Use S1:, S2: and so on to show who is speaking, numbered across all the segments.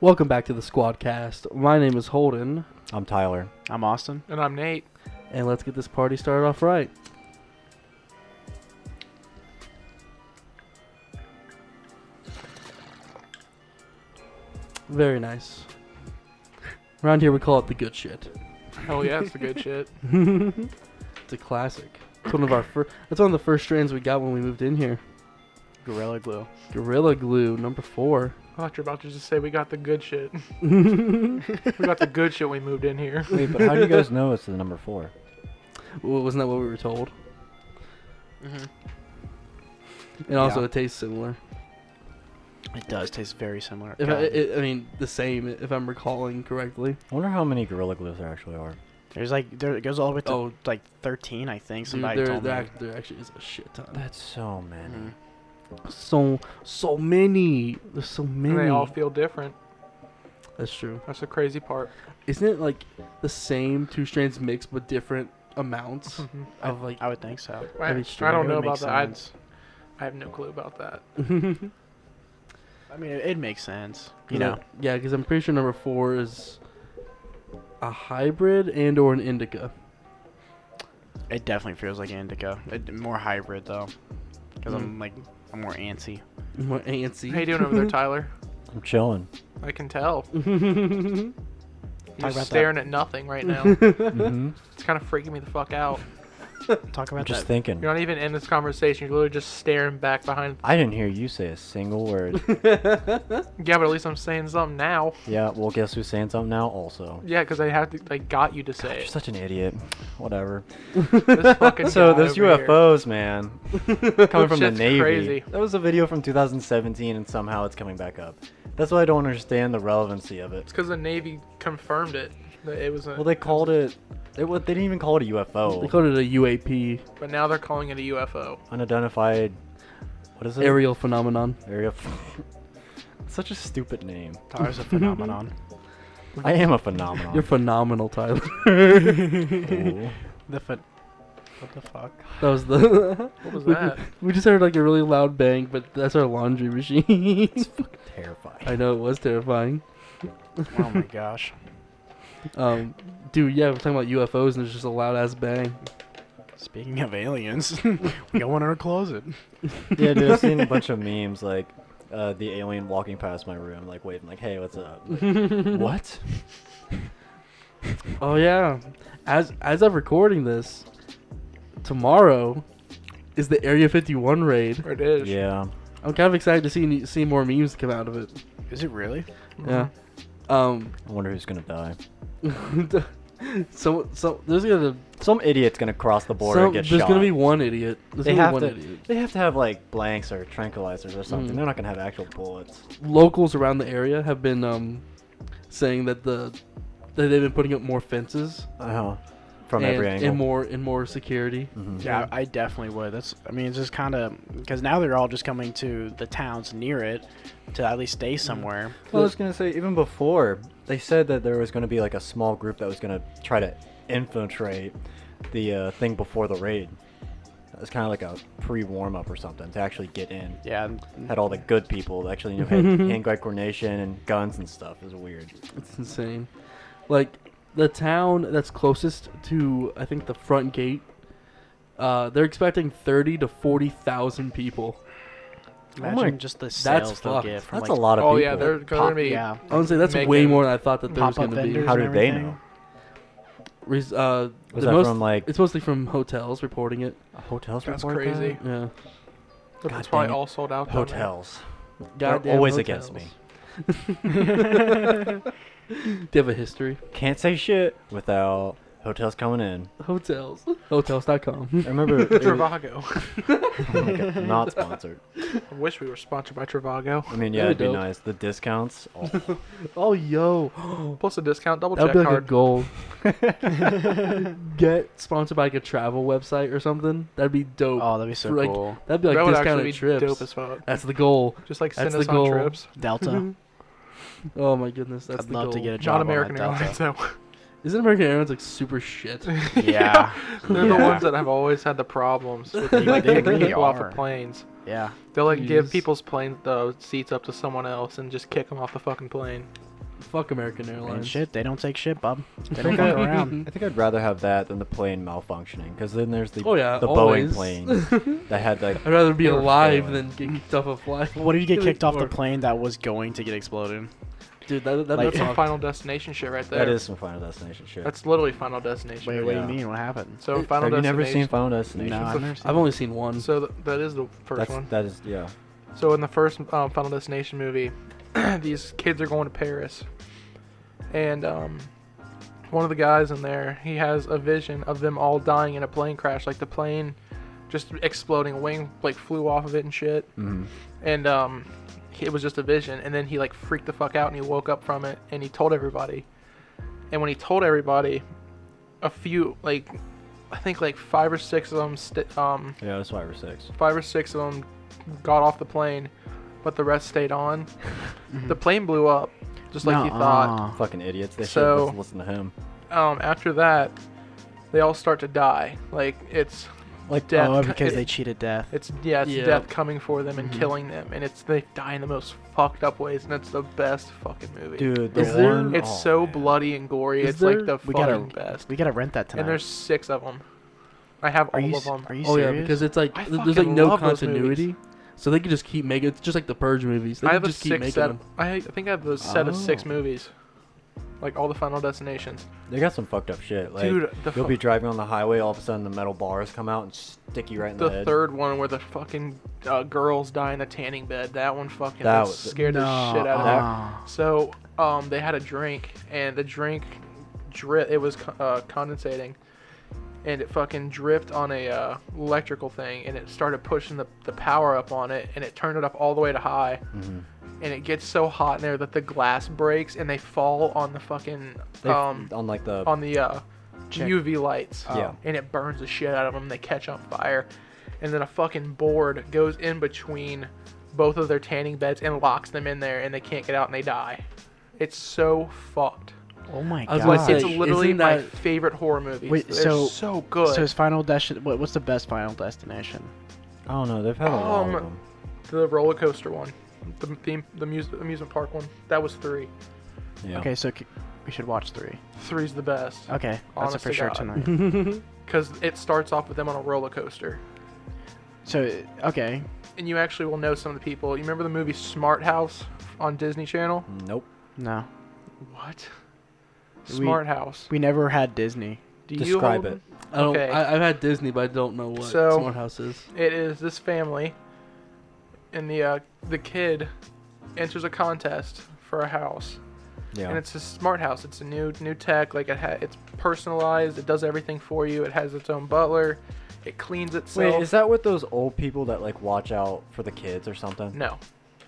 S1: Welcome back to the Squadcast. My name is Holden,
S2: I'm Tyler.
S3: I'm Austin.
S4: And I'm Nate.
S1: and let's get this party started off right. Very nice. Around here, we call it the good shit.
S4: Hell yeah, it's the good shit.
S1: it's a classic. It's one of our first. That's one of the first strands we got when we moved in here.
S3: Gorilla glue.
S1: Gorilla Glue number four.
S4: I thought you were about to just say we got the good shit.
S1: Well,
S4: We got the good shit when we moved in here.
S2: Wait, but how do you guys know it's the number four?
S1: Wasn't that what we were told?
S4: Mm-hmm.
S1: And also,
S2: Yeah.
S1: it tastes similar.
S3: It does taste very similar.
S1: If I,
S3: God.
S1: i I mean, the same, if I'm recalling correctly.
S2: I wonder how many gorilla glues there actually are.
S3: There's like there it goes all the way to
S1: Oh.
S3: like 13, I think.
S1: Dude,
S3: Somebody
S1: there,
S3: told
S1: there,
S3: me.
S1: act- Mm-hmm. there actually is a shit ton.
S2: That's so many.
S3: Mhm.
S1: So, so many. There's so
S4: And
S1: many.
S4: they all feel different.
S1: That's true.
S4: That's the crazy part.
S1: Isn't it like the same two strains mixed with different amounts
S4: Mhm.
S1: of like?
S3: I would think so.
S4: I,
S1: Every
S4: I
S1: strain.
S4: don't
S3: It
S4: know
S3: would
S4: about
S3: make
S4: that. I,
S3: sense.
S4: I have no clue about that.
S3: I mean, it, it makes sense. You know.
S1: Yeah, because I'm pretty sure number four is a hybrid and or an indica.
S3: It definitely feels like indica. It, more hybrid though, because
S1: Mm.
S3: I'm like I'm more antsy.
S1: More antsy.
S4: How you doing over there, Tyler?
S2: I'm chilling.
S4: I can tell.
S1: doing?
S4: You're
S3: about that. Mm-hmm.
S4: staring at nothing right now.
S2: hmm
S4: it's kind of freaking me the fuck out.
S3: Talk
S2: I'm
S3: about
S2: just
S3: that.
S2: thinking.
S4: You're not even in this conversation. You're literally just staring back behind.
S2: I didn't hear you say a single word.
S4: Yeah, but at least I'm saying something now.
S2: yeah, well, guess who's saying something now? Also.
S4: Yeah, because I have to. Like, got you to say
S2: You're
S4: it.
S2: such an idiot. Whatever.
S4: This fucking
S2: So
S4: guy
S2: those
S4: over here.
S2: UFOs, man, coming from the
S4: Shit's
S2: Navy.
S4: crazy.
S2: That was a video from 2017, and somehow it's coming back up. That's why I don't understand the relevancy of it.
S4: It's because the Navy confirmed it. That it was a,
S2: Well, they called it. They, what, they didn't even call it a
S1: They
S2: UFO.
S1: called it a UAP,
S4: but now they're calling it a UFO.
S2: Unidentified. What is it?
S1: aerial phenomenon.
S2: Area. f- Such a stupid name.
S1: Oh,
S3: Tyler's a phenomenon.
S2: I am a phenomenon.
S1: You're phenomenal, Tyler.
S2: Ooh.
S3: the ph- What the fuck?
S1: That was the.
S4: What was
S1: we,
S4: that?
S1: we just heard like a really loud bang, but that's our laundry machine. I
S2: Terrifying.
S1: know it was terrifying.
S3: Oh my gosh.
S1: Um, dude, yeah, we're talking about UFOs and it's just a loud ass bang.
S3: Speaking of aliens, we got one in our closet.
S2: yeah, dude, I've seen a bunch of memes like uh, the alien walking past my room, like waving, like, "Hey, what's up?" Like, what?
S1: Oh yeah, as as of recording this, tomorrow is the Area 51 raid.
S4: It is.
S2: Yeah.
S1: I'm kind of excited to see see more memes come out of it.
S3: Is it really?
S4: Mm-hmm.
S1: Yeah. Um,
S2: I wonder who's gonna die.
S1: so so there's gonna
S2: Some idiot's gonna cross the border
S1: some,
S2: and get
S1: there's
S2: shot.
S1: gonna be one idiot. There's
S2: they
S1: gonna
S2: have
S1: be one
S2: to.
S1: idiot.
S2: They have to have like blanks or tranquilizers or something.
S1: Mm.
S2: They're not gonna have actual bullets.
S1: locals around the area have been um, saying that the that they've been putting up more fences
S2: Uh huh. From
S1: and,
S2: every angle.
S1: and more and more security.
S2: Mhm.
S3: Yeah, I I definitely would. That's. I mean, it's just kind of because now they're all just coming to the towns near it to at least stay somewhere.
S2: Well, I was gonna say even before they said that there was gonna be like a small group that was gonna try to infiltrate the uh, thing before the raid. It was kind of like a pre-warm up or something to actually get in.
S3: Yeah.
S2: Had all the good people that actually knew hand, hand guide coordination and guns and stuff. It was weird.
S1: It's insane. Like the town that's closest to I think the front gate, uh, they're expecting thirty to forty thousand people.
S3: Imagine
S2: oh my-
S3: just the sales they'll
S1: fucked.
S3: get from
S2: That's
S3: like,
S2: a lot of
S4: Oh
S2: people.
S4: yeah, they're gonna
S3: pop-
S4: be.
S3: yeah.
S1: Honestly, that's
S4: Make
S1: way
S4: it
S1: more than I thought that there was going
S3: pop-up
S1: to be.
S3: vendors
S2: How
S3: and
S2: did they
S3: everything.
S2: know?
S1: Res- uh,
S2: Was
S1: the
S2: that
S1: most-
S2: from like
S1: It's mostly from hotels reporting it.
S2: hotels?
S4: That's
S2: report that?
S4: crazy.
S1: Yeah.
S2: God
S4: it's probably
S2: dang it.
S4: all sold out. down there.
S2: Hotels.
S1: Goddamn
S2: always
S1: hotels.
S2: against me.
S1: Do you have a history?
S2: Can't say shit without hotels coming in.
S1: Hotels. Hotels.com.
S2: I remember. it was-
S4: Travago.
S2: oh my God, not sponsored.
S4: I wish we were sponsored by Travago.
S2: I mean, yeah,
S1: Really
S2: it'd be
S1: dope.
S2: nice. The discounts. Oh.
S1: Oh, yo.
S4: Plus a discount double
S1: That would
S4: check
S1: be like a goal.
S4: card.
S1: Get sponsored by like a travel website or something. That'd be dope.
S3: Oh, that'd be so
S1: For, like,
S3: cool.
S1: That'd be like
S4: that would actually
S1: discounted
S4: be
S1: trips.
S4: dope as fuck.
S1: That's the goal.
S4: Just like
S1: That's
S4: send
S1: the
S4: us
S1: goal.
S4: on trips.
S3: Delta.
S1: Oh my goodness, that's
S3: I'd
S1: the
S3: love
S1: goal.
S3: to get a
S4: Not
S3: job.
S4: American
S3: on that
S4: Airlines though.
S1: a- Isn't American Airlines like super shit?
S3: Delta. yeah.
S4: They're the
S3: Yeah.
S4: ones that have always had the problems with
S3: They-
S4: like,
S3: they
S4: taking
S3: really
S4: people off
S3: are.
S4: of planes.
S3: Yeah.
S4: They'll like give
S1: Jeez.
S4: people's planes the seats up to someone else and just kick them off the fucking plane.
S1: Fuck American
S3: And
S1: Airlines.
S3: shit, they don't take shit, bub. They don't fuck around.
S2: I think I'd rather have that than the plane malfunctioning, because then there's the
S1: Oh yeah,
S2: the
S1: always.
S2: Boeing plane that had like
S1: I'd rather be
S2: They were
S1: alive
S2: failing.
S1: than get kicked off a flight.
S3: What did you get
S1: Really
S3: kicked off the
S1: poor.
S3: plane that was going to get exploded?
S1: Dude, that, that,
S3: Like-
S1: like,
S4: That's some Final Destination shit right there.
S2: that is some Final Destination shit.
S4: That's literally Final Destination.
S3: Wait,
S4: right
S3: what do
S2: Yeah.
S3: you mean? What happened?
S4: So
S1: Have
S4: Final
S2: have you
S4: Destination.
S2: never seen Final Destination?
S3: No, I've never
S1: I've
S3: seen.
S1: only seen one.
S4: So th- that is the first
S2: That's
S4: one.
S2: that is yeah.
S4: So in the first um, Final Destination movie, these kids are going to Paris, and um, one of the guys in there, he has a vision of them all dying in a plane crash, like the plane just exploding, a wing like flew off of it and shit,
S2: Mm-hmm.
S4: and um, he- it was just a vision. And then he like freaked the fuck out and he woke up from it and he told everybody. And when he told everybody, a few like, I think like five or six of them st- um,
S2: Yeah, that's why we're six.
S4: five or six of them got off the plane, but the rest stayed on. The plane blew up, just like he thought.
S3: Mm-hmm. Nuh-uh.
S2: Fucking idiots. They
S4: So-
S2: should just listen to him.
S4: Um, after that, they all start to die. Like it's
S2: Like
S4: death.
S3: Oh, because
S4: it-
S3: they cheated death.
S4: It's yeah, it's
S1: Yeah.
S4: death coming for them and killing them, and it's they die in the most fucked up ways, and it's the best fucking movie.
S2: Dude,
S1: Is
S2: the
S1: there-
S2: one
S4: it's
S2: oh,
S4: so
S2: man.
S4: bloody and gory.
S1: Is
S4: it's like
S1: there-
S4: the
S3: We
S4: fucking
S3: gotta-
S4: best.
S3: We gotta rent that tonight.
S4: And there's six of them. I have
S3: are
S4: all
S3: you,
S4: of
S3: s-
S4: them.
S3: Are you
S1: oh
S3: serious?
S1: yeah, because it's like
S4: I
S1: th- there's like
S4: fucking
S1: no
S4: love those movies.
S1: continuity, so they could just keep making. It's just like the Purge movies. They
S4: I
S1: could
S4: have a
S1: just keep making
S4: six set.
S1: them.
S4: I think I have a set of six
S2: Oh.
S4: movies, like all the Final Destinations.
S2: They got some fucked up shit. Like,
S4: Dude, the
S2: you'll
S4: fu-
S2: be driving on the highway, all of a sudden the metal bars come out and stick you right in the,
S4: The
S2: head.
S4: third one where the fucking uh, girls die in the tanning bed. That one fucking
S2: That
S4: like,
S2: was-
S4: scared the shit out of me.
S3: Nuh-uh.
S4: So um, they had a drink, and the drink drip. It was co- uh, condensating, and it fucking dripped on a uh, electrical thing, and it started pushing the, the power up on it, and it turned it up all the way to high. And it gets so hot in there that the glass breaks, and they fall on the fucking
S2: They-
S4: um,
S2: on like the
S4: on the uh,
S3: Check.
S4: UV lights.
S2: Yeah.
S4: And it burns the shit out of them. They catch on fire. And then a fucking board goes in between both of their tanning beds and locks them in there, and they can't get out and they die. It's so fucked.
S3: Oh my
S1: I was
S3: god.
S1: gonna say,
S4: It's
S1: Gosh.
S4: literally
S1: Isn't
S4: my
S1: that-
S4: favorite horror movie.
S3: Wait,
S4: They're
S3: so-
S4: so good.
S3: So is Final Destination. What, what's the best Final Destination?
S2: I don't know. They've had a lot
S4: Um,
S2: of them.
S4: the roller coaster one, the theme, the muse, amusement park one. That was three.
S2: Yeah.
S3: Okay, so c- we should watch three.
S4: Three's the best
S3: Okay, that's a
S4: Honest
S3: for
S4: to
S3: sure
S4: God.
S3: tonight.
S4: because it starts off with them on a roller coaster.
S3: so okay,
S4: and you actually will know some of the people. You remember the movie Smart House on Disney Channel?
S2: Mm, Nope.
S3: no,
S4: What?
S3: We-
S4: Smart House.
S3: we never had Disney.
S4: Do
S2: Describe
S4: you hold-
S2: it.
S1: I don't.
S4: Okay.
S1: I, I've had Disney, but I don't know what
S4: So-
S1: Smart House is.
S4: It is this family, and the uh, the kid enters a contest for a house,
S2: Yeah.
S4: and it's a smart house. It's a new new tech. Like it ha- it's personalized. It does everything for you. It has its own butler. It cleans itself.
S2: Wait, is that with those old people that like watch out for the kids or something?
S4: no?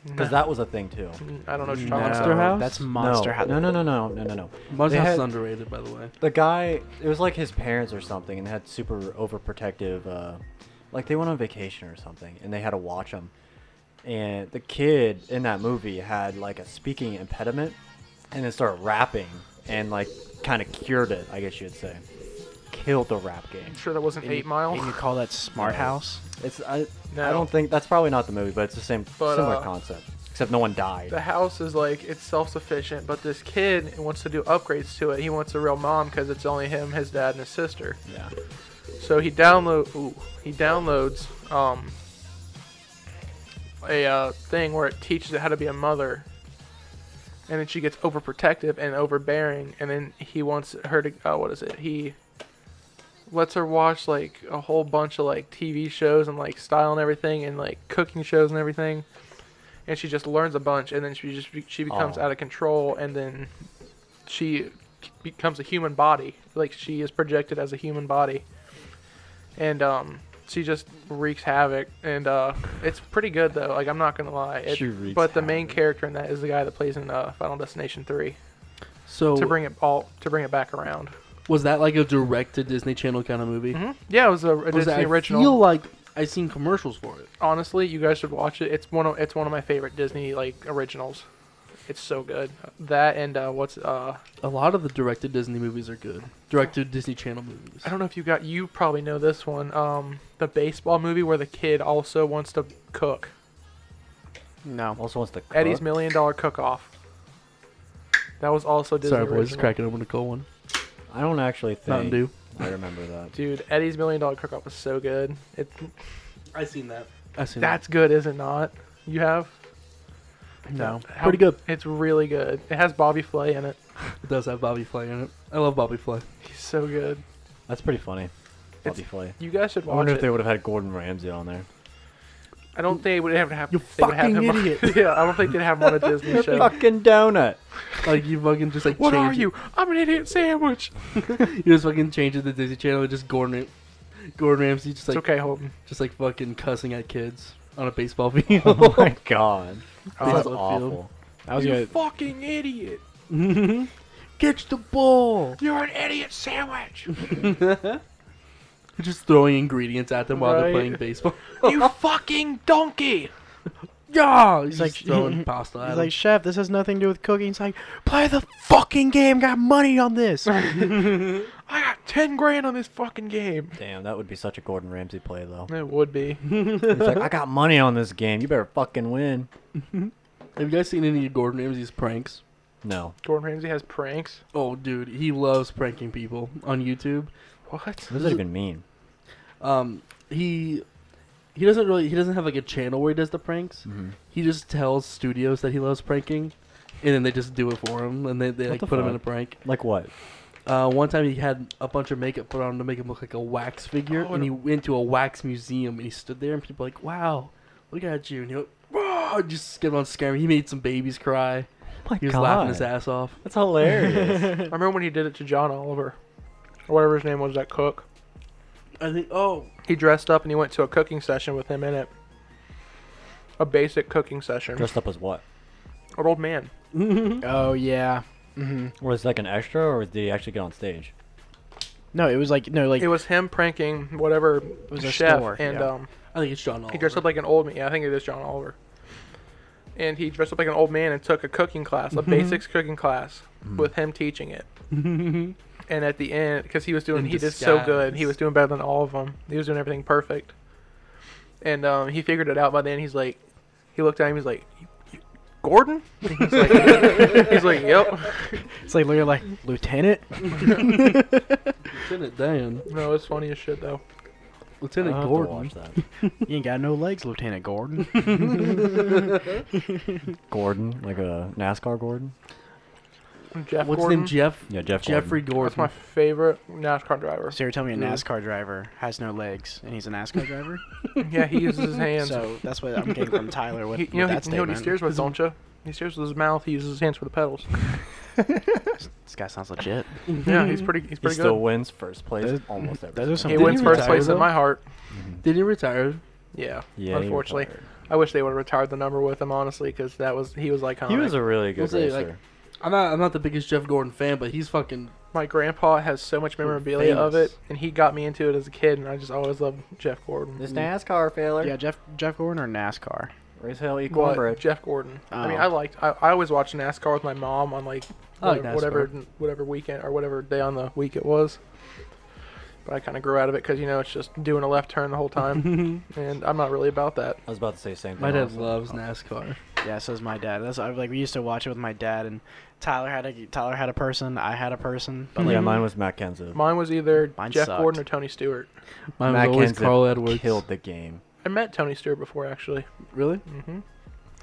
S4: No.
S2: Because that was a thing too.
S4: I don't know what you're talking
S1: Monster
S4: about.
S1: House?
S3: That's
S1: No.
S3: Monster
S2: no,
S3: House.
S2: No, no, no, no, no, no, no.
S1: Monster
S2: They
S1: House
S2: had-
S1: is underrated, by the way.
S2: The guy, it was like his parents or something, and they had super overprotective. Uh, like they went on vacation or something, and they had to watch him. And the kid in that movie had like a speaking impediment, and then started rapping, and like kind of cured it, I guess you'd say. Killed the rap game.
S4: I'm sure that wasn't
S3: And you-
S4: Eight Mile.
S3: And you call that Smart House?
S2: It's I,
S4: No.
S2: I don't think that's probably not the movie, but it's the same
S4: But,
S2: similar
S4: uh,
S2: concept, except no one died.
S4: the house is like it's self-sufficient but this kid wants to do upgrades to it he wants a real mom because it's only him his dad and his sister
S2: yeah.
S4: so he download ooh, he downloads um a uh, thing where it teaches it how to be a mother and then she gets overprotective and overbearing and then he wants her to uh, what is it he lets her watch like a whole bunch of like tv shows and like style and everything and like cooking shows and everything and she just learns a bunch and then she just she becomes
S2: Oh.
S4: out of control and then she becomes a human body like she is projected as a human body and um she just wreaks havoc and uh it's pretty good though like i'm not gonna lie it,
S2: She wreaks
S4: but the main
S2: havoc.
S4: character in that is the guy that plays in uh, final destination 3
S1: So
S4: to bring it all to bring it back around
S1: was that like a direct to Disney Channel kind of movie?
S4: hmm yeah it was a, a
S1: Was that-
S4: disney
S1: I
S4: original
S1: feel like I seen commercials for it.
S4: honestly you guys should watch it it's one of it's one of my favorite disney like originals it's so good that and uh what's uh
S1: A lot of the direct to Disney movies are good. Direct to Disney Channel movies.
S4: I don't know if you got you probably know this one. Um, the baseball movie where the kid also wants to cook.
S3: No.
S2: Also wants to.
S4: Eddie's
S2: cook.
S4: million dollar cook off. That was also Disney.
S1: Sorry, boys.
S4: original.
S1: Cracking open a cold one.
S2: I don't actually think
S1: Mountain Dew.
S2: I remember that.
S4: Dude, Eddie's Million Dollar Cook Off was so good. It,
S1: I seen that. I seen
S4: that's good, is it not? You have?
S1: that. No,
S4: How-
S1: pretty good.
S4: It's really good. It has Bobby Flay in it.
S1: It does have Bobby Flay in it. I love Bobby Flay.
S4: He's so good.
S2: That's pretty funny.
S4: It's-
S2: Bobby Flay.
S4: You guys should
S2: I
S4: watch
S2: wonder if
S4: it.
S2: they would have had Gordon Ramsay on there.
S4: I don't think they would have to have.
S1: You
S4: they would have
S1: fucking
S4: him on-
S1: idiot.
S4: yeah, I don't think they'd have him on a Disney show.
S2: Fucking donut.
S1: Like you fucking just like
S4: What
S1: change
S4: are
S1: it.
S4: you? I'm an idiot sandwich.
S1: You just fucking change it to Disney Channel and just Gordon, Gordon Ramsay just
S4: it's
S1: like
S4: okay, Holden.
S1: just like fucking cussing at kids on a baseball field.
S2: Oh my god. That's
S1: Baseball field.
S2: awful.
S3: I was
S4: you
S3: gonna.
S4: fucking idiot.
S1: Mhm. Catch the ball.
S4: You're an idiot sandwich.
S1: You're just throwing ingredients at them while they're
S4: Right.
S1: playing baseball.
S4: you fucking donkey.
S1: Yeah, he's,
S3: He's
S1: like
S3: like-
S1: throwing pasta at
S3: He's
S1: them.
S3: like, chef, this has nothing to do with cooking. He's like, play the fucking game. Got money on this.
S4: I got ten grand on this fucking game.
S2: Damn, that would be such a Gordon Ramsay play though.
S4: It would be.
S2: It's like I got money on this game. You better fucking win.
S1: Have you guys seen any of Gordon Ramsay's pranks?
S2: No.
S4: Gordon Ramsay has pranks.
S1: Oh, dude, he loves pranking people on YouTube.
S4: What?
S2: What does that even mean?
S1: Um, he he doesn't really he doesn't have like a channel where he does the pranks.
S2: Mm-hmm.
S1: He just tells studios that he loves pranking, and then they just do it for him, and they, they
S2: What
S1: like
S2: the
S1: put him in a
S2: fuck?
S1: prank.
S2: Like what?
S1: Uh, one time he had a bunch of makeup put on him to make him look like a wax figure,
S4: Oh,
S1: and
S4: no.
S1: he went to a wax museum and he stood there, and people were like, "Wow, look at you!" And he went, "Whoa!" Just kept on scaring. He made some babies cry.
S2: my
S1: He was laughing his ass off.
S2: That's hilarious.
S4: I remember when he did it to John Oliver, or whatever his name was, that cook.
S1: I think. Oh,
S4: He dressed up and he went to a cooking session with him in it. A basic cooking session.
S2: Dressed up as what?
S4: An old man.
S3: oh yeah. hmm
S2: Was it like an extra, or did he actually get on stage?
S3: No, it was like no, like
S4: It was him pranking whatever
S3: was a
S4: chef,
S3: snore,
S4: and
S3: yeah.
S4: um,
S1: I think it's John Oliver.
S4: he dressed up like an old man. Yeah, I think it is John Oliver. And he dressed up like an old man and took a cooking class, a basics cooking class,
S1: Mm-hmm.
S4: with him teaching it. And at the end, because he was doing,
S1: In
S4: he did so good.
S1: disguise.
S4: He was doing better than all of them. He was doing everything perfect. And um, he figured it out by then. He's like, he looked at him. He's like, "You- you- Gordon. He's like, he's like, yep.
S3: it's like literally like lieutenant.
S1: Lieutenant Dan,
S4: No, it's funny as shit though.
S1: Lieutenant
S2: I'll have to
S1: Uh, Gordon.
S2: watch that.
S3: You ain't got no legs, Lieutenant Gordon.
S2: Gordon, like a NASCAR Gordon.
S4: Jeff
S1: What's
S4: Gordon.
S1: his name? Jeff.
S2: Yeah, Jeff.
S1: Jeffrey
S4: That's my
S1: Gordon.
S4: favorite NASCAR driver.
S3: so you're telling me a
S1: Mm.
S3: NASCAR driver has no legs and he's a NASCAR driver?
S4: yeah, he uses his hands.
S3: so that's what I'm getting from Tyler with,
S4: He- you know,
S3: with
S4: he,
S3: that
S4: you know what he
S3: statement.
S4: steers with, don't you? He steers with his mouth. He uses his hands for the pedals.
S3: This guy sounds legit.
S4: yeah, he's pretty. He's
S2: He
S4: pretty
S2: still
S4: good.
S2: wins first place
S3: Those-
S2: almost every.
S3: those are
S2: time. Mhm.
S3: some-
S4: He
S3: Didn't
S4: wins
S3: he
S4: first
S3: retire,
S4: place in
S1: though?
S4: my heart.
S1: Did he retire?
S4: Yeah.
S2: Yeah, he
S4: unfortunately,
S2: retired.
S4: I wish they would have retired the number with him honestly, because that was he was iconic.
S2: he was a really good
S1: We'll say, like,
S2: racer.
S1: I'm not. I'm not the biggest Jeff Gordon fan, but he's fucking.
S4: my grandpa has so much memorabilia of
S1: famous.
S4: it, and he got me into it as a kid, and I just always loved Jeff Gordon.
S2: this NASCAR failure.
S3: Yeah, Jeff Jeff Gordon or NASCAR?
S2: Race hell eat
S4: What?
S2: cornbread.
S4: Jeff Gordon. I mean,
S3: Oh.
S4: I liked. I, I always watched NASCAR with my mom on like
S1: I like
S4: whatever,
S1: NASCAR.
S4: whatever whatever weekend or whatever day on the week it was. But I kind of grew out of it because you know it's just doing a left turn the whole time, and I'm not really about that.
S2: I was about to say the same thing.
S1: My dad
S2: honestly.
S1: loves NASCAR.
S3: Yeah, so is my dad. That's I like we used to watch it with my dad and Tyler had a Tyler had a person, I had a person, but like
S2: Yeah, mine was Matt Kenseth.
S4: Mine was either
S3: Mine
S4: Jeff
S3: sucked.
S4: Gordon or Tony Stewart.
S1: Mine was
S2: Matt
S1: always
S2: Kenseth
S1: Carl Edwards.
S2: killed the game,
S4: I met Tony Stewart before actually.
S1: Really?
S4: hmm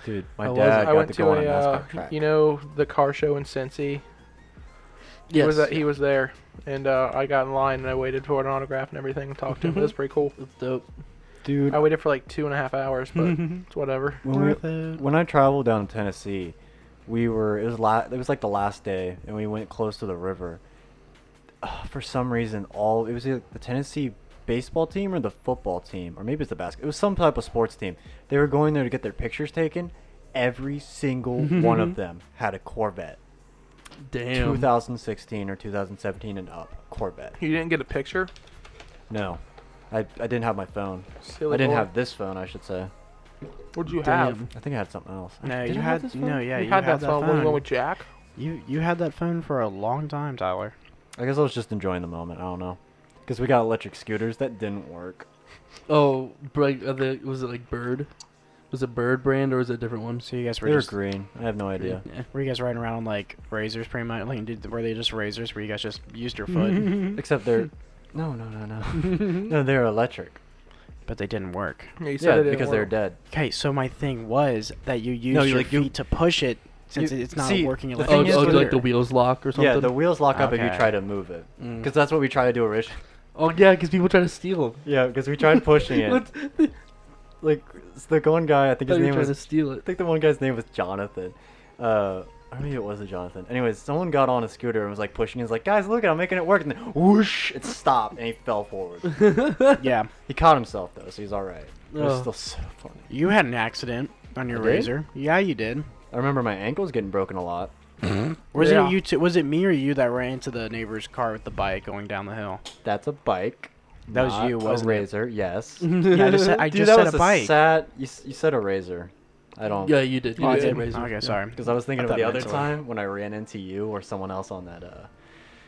S2: dude. My
S1: I was-
S2: dad
S1: I
S4: I
S2: got
S4: went
S2: to
S4: to
S2: go on a
S4: a
S2: NASCAR
S4: uh,
S2: track.
S4: you know the car show in Cincy. He
S1: Yes.
S4: was at, he was there, and uh, I got in line and I waited for an autograph and everything and talked to him. it was pretty cool.
S1: That's dope.
S2: dude,
S4: I waited for like two and a half hours, but it's whatever.
S2: when we, when I traveled down to Tennessee, we were it was la- it was like the last day, and we went close to the river. Ugh, for some reason, all it was either the Tennessee baseball team or the football team, or maybe it's the basket. It was some type of sports team. They were going there to get their pictures taken. Every single one of them had a Corvette,
S1: Damn.
S2: 2016 or 2017 and up Corvette.
S4: You didn't get a picture.
S2: No, I I didn't have my phone.
S4: Silly
S2: I didn't
S4: boy.
S2: have this phone, I should say.
S4: What did you
S1: Damn.
S4: have?
S2: I think I had something else.
S3: No,
S1: Did
S3: you
S1: I have
S3: had
S1: this
S3: no,
S1: phone?
S3: yeah,
S4: you, had, that phone. What, you went with Jack?
S3: You you had that phone for a long time, Tyler.
S2: I guess I was just enjoying the moment. I don't know. Because we got electric scooters that didn't work.
S1: Oh, like, uh, the, was it like Bird? Was it Bird Brand or was it a different one?
S3: So you guys were
S2: They're
S3: just
S2: green. I have no idea.
S1: Yeah.
S3: were you guys riding around on like razors pretty much? Like, did, were they just razors? Where you guys just used your foot,
S2: Except they're no, no, no, no. no, they're electric.
S3: but they didn't work?
S4: Yeah, you said
S2: Yeah,
S4: it didn't
S2: because they're
S4: work.
S2: dead.
S3: Okay, so my thing was that you used
S2: you,
S3: your
S2: like,
S3: feet
S2: you-
S3: to push it since
S2: you-
S3: it's not
S2: see,
S3: a working
S2: the
S1: Oh,
S2: thing
S3: electric
S2: is
S1: oh
S2: with
S1: do, like
S2: it-
S1: the wheels lock or something.
S2: Yeah, the wheels lock up if
S3: Okay.
S2: you try to move it.
S1: Mm.
S2: Because that's what we try to do originally.
S1: Oh yeah, because people try to steal.
S2: Yeah, because we tried pushing it.
S1: What? They
S2: like s- the one guy, I think his
S1: were
S2: name
S1: trying
S2: was.
S1: to steal
S2: I
S1: it.
S2: think the one guy's name was Jonathan. Uh, or maybe it wasn't Jonathan. Anyways, someone got on a scooter and was like pushing. He's like, "Guys, look it, I'm making it work!" And then whoosh, it stopped, and he fell forward.
S3: Yeah,
S2: he caught himself though, so he's all right. It was
S1: Oh.
S2: still so funny.
S3: you had an accident on your
S2: I did?
S3: razor. Yeah, you did.
S2: I remember my ankles getting broken a lot.
S3: Was
S4: Yeah.
S3: it you? T- was it me or you that ran into the neighbor's car with the bike going down the hill?
S2: That's a bike.
S3: That was
S2: not
S3: you, wasn't
S2: a
S3: it?
S2: razor? Yes.
S3: Yeah, I just said, I
S2: Dude,
S3: just
S2: that
S3: said
S2: was
S3: a bike.
S2: Sad. You, s- you said a razor. I don't.
S1: Yeah, you did. You
S3: Oh, I
S1: did.
S3: did.
S1: say razor.
S3: Okay,
S1: Yeah.
S3: sorry.
S2: Because I was thinking
S3: I
S2: of
S3: thought
S2: the
S3: it
S2: other
S3: meant to-
S2: time when I ran into you or someone else on that uh,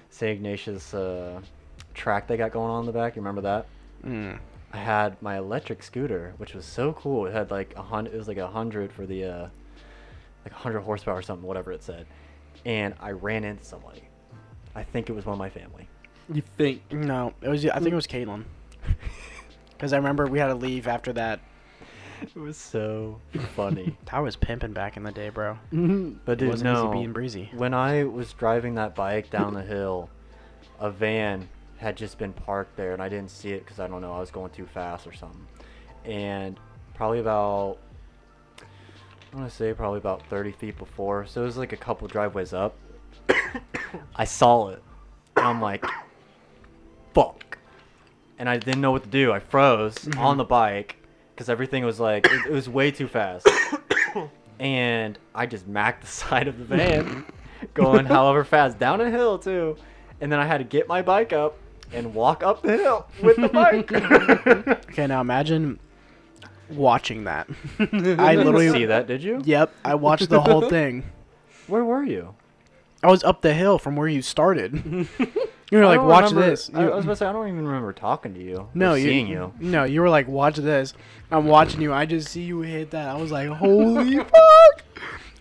S2: St. Ignatius uh, track they got going on in the back. You remember that?
S3: Mm.
S2: I had my electric scooter, which was so cool. It had like a hundred. It was like a hundred for the uh, like a hundred horsepower or something, whatever it said. And I ran into somebody. I think it was one of my family.
S1: You think?
S3: No, it was. I think it was Caitlin. Because I remember we had to leave after that.
S2: It was so funny.
S3: I was pimping back in the day, bro.
S1: Oh,
S2: But
S3: It
S2: dude,
S3: wasn't
S2: no.
S3: easy being breezy.
S2: When I was driving that bike down the hill, a van had just been parked there, and I didn't see it because I don't know I was going too fast or something. And probably about I want to say probably about 30 feet before, so it was like a couple driveways up. I saw it, and I'm like, "Fuck!" And I didn't know what to do. I froze
S3: Mm-hmm.
S2: on the bike because everything was like it, it was way too fast and I just macked the side of the van, going however fast down a hill too, and then I had to get my bike up and walk up the hill with the bike.
S3: Okay, now imagine watching that. I literally.
S2: see that, did you?
S3: Yep, I watched the whole thing.
S2: Where were you?
S3: I was up the hill from where you started. you were
S2: I
S3: like,
S2: don't
S3: watch
S2: remember-
S3: this.
S2: I,
S3: You-
S2: I was about to say I don't even remember talking to you.
S3: no,
S2: or
S3: you,
S2: seeing you.
S3: No, you were like, watch this. I'm watching you. I just see you hit that. I was like, holy fuck! I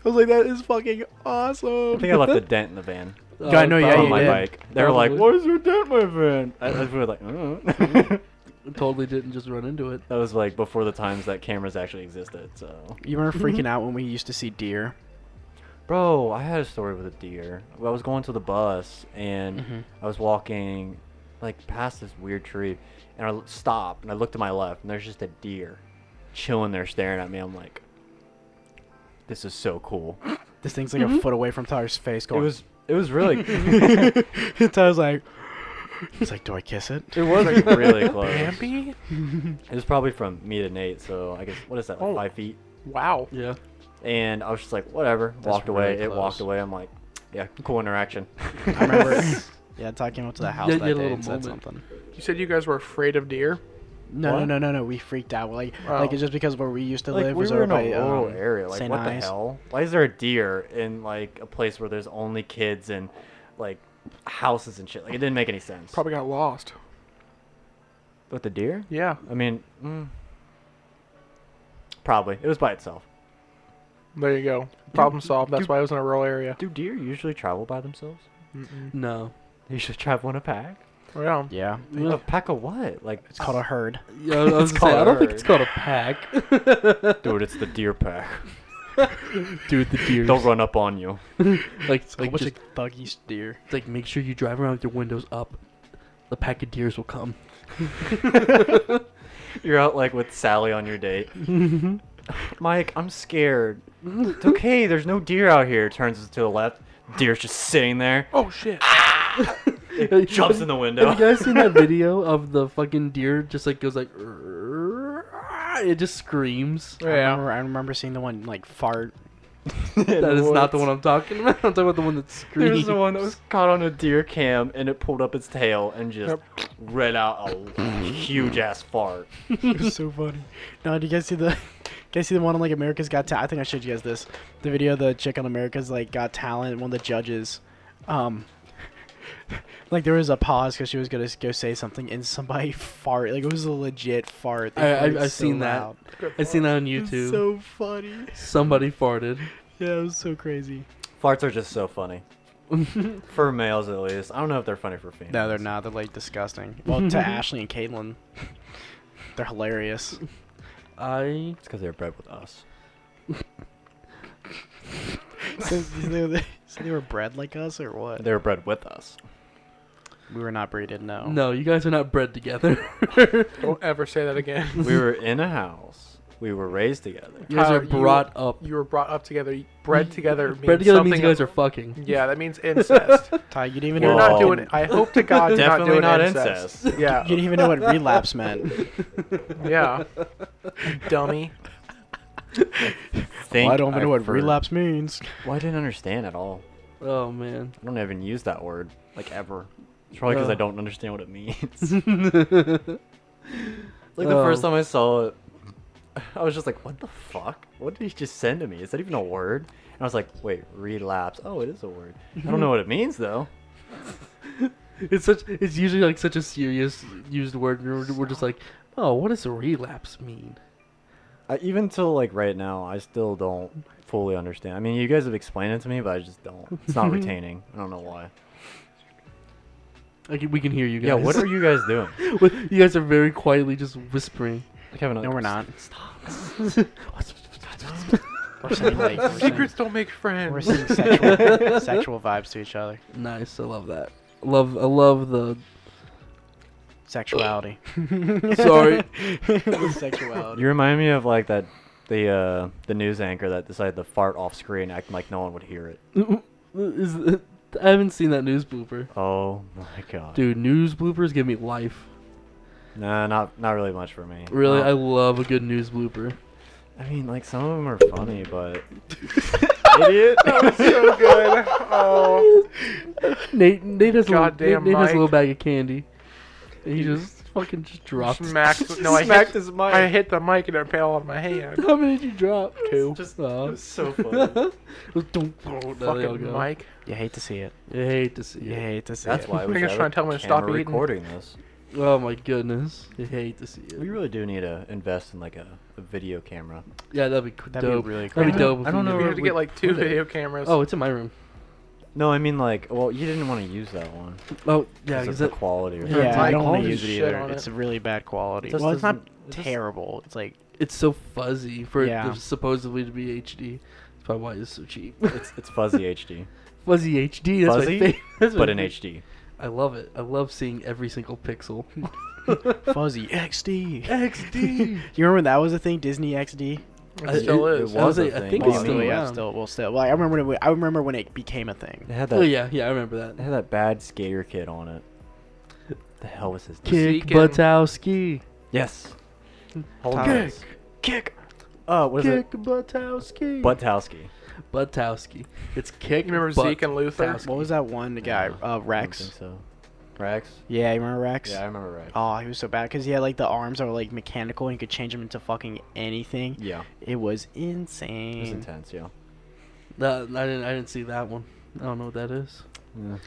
S3: was like, that is fucking awesome.
S2: I think I left a dent in the van
S1: Oh,
S3: Yeah, I know, yeah,
S2: on
S3: you
S2: my
S3: did.
S2: bike. They were like,
S1: Probably.
S2: "Why is there a dent in my van?" I, I was really like, "Mm."
S1: Totally didn't just run into it.
S2: "That was like before the times that cameras actually existed." So.
S3: You remember freaking out when we used to see deer?
S2: Bro, I had a story with a deer. I was going to the bus and
S3: Mhm.
S2: I was walking like past this weird tree and I l- stopped and I looked to my left and there's just a deer chilling there staring at me. I'm like, this is so cool.
S3: This thing's
S2: Mm-hmm.
S3: like a foot away from Tyler's face.
S2: It
S3: Going,
S2: was it was really
S3: Tyler's like, he's like, do I kiss it?
S2: it was like really close. It
S4: Bambi?
S2: was probably from me to Nate, so I guess what is that? Like
S4: Oh.
S2: five feet.
S4: Wow.
S1: Yeah.
S2: And I was just like, whatever. walked away.
S3: really
S2: It walked
S3: close.
S2: away. I'm like, yeah, cool interaction.
S3: I remember. yeah, Ty came up to the house
S1: Yeah, you
S3: that
S1: had a
S3: day
S1: little
S3: and said
S1: moment.
S3: something.
S4: You said you guys were afraid of deer.
S3: No, no,
S2: What?
S3: no, no, no. We freaked out. Like,
S4: Oh.
S3: like it's just because where we used to
S2: like
S3: live
S2: we
S3: was
S2: were
S3: over
S2: in
S3: by
S2: a rural
S3: um,
S2: area. Like
S3: St.
S2: what
S3: Ives.
S2: the hell? Why is there a deer in like a place where there's only kids and like houses and shit? Like it didn't make any sense.
S4: Probably got lost.
S2: with the deer.
S4: Yeah.
S2: I mean, mm, probably it was by itself.
S4: There you go. Problem solved. That's
S2: dude.
S4: why it was in a rural area.
S2: Do deer usually travel by themselves?
S4: Mm-mm.
S1: No.
S2: They usually travel in a pack.
S4: Yeah.
S3: Yeah,
S2: A pack of what? Like,
S3: it's called a herd.
S1: Yeah, I, was
S2: It's
S1: gonna say, I
S2: called
S1: don't think
S2: herd.
S1: it's called a pack.
S2: dude, it's the deer pack.
S1: Dude, the deer.
S2: Don't run up on you.
S1: Like,
S3: Like,
S1: like
S3: what's
S1: just
S3: a thuggy deer?
S1: like make sure you drive around with your windows up. The pack of deers will come.
S2: You're out like with Sally on your date. Mike, I'm scared. It's okay. There's no deer out here. Turns to the left. Deer's just sitting there.
S4: Oh shit.
S1: Hey,
S2: jumps
S1: have-
S2: in the
S1: Have you
S2: window.
S1: guys seen that video of the fucking deer just like goes like it just screams?
S3: I remember, I remember seeing the one like fart.
S1: That is not the one I'm talking about. I'm talking about the one that
S2: There's
S1: screams.
S2: the one that was caught on a deer cam and it pulled up its tail and just read out a huge ass fart.
S3: it was so funny. No, did you guys see the? You guys see the one on like America's Got Talent? I think I showed you guys this. The video of the chick on America's like Got Talent, one of the judges. Um, Like there was a pause because she was gonna s- go say something, and somebody farted. Like it was a legit fart. They
S1: I- I-
S3: farted
S1: I've
S3: so
S1: seen that.
S3: loud.
S1: I seen that on
S3: It was
S1: YouTube.
S3: So funny.
S1: Somebody farted.
S3: Yeah, it was so crazy.
S2: Farts are just so funny. for males, at least. I don't know if they're funny for females.
S3: No, they're not. They're like disgusting. Well, to Ashley and Caitlin, they're hilarious.
S1: I
S2: It's because they're bred with us.
S3: so, they were, so they were bred like us, or what?
S2: They were bred with us.
S3: We were not breeded. No.
S1: no, you guys are not bred together.
S4: Don't ever say that again.
S2: we were in a house. We were raised together.
S1: You guys
S4: Tyler,
S1: are
S4: you-
S1: brought up.
S4: You were brought up together. Bred together means
S1: Bred together
S4: something.
S1: means you guys are fucking.
S4: yeah, that means incest.
S3: Ty, you didn't even
S4: You're
S3: know.
S4: not
S2: Well,
S4: doing. I hope to God you're not
S2: Definitely
S4: doing
S2: not
S4: incest.
S2: incest.
S3: You didn't
S4: Yeah,
S3: even know what relapse meant.
S4: yeah. Dummy.
S2: Think
S3: I don't even know what
S2: for-
S3: relapse means.
S2: Well, I didn't understand at all.
S1: Oh man.
S2: I don't even use that word like ever. It's probably because
S1: Oh.
S2: I don't understand what it means. Like
S1: Like
S2: the first time I saw it, I was just like, "What the fuck? What did he just send to me? Is that even a word?" And I was like, "Wait, relapse? Oh, it is a word. I don't know what it means though."
S1: It's such. It's usually like such a serious used word. and We're, we're just like, oh, what does relapse mean?
S2: I, even till like right now, I still don't fully understand. I mean, you guys have explained it to me, but I just don't. It's not retaining. I don't know why.
S1: Like we can hear you guys.
S2: Yeah, what are you guys doing?
S1: What- you guys are very quietly just whispering.
S2: Like having a,
S3: No, we're not. We're saying like we're saying,
S4: Secrets don't make friends.
S3: we're saying sexual, sexual vibes to each other.
S1: nice. I love that. Love. I love the.
S3: Sexuality.
S1: Sorry.
S3: Sexuality.
S2: You remind me of like that the uh, the news anchor that decided to fart off screen, acting like no one would hear it.
S1: Is- I haven't seen that news blooper.
S2: Oh my god,
S1: Dude, news bloopers give me life.
S2: Nah, not not really much for me.
S1: Really,
S2: Um,
S1: I love a good news blooper.
S2: I mean, like some of them are funny, but idiot.
S4: so good. Oh,
S1: Nate, Nate has a little, Nate,
S4: Goddamn
S1: Nate has a
S4: Mike.
S1: little bag of candy. And he just fucking just dropped.
S4: smacked. No, I
S2: Smacked
S4: hit,
S2: his mic.
S4: I hit the mic and it fell on my hand.
S1: How many did you drop?
S4: Two.
S1: Just uh,
S2: so funny.
S1: Oh,
S4: Fucking mic.
S3: You hate to see it.
S1: I hate to see
S3: You
S1: it.
S3: hate to see
S2: That's
S3: it.
S2: why
S4: I
S2: we
S4: think I was
S2: should
S4: trying to tell him to stop eating.
S2: recording this.
S1: Oh my goodness, I hate to see it.
S2: We really do need to invest in like a, a video camera.
S1: Yeah, that'd be c-
S3: That'd be
S1: dope.
S3: really
S1: That'd
S3: cool.
S1: be dope.
S2: I
S1: if we
S2: don't know
S1: did
S4: We
S2: where
S1: that.
S4: had to get like two video cameras.
S1: Oh, it's in my room.
S2: No, I mean like, well, you didn't want to use that one.
S1: Oh yeah,
S2: 'cause of
S1: is
S2: the
S1: it?
S2: quality. Or
S3: Yeah, I
S4: Mike,
S3: don't
S4: all
S3: want to
S4: this
S3: use it
S4: shit
S3: either.
S4: on
S3: It's
S4: it.
S3: really bad quality.
S2: It just
S3: well, it's not
S2: doesn't- it just-
S3: terrible. It's like
S1: It's so fuzzy for it
S3: Yeah.
S1: to supposedly to be HD. That's probably why it's so cheap.
S2: It's it's fuzzy HD,
S1: fuzzy HD. That's
S2: Fuzzy,
S1: my favorite. That's Oh, my
S2: but in
S1: favorite.
S2: HD.
S1: I love it. I love seeing every single pixel.
S3: fuzzy XD.
S1: XD.
S3: You remember when that was a thing? Disney XD.
S1: I-
S4: it still
S2: it- it
S4: is.
S1: I was
S2: was a
S1: like, I
S2: thing.
S1: think
S2: Well,
S1: it's
S2: I
S1: still
S2: mean,
S3: yeah,
S1: around.
S3: still, well, still. Well, I remember when it, I remember when it became a thing.
S2: It had that.
S1: Oh yeah, yeah, I remember that.
S2: It had that bad skater kid on it. The hell was his name?
S1: Kick
S4: Zeke and-
S1: Butowski.
S2: Yes. Hold
S3: Tom
S2: on.
S1: Kick.
S3: Hanks.
S1: Kick.
S2: Uh, what is
S1: Kick Butowski.
S2: it? Butowski.
S1: Butowski. It's kick.
S4: You remember
S1: Butt-
S4: Zeke and Luther?
S1: Thousand.
S3: What was that one guy?
S2: No,
S3: Uh,
S2: I
S3: Rex.
S2: don't think so. Rex?
S3: Yeah, you remember Rex?
S2: Yeah, I remember Rex.
S3: Oh, he was so bad because he had like the arms that were like mechanical and you could change them into fucking anything.
S2: Yeah.
S3: It was
S2: It
S1: Hmm.
S2: was
S3: insane.
S2: intense, yeah.
S1: That- I didn't. I didn't see that one. I don't know what that is.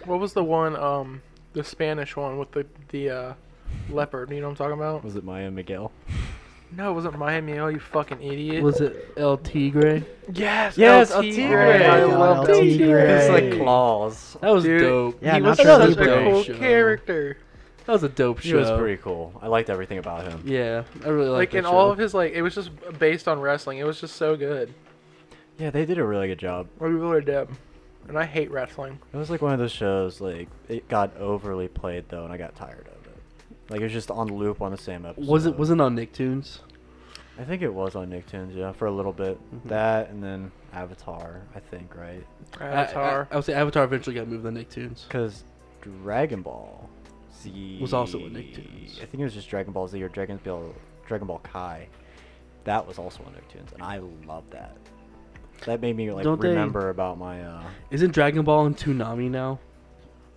S4: What was the one? Um, the Spanish one with the the uh, leopard. You know what I'm talking about?
S2: Was it Maya Miguel?
S4: No, it wasn't Miami. Oh, you fucking idiot.
S1: Was it El Tigre?
S4: Yes.
S2: Yes,
S4: El
S2: El
S4: Tigre.
S2: Tigre.
S4: I
S2: Oh my
S4: love
S3: God, El
S4: El Tigre.
S3: Tigre.
S2: It's like
S3: Hey.
S2: claws.
S1: That was
S4: Dude,
S1: dope.
S3: Yeah,
S4: he
S3: not
S4: was
S3: sure
S4: such
S3: if he
S4: a
S3: did.
S4: cool
S1: Show.
S4: character.
S1: That was a dope
S2: She
S1: show.
S2: was pretty cool. I liked everything about him.
S1: Yeah, I really
S4: Like
S1: liked
S4: in
S1: that
S4: all
S1: show.
S4: of his like, it was just based on wrestling. It was just so good.
S2: Yeah, they did a really good job.
S4: We really did. And I hate wrestling.
S2: It was like one of those shows, like, it got overly played, though, and I got tired of it. Like, it was just on loop on the same episode.
S1: Was it wasn't on Nicktoons?
S2: I think it was on Nicktoons, yeah, for a little bit.
S1: Mm-hmm.
S2: That and then Avatar, I think, right?
S4: Avatar.
S1: I, I, I would say Avatar eventually got moved to Nicktoons.
S2: Because Dragon Ball Z
S1: Was also on Nicktoons.
S2: I think it was just Dragon Ball Z or Dragon Ball Dragon Ball Kai. That was also on Nicktoons, and I love that. That made me like
S1: Don't they-
S2: remember about my uh,
S1: Isn't Dragon Ball on Toonami now?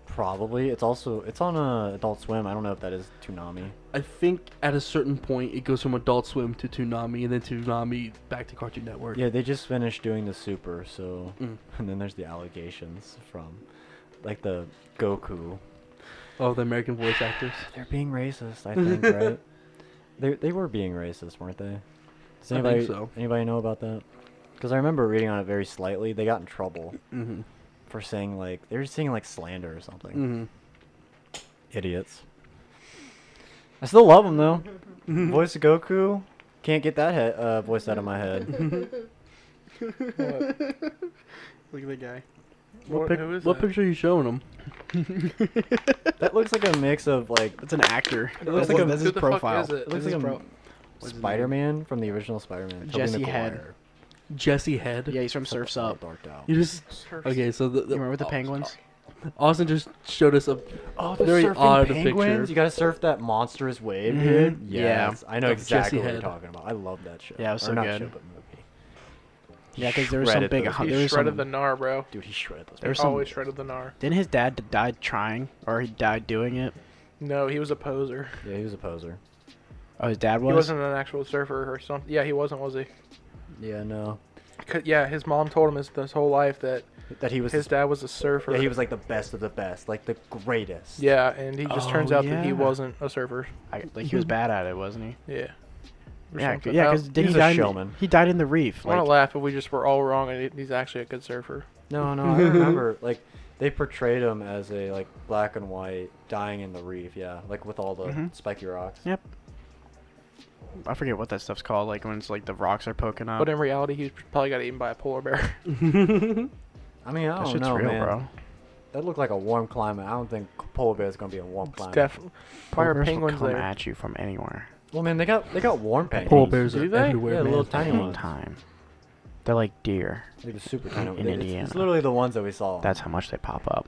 S2: probably. It's also it's on uh, Adult Swim. I don't know if that is Toonami.
S1: I think at a certain point it goes from Adult Swim to Toonami, and then Toonami back to Cartoon Network.
S2: Yeah, they just finished doing the Super, so
S1: Mm.
S2: and then there's the allegations from like the Goku
S1: Oh, the American voice actors.
S2: They're being racist, I think, right? They they were being racist, weren't they? Does
S1: I think
S2: anybody
S1: so.
S2: anybody know about that? Because I remember reading on it very slightly. They got in trouble
S1: Mm-hmm.
S2: for saying like they were saying like slander or something.
S1: Mm-hmm.
S2: Idiots. I still love them though. voice of Goku can't get that he- uh, voice out of my head.
S3: Look at the guy.
S1: What,
S4: What-
S1: pic-
S4: who is
S1: what
S4: that?
S1: picture are you showing them?
S2: that looks like a mix of like
S3: That's an actor.
S4: It
S2: looks
S3: That's,
S2: like a-
S3: that's
S4: Who
S3: his
S4: the fuck
S3: profile.
S4: is it?
S2: it looks like
S3: This
S2: a
S3: is pro-
S1: his name?
S2: Spider-Man from the original Spider-Man. Tobey
S3: Jesse Head.
S2: Maguire.
S1: Jesse Head.
S3: Yeah, he's from Surf's
S2: All
S3: Up.
S2: Darked out.
S1: You just
S4: Surf-
S1: okay. So the, Oh, the
S3: You remember the penguins?
S1: Austin just showed us a
S2: Oh,
S1: the Very surfing odd penguins? picture.
S2: You gotta surf that monstrous wave,
S3: Mhm.
S2: dude.
S3: Yeah.
S2: Yes, I know
S1: Of Jesse
S2: exactly what you're
S1: Head.
S2: talking about. I love that show.
S3: Yeah, it was
S2: Or
S3: so
S2: not
S3: good.
S2: show, but movie.
S3: Yeah, 'cause there was some
S2: shredded
S3: big
S2: those-
S3: hu-
S4: He
S3: There was
S4: shredded
S3: some-
S4: the gnar, bro.
S2: Dude, he shredded those.
S3: There was
S2: movies.
S3: some-
S4: Always shredded the gnar.
S3: Didn't his dad d- die trying, or he died doing it?
S4: No, he was a poser.
S2: Yeah, he was a poser.
S3: Oh, his dad was.
S4: He wasn't an actual surfer or something. Yeah, he wasn't, was he?
S2: Yeah, no.
S4: 'Cause- yeah, his mom told him his, this whole life that
S2: That he was.
S4: his dad was a surfer.
S2: yeah, he was like the best of the best, like the greatest.
S4: Yeah, and he just
S3: Oh,
S4: turns out that he
S3: yeah.
S4: wasn't a surfer.
S3: I, like he was bad at it, wasn't he?
S4: Yeah. Or
S3: Yeah,
S4: something.
S3: yeah,
S4: I-
S3: because
S4: I
S3: did he
S2: He's a
S3: die? in the-
S2: showman.
S3: he died in the reef.
S4: want to
S3: Like,
S4: laugh if we just were all wrong and he- he's actually a good surfer.
S2: No, no, I remember. like they portrayed him as a like black and white, dying in the reef. Yeah, like with all the
S3: Mhm.
S2: spiky rocks.
S3: yep. I forget what that stuff's called. Like when it's like the rocks are poking out.
S4: But in reality, he probably got eaten by a polar bear.
S2: I mean, I
S3: that
S2: don't
S3: shit's
S2: know,
S3: real,
S2: Oh, man.
S3: bro.
S2: That looked like a warm climate. I don't think polar bear is gonna be a warm
S4: It's
S2: climate.
S4: definitely. Why are
S3: Polar bears will
S4: penguins
S3: come
S4: there?
S3: at you from anywhere.
S2: Well, man, they got they got warm penguins.
S1: polar bears
S4: Do
S1: are
S4: they?
S1: everywhere,
S2: Yeah,
S1: man.
S2: little tiny
S3: Any
S2: ones.
S3: time. They're like deer.
S2: They were super tiny.
S3: In
S2: They- it's,
S3: Indiana.
S2: it's literally the ones that we saw.
S3: That's how much they pop up,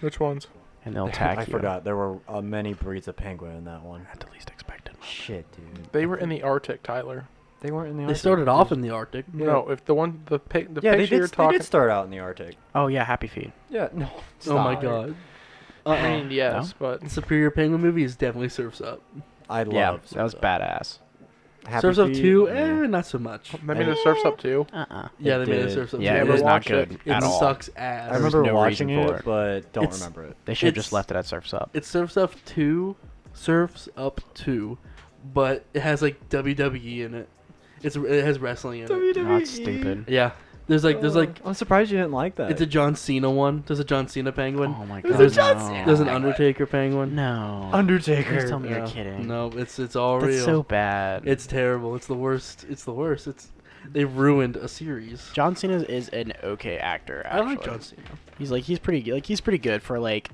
S4: Which ones?
S3: and they'll attack
S2: I
S3: you.
S2: forgot there were uh, many breeds of penguin in that one.
S3: At the least expected.
S2: Shit, dude.
S4: They were in the Arctic, Tyler.
S2: They weren't in the.
S1: They
S2: Arctic.
S1: started off in the Arctic.
S2: Yeah.
S4: No, if the one the pic the
S2: yeah, they
S4: picture
S2: did.
S4: you're
S2: they
S4: talking.
S2: did start out in the Arctic.
S3: Oh yeah, Happy Feet.
S2: Yeah. No.
S1: Oh my
S2: stop.
S1: god.
S2: uh-uh.
S4: I mean, yes, but
S1: Uh-uh. Superior Penguin movie is definitely Surfs Up.
S2: I love.
S3: Yeah, that was
S2: Surf's Up.
S3: badass.
S2: Happy
S1: Surfs Up
S2: Feet,
S1: Two,
S2: yeah.
S1: eh, not so much.
S4: I mean, the surf's up too.
S3: Uh uh
S1: Yeah, they
S2: It
S1: made a
S2: did.
S1: Surfs Up.
S3: Yeah,
S1: two.
S3: it
S4: ever
S3: was not
S4: watch it?
S3: good
S1: It
S3: at all.
S1: sucks ass.
S2: I
S3: There was
S2: remember
S3: no
S2: watching
S3: reason for
S2: it,
S3: it.
S2: but don't
S1: It's-
S2: remember it.
S3: They should have just
S1: It's-
S3: left it at Surf's Up.
S1: It's Surfs Up Two, Surfs Up Two, but it has like WWE in it. It's it has wrestling in it.
S3: Not stupid.
S1: Yeah, there's E. like there's like
S2: I'm surprised you didn't like that.
S1: it's a John Cena one. There's a John Cena penguin.
S3: Oh my
S1: There's
S3: god.
S1: a John
S3: no.
S1: There's an Undertaker penguin.
S3: No.
S2: Undertaker.
S3: Please tell me
S1: Yeah.
S3: you're kidding.
S1: No, it's it's all
S3: That's
S1: real.
S3: so bad.
S1: It's terrible. It's the worst. It's the worst. It's they ruined a series.
S3: John Cena is an okay actor.
S1: I
S3: Actually.
S1: like John Cena.
S3: He's like he's pretty like he's pretty good for like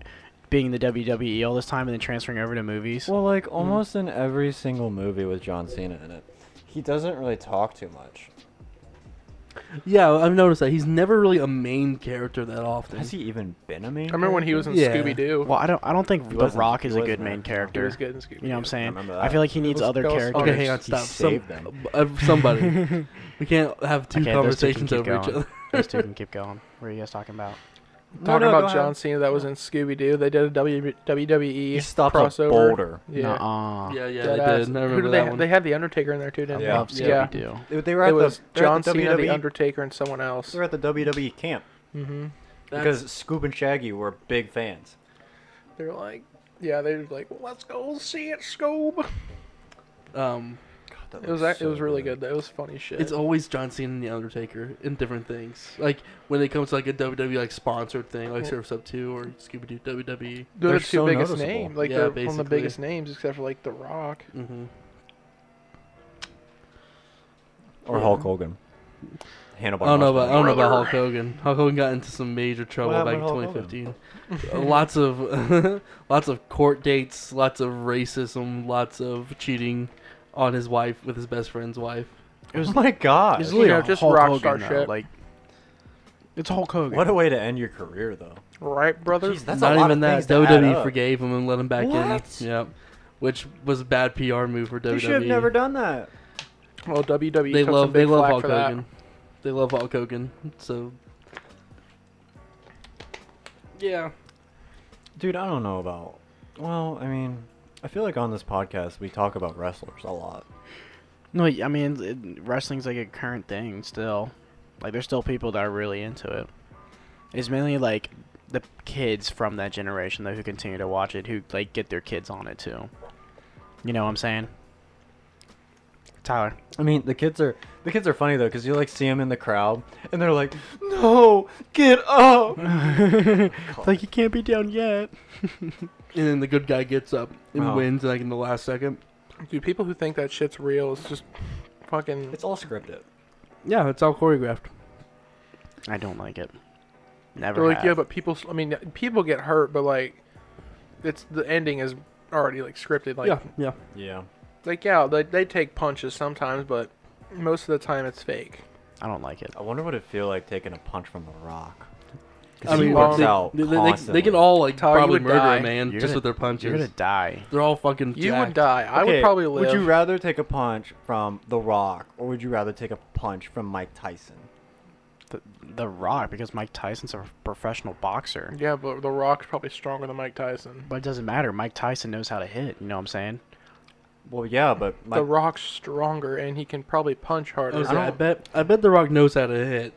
S3: being in the WWE all this time and then transferring over to movies.
S2: Well, like almost in every single movie with John Cena in it, he doesn't really talk too much.
S1: Yeah, I've noticed that he's never really a main character that often.
S2: Has he even been a main?
S4: I remember when he was in
S1: Yeah.
S4: Scooby Doo.
S3: Well, I don't I don't think The
S2: wasn't-
S3: Rock
S2: he
S3: is a good
S2: wasn't
S3: main
S2: a-
S4: He
S3: character.
S4: was good in Scooby Doo.
S3: You know what I'm saying?
S2: remember
S3: I feel like he needs
S4: was-
S3: other
S4: that was- okay,
S3: characters.
S1: okay, hang on,
S2: He
S1: stop. Some,
S2: saved them.
S1: uh, somebody. we can't have two
S3: Okay, those two can
S1: conversations
S3: keep
S1: over each
S3: going.
S1: other.
S3: Those two can keep going. What are you guys talking about?
S4: Talking about John Cena that was in Scooby Doo. They did a W-
S2: He
S4: WWE
S2: stopped
S4: crossover.
S2: a boulder.
S4: Yeah.
S3: Nuh-uh.
S1: Yeah, yeah,
S4: Dead
S1: they
S4: ass.
S1: did. I
S4: Who
S1: remember
S4: did
S1: that
S4: they,
S1: one.
S4: they had the Undertaker in there too, didn't
S2: Yeah. Oh
S3: Love
S4: they?
S3: Scooby
S4: Yeah.
S3: Doo.
S2: They, they were
S4: It
S2: at
S4: was
S2: the they're
S4: John
S2: at the
S4: Cena, the
S2: WWE
S4: Undertaker, and someone else.
S2: They were at the WWE camp
S4: hmm
S1: That's-
S2: because Scoop and Shaggy were big fans.
S4: They're like, yeah, they were like, well, let's go see it, Scoob.
S1: um,
S2: God, that
S4: It was
S2: looks
S4: act- it
S2: so
S4: was really good. That was funny shit.
S1: it's always John Cena and the Undertaker in different things. Like when it comes to like a WWE like sponsored thing, like
S4: Well-
S1: Surf's Up Two or Scooby Doo WWE.
S4: They're
S2: They're
S4: the two
S2: so
S4: biggest
S2: noticeable.
S4: names. Like
S1: Yeah,
S4: they're one of the
S1: basically.
S4: biggest names, except for like The Rock.
S1: Mm-hmm.
S2: Or Hulk Hogan. Hannibal.
S1: I don't know about
S2: Montana.
S1: I don't know about
S4: Brother.
S1: Hulk Hogan. Hulk Hogan got into some major trouble
S2: happened
S1: back in
S2: to Hulk
S1: 2015. lots of lots of court dates, lots of racism, lots of cheating on his wife with his best friend's wife.
S3: It was
S2: Oh my God.
S3: It's
S4: You
S3: literally
S4: know,
S3: a
S4: just
S3: Hulk
S4: rock
S3: Hogan,
S4: star
S3: though,
S4: shit.
S3: Like, it's Hulk Hogan.
S2: What a way to end your career, though.
S4: Right, brothers?
S2: Jeez, that's
S1: Not
S2: a lot
S1: even
S2: of
S1: that. E
S2: things to add
S1: WWE
S2: up.
S1: forgave him and let him back
S2: What?
S1: in. Yep. Which was a bad PR move for WWE.
S2: You should have never done that.
S4: Well, WWE
S1: they
S4: took some
S1: love they
S4: big
S1: love
S4: flack
S1: Hulk
S4: for that.
S1: Hogan. They love Hulk Hogan. So Yeah.
S2: Dude, I don't know about. Well, I mean, I feel like on this podcast we talk about wrestlers a lot.
S3: No, I mean it- wrestling's like a current thing still. Like there's still people that are really into it. It's mainly like the kids from that generation though who continue to watch it, who like get their kids on it too. You know what I'm saying? Tyler.
S2: I mean, the kids are the kids are funny though, because you like see them in the crowd, and they're like, "No, get up!"
S3: It's like you can't be down yet.
S1: And then the good guy gets up and
S2: Wow.
S1: wins like in the last second.
S4: Dude, people who think that shit's real is just fucking.
S2: It's all scripted.
S1: Yeah, it's all choreographed.
S3: I don't like it.
S4: They're
S3: Never.
S4: like,
S3: have.
S4: yeah, but people. I mean, people get hurt, but like, it's the ending is already like scripted. Like,
S1: yeah, yeah.
S2: Yeah.
S4: like yeah, they they take punches sometimes, but most of the time it's fake.
S3: I don't like it.
S2: I wonder what it'd feel like taking a punch from The Rock. 'Cause
S1: I
S2: he
S1: mean,
S2: works
S1: they,
S2: out
S1: they, they- they,
S2: constantly.
S1: can all like
S4: Tyler, you
S1: probably
S4: would
S1: murder
S4: die.
S1: a man
S3: You're
S1: just
S3: gonna-
S1: with their
S3: You're
S1: punches.
S3: gonna die.
S1: They're all fucking.
S4: You would
S1: jacked.
S4: die. I
S2: Okay,
S4: would probably live.
S2: Would you rather take a punch from The Rock, or would you rather take a punch from Mike Tyson?
S3: The, the Rock, because Mike Tyson's a professional boxer.
S4: yeah, but The Rock's probably stronger than Mike Tyson.
S3: But it doesn't matter. Mike Tyson knows how to hit. You know what I'm saying?
S2: Well, yeah, but Mike,
S4: The Rock's stronger, and he can probably punch harder.
S1: I, was
S4: I
S1: like,
S4: don't-
S1: Oh, I bet. I bet The Rock knows how to hit.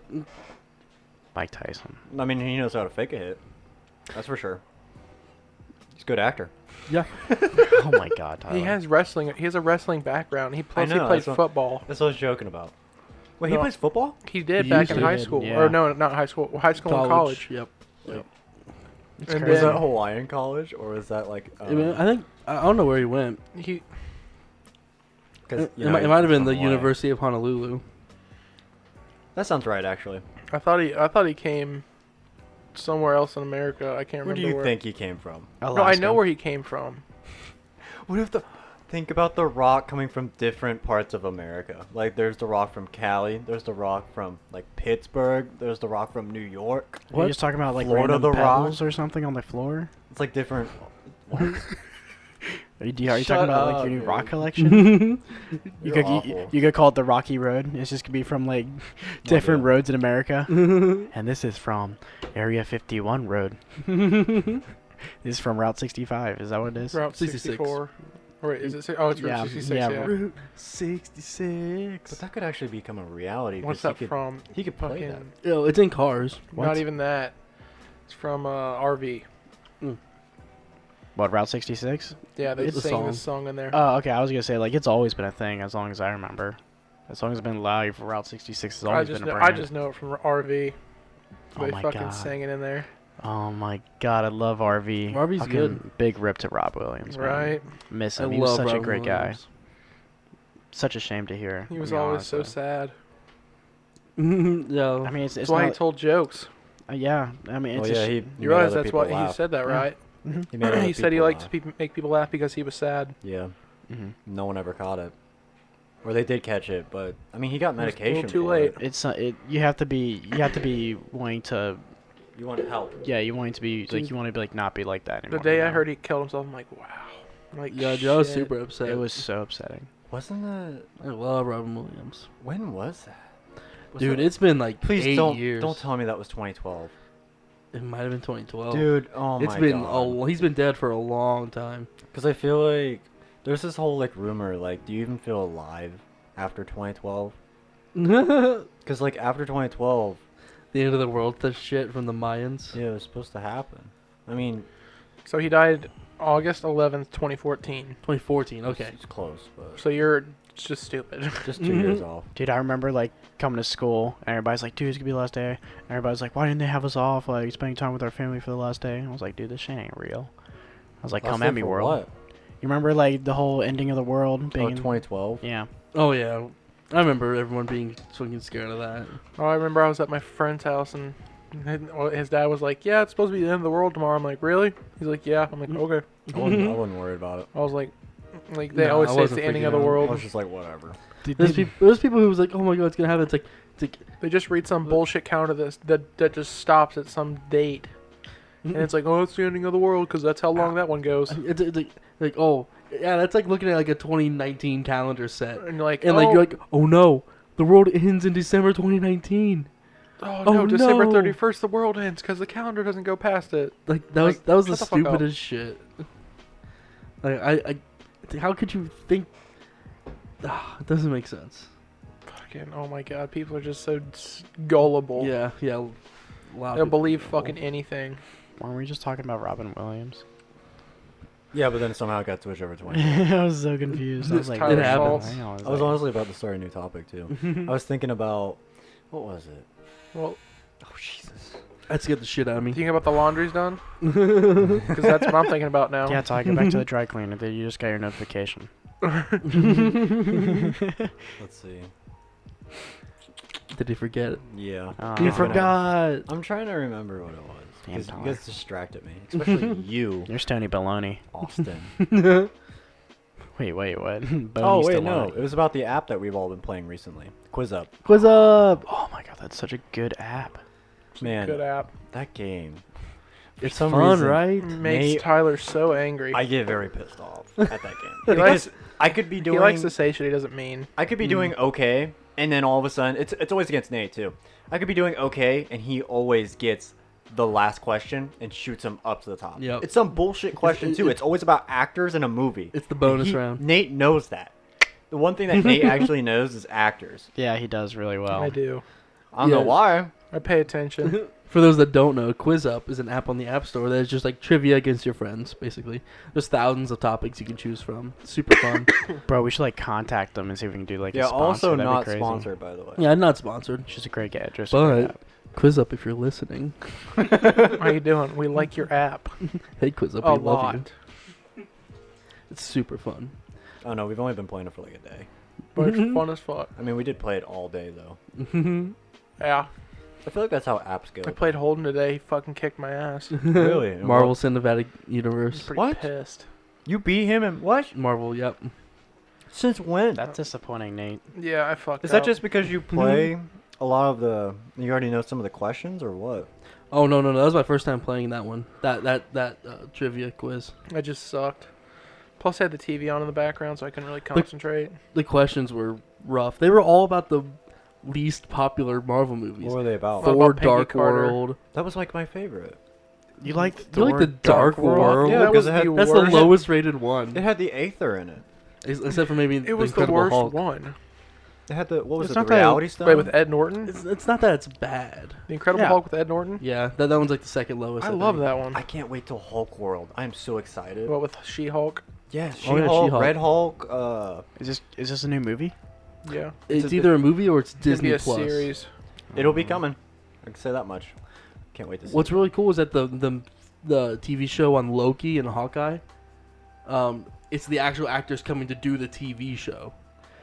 S3: Mike Tyson.
S2: I mean, he knows how to fake a hit. That's for sure. He's a good actor.
S1: Yeah.
S3: Oh my God, Tyler.
S4: He has wrestling. He has a wrestling background. He plus
S2: know,
S4: he played
S2: that's what-
S4: football.
S2: That's what I was joking about. Wait,
S4: No.
S2: he plays football?
S4: He did
S1: He
S4: back
S1: used
S4: in
S1: to.
S4: high
S1: He did,
S4: school,
S3: yeah.
S4: or no, not high school. High school and college.
S1: Yep.
S3: It's
S4: And
S2: Was
S3: crazy.
S4: then-
S2: that Hawaiian college, or was that like?
S3: Uh,
S1: I, mean, I think I I don't know where he went.
S4: He
S1: It, it might, it might have been the University of Honolulu.
S2: That sounds right, actually.
S4: I thought he I thought he came somewhere else in America. I can't remember
S2: Where do you
S4: where.
S2: think he came from?
S4: No, I
S3: Alaska.
S4: know where he came from.
S2: What if the think about the rock coming from different parts of America? Like, there's the rock from Cali, there's the rock from like Pittsburgh, there's the rock from New York.
S3: What? You're just talking about like
S2: Florida
S3: random
S2: the Rock?
S3: pebbles or something on the floor?
S2: It's like different. What?
S3: Are you, do you- are you
S2: Shut
S3: talking about
S2: up,
S3: like your new rock
S2: dude.
S3: collection? you
S2: You're
S3: could you,
S2: awful.
S3: you could call it the Rocky Road. It's just gonna be from like different
S2: dude.
S3: roads in America. and this is from Area 51 Road. this is from Route 65. Is that what it is?
S4: Route
S1: 66.
S4: 64. Or wait, is it? si- Oh, it's Route
S3: Yeah,
S4: 66.
S3: yeah,
S4: Yeah.
S1: Route 66.
S2: but that could actually become a reality.
S4: What's
S2: 'cause
S4: that
S2: he could,
S4: from?
S2: He could play
S4: Fucking.
S2: that.
S1: Yo, it's in cars.
S3: What?
S4: Not even that. It's from uh, RV.
S3: What Route 66?
S4: Yeah, they
S1: It's a
S4: sing
S1: song.
S4: this song in there.
S3: Oh, okay. I was gonna say like it's always been a thing as long as I remember. As long as I've been alive, Route 66 has
S4: I
S3: always
S4: just
S3: been a
S4: know,
S3: brand.
S4: I just know it from RV. They
S3: Oh my
S4: fucking
S3: God.
S4: sing it in there,
S3: Oh my god, I love RV.
S1: RV's
S3: Fucking
S1: good.
S3: Big rip to Rob Williams. man.
S4: right?
S3: Miss
S1: I
S3: him. He was
S1: love
S3: such a
S1: Robin
S3: great
S1: Williams.
S3: guy. Such a shame to hear.
S4: He
S3: to
S4: was
S3: be
S4: always
S3: honest
S4: so
S3: with you.
S4: sad.
S1: yeah.
S3: I mean, it's,
S4: That's
S3: it's
S4: why
S3: not,
S4: he told jokes.
S3: uh, yeah. I mean,
S2: Oh
S3: it's
S2: yeah,
S3: a sh- mm-hmm.
S2: he.
S4: You realize that's why he said that,
S3: Yeah.
S4: right?
S2: He, made other
S4: he said he
S2: people
S4: liked to
S2: laugh.
S4: pe- make people laugh because he was sad.
S2: Yeah,
S3: Mhm.
S2: no one ever caught it, or they did catch it, but I mean, he got
S4: was a little
S2: medication.
S4: too
S2: for
S4: late.
S2: it.
S3: It's not, it. You have to be. You have to be wanting to.
S2: You want help?
S3: Yeah, you want to be like. You want to be like not be like that
S4: The
S3: anymore.
S4: day
S3: you
S4: I
S3: know?
S4: heard he killed himself, I'm like, wow. I'm like,
S1: yeah, dude, I was
S4: shit.
S1: super upset.
S3: it was so upsetting.
S2: Wasn't that
S1: I love Robin Williams.
S2: when was that? Was
S1: Dude,
S2: that-
S1: it's been like
S2: please
S1: 8
S2: don't
S1: years.
S2: don't tell me that was 2012.
S1: It might have been 2012.
S2: Dude, oh
S1: it's
S2: my
S1: been a
S2: god.
S1: lo- he's been dead for a long time.
S2: Because I feel like there's this whole like rumor like, do you even feel alive after 2012?
S1: the
S2: Because like after 2012,
S1: end of the world, the shit from the Mayans.
S2: yeah, it was supposed to happen. I mean,
S4: So he died August 11th, 2014.
S1: 2014.
S2: okay.
S1: Okay.
S2: it's close, but
S4: So you're just stupid.
S2: just 2 years
S1: Mhm.
S2: off.
S3: Dude, I remember like coming to school and everybody's like, "Dude, it's gonna be the last day." And everybody's like, "Why didn't they have us off? Like spending time with our family for the last day?" And I was like, "Dude, this shit ain't real." I was like,
S2: Last
S3: "Come
S2: day
S3: at me,
S2: for
S3: world."
S2: What?
S3: You remember like the whole ending of the world
S2: Oh,
S3: being?
S2: 2012.
S3: yeah.
S1: Oh yeah, I remember everyone being fucking scared of that.
S4: oh, I remember I was at my friend's house and and- well, his dad was like, yeah, it's supposed to be the end of the world tomorrow. I'm like, really? He's like, yeah. I'm like,
S3: Mm.
S4: okay.
S2: I, wasn't, I wasn't worried about it.
S4: I was like, like they
S1: No,
S4: always
S1: I
S4: say it's
S1: wasn't
S4: the ending
S1: freaking
S4: of the
S1: out.
S2: I
S4: world.
S2: was just like, whatever.
S1: There's people. There's people who was like, "Oh my god, it's gonna happen." It's like, it's like,
S4: They just read
S1: Mm.
S4: some bullshit counter that that, that just stops at some date, and it's like, oh, it's the ending of the world because that's how long that one goes.
S1: it's, it's like, like, oh yeah, that's like looking at like a 2019 calendar set,
S4: And you're like,
S1: and
S4: oh,
S1: like you're like, "Oh no, the world ends in December 2019."
S4: oh,
S1: oh,
S4: no, December
S1: no.
S4: 31st, the world ends because the calendar doesn't go past it.
S1: Like that was
S4: Like,
S1: that was the
S4: shut the fuck up.
S1: stupidest shit. Like I, I, it's like, how could you think? Ah, it doesn't make sense.
S4: Fucking, oh my god, people are just so s- gullible.
S1: Yeah, yeah. Wow.
S4: They'll believe fucking anything.
S3: Weren't we just talking about Robin Williams?
S2: Yeah, but then somehow it got switched over to one.
S3: I was so confused. I
S4: This
S3: was like,
S4: Tyler
S3: "What the
S1: Schultz.
S3: hell?"
S2: I was
S3: like-
S2: honestly about to start a new topic too. I was thinking about what was it?
S4: Well,
S2: Oh Jesus!
S1: That scared the shit out of
S4: you
S1: me.
S4: think about the laundry's done? Because that's what I'm thinking about now.
S3: Yeah, Ty, go back to the dry cleaner. Then you just got your notification.
S2: Let's see.
S1: Did you forget it?
S2: Yeah.
S3: Uh,
S1: You
S3: I'm gonna-
S1: forgot.
S2: I'm trying to remember what it was.
S3: Damn,
S2: because you
S3: Tyler.
S2: guys distracted me, especially you,
S3: You're Stony Baloney.
S2: Austin.
S3: Wait, wait, what?
S2: oh
S3: Boney
S2: wait, no,
S3: Stallone.
S2: it was about the app that we've all been playing recently, Quiz Up.
S1: What's up?
S3: Oh my god, that's such a good app.
S2: Man,
S4: Good app.
S2: that game.
S1: It's
S2: some
S1: fun,
S2: reason-
S1: right?
S4: Makes
S2: Nate-
S4: Tyler so angry.
S2: I get very pissed off at that game
S4: He likes-
S2: because I could be
S4: he likes
S2: doing
S4: to say shit he doesn't mean.
S2: I could be doing okay, and then all of a sudden, it's it's always against Nate too. I could be doing okay, and he always gets the last question and shoots him up to the top.
S1: Yep.
S2: It's some bullshit question
S1: it-
S2: too.
S1: it-
S2: It's always about actors in a movie.
S1: It's the bonus
S2: He-
S1: round.
S2: Nate knows that. The one thing that Nate actually knows is actors.
S3: Yeah, he does really well.
S4: I do.
S2: I don't know
S1: Yeah.
S2: why.
S4: I pay attention.
S1: For those that don't know, Quiz Up is an app on the App Store that is just like trivia against your friends, basically. There's thousands of topics you can choose from. Super fun.
S3: Bro, we should like contact them and see if we can do like
S2: Yeah,
S3: a sponsor.
S2: also
S3: That'd be
S2: not
S3: crazy.
S2: sponsored by the way.
S1: yeah, I'm not sponsored.
S3: She's a great get. Just
S1: But-
S3: great app.
S1: Quiz Up, if you're listening.
S4: How you doing? We like your app
S1: Hey, Quiz Up,
S4: a
S1: we love you.
S4: lot.
S1: It's super fun.
S2: Oh no, we've only been playing it for like a day.
S4: But
S2: Mm-hmm.
S4: it's fun as fuck.
S2: I mean, we did play it all day though.
S4: Yeah.
S2: I feel like that's how apps go.
S4: I played Holden today. He fucking kicked my ass. I
S2: Really?
S1: Marvel Cinematic
S4: was
S1: Universe.
S4: pretty
S2: What?
S4: pissed.
S2: You beat him in what?
S1: Marvel, yep.
S2: Since when?
S3: That's disappointing, Nate.
S4: Yeah, I fucked
S2: Is
S4: up.
S2: that just because
S3: Mm-hmm.
S2: you play a lot of the? You already know some of the questions, or what?
S1: Oh no no no! That was my first time playing that one. That that that uh, trivia quiz.
S4: I just sucked. Plus, I had the TV on in the background, so I couldn't really concentrate.
S1: The questions were rough. They were all about the least popular Marvel movies.
S2: What were they about?
S4: Well,
S1: Thor,
S4: about Peggy
S1: Dark
S4: Carter?
S1: World.
S2: that was like my favorite.
S3: You like
S1: You like the Dark, World?
S2: Yeah, that was the
S1: That's the
S4: worst.
S1: lowest rated
S3: Mm.
S1: one,
S2: It had the Aether in it.
S1: ex- except for maybe
S4: It was
S1: the
S4: the
S1: Incredible
S4: worst
S1: Hulk.
S4: one.
S2: It had the what was
S3: It's
S2: it?
S3: not
S2: The
S3: that-
S2: reality stuff.
S4: Wait, with Ed Norton?
S1: It's, it's not that it's bad.
S4: The Incredible
S3: Yeah.
S4: Hulk with Ed Norton?
S1: Yeah, that, that one's like the second lowest.
S4: I love
S1: think.
S4: that one.
S2: I can't wait till Hulk World. I am so excited.
S4: What with She Hulk?
S2: yes,
S1: Oh, yeah,
S2: She-Hulk,
S1: She-Hulk.
S2: Red Hulk. Uh,
S3: Is this is this a new movie?
S4: Yeah.
S1: It's,
S4: It's a-
S1: either a movie or it's
S4: It's
S1: Disney
S4: gonna be a
S1: Plus.
S4: series.
S2: it'll
S3: Mm-hmm.
S2: be coming. I can say that much. Can't wait to see.
S1: What's really cool is that the the the TV show on Loki and Hawkeye, um, it's the actual actors coming to do the TV show.
S3: Oh,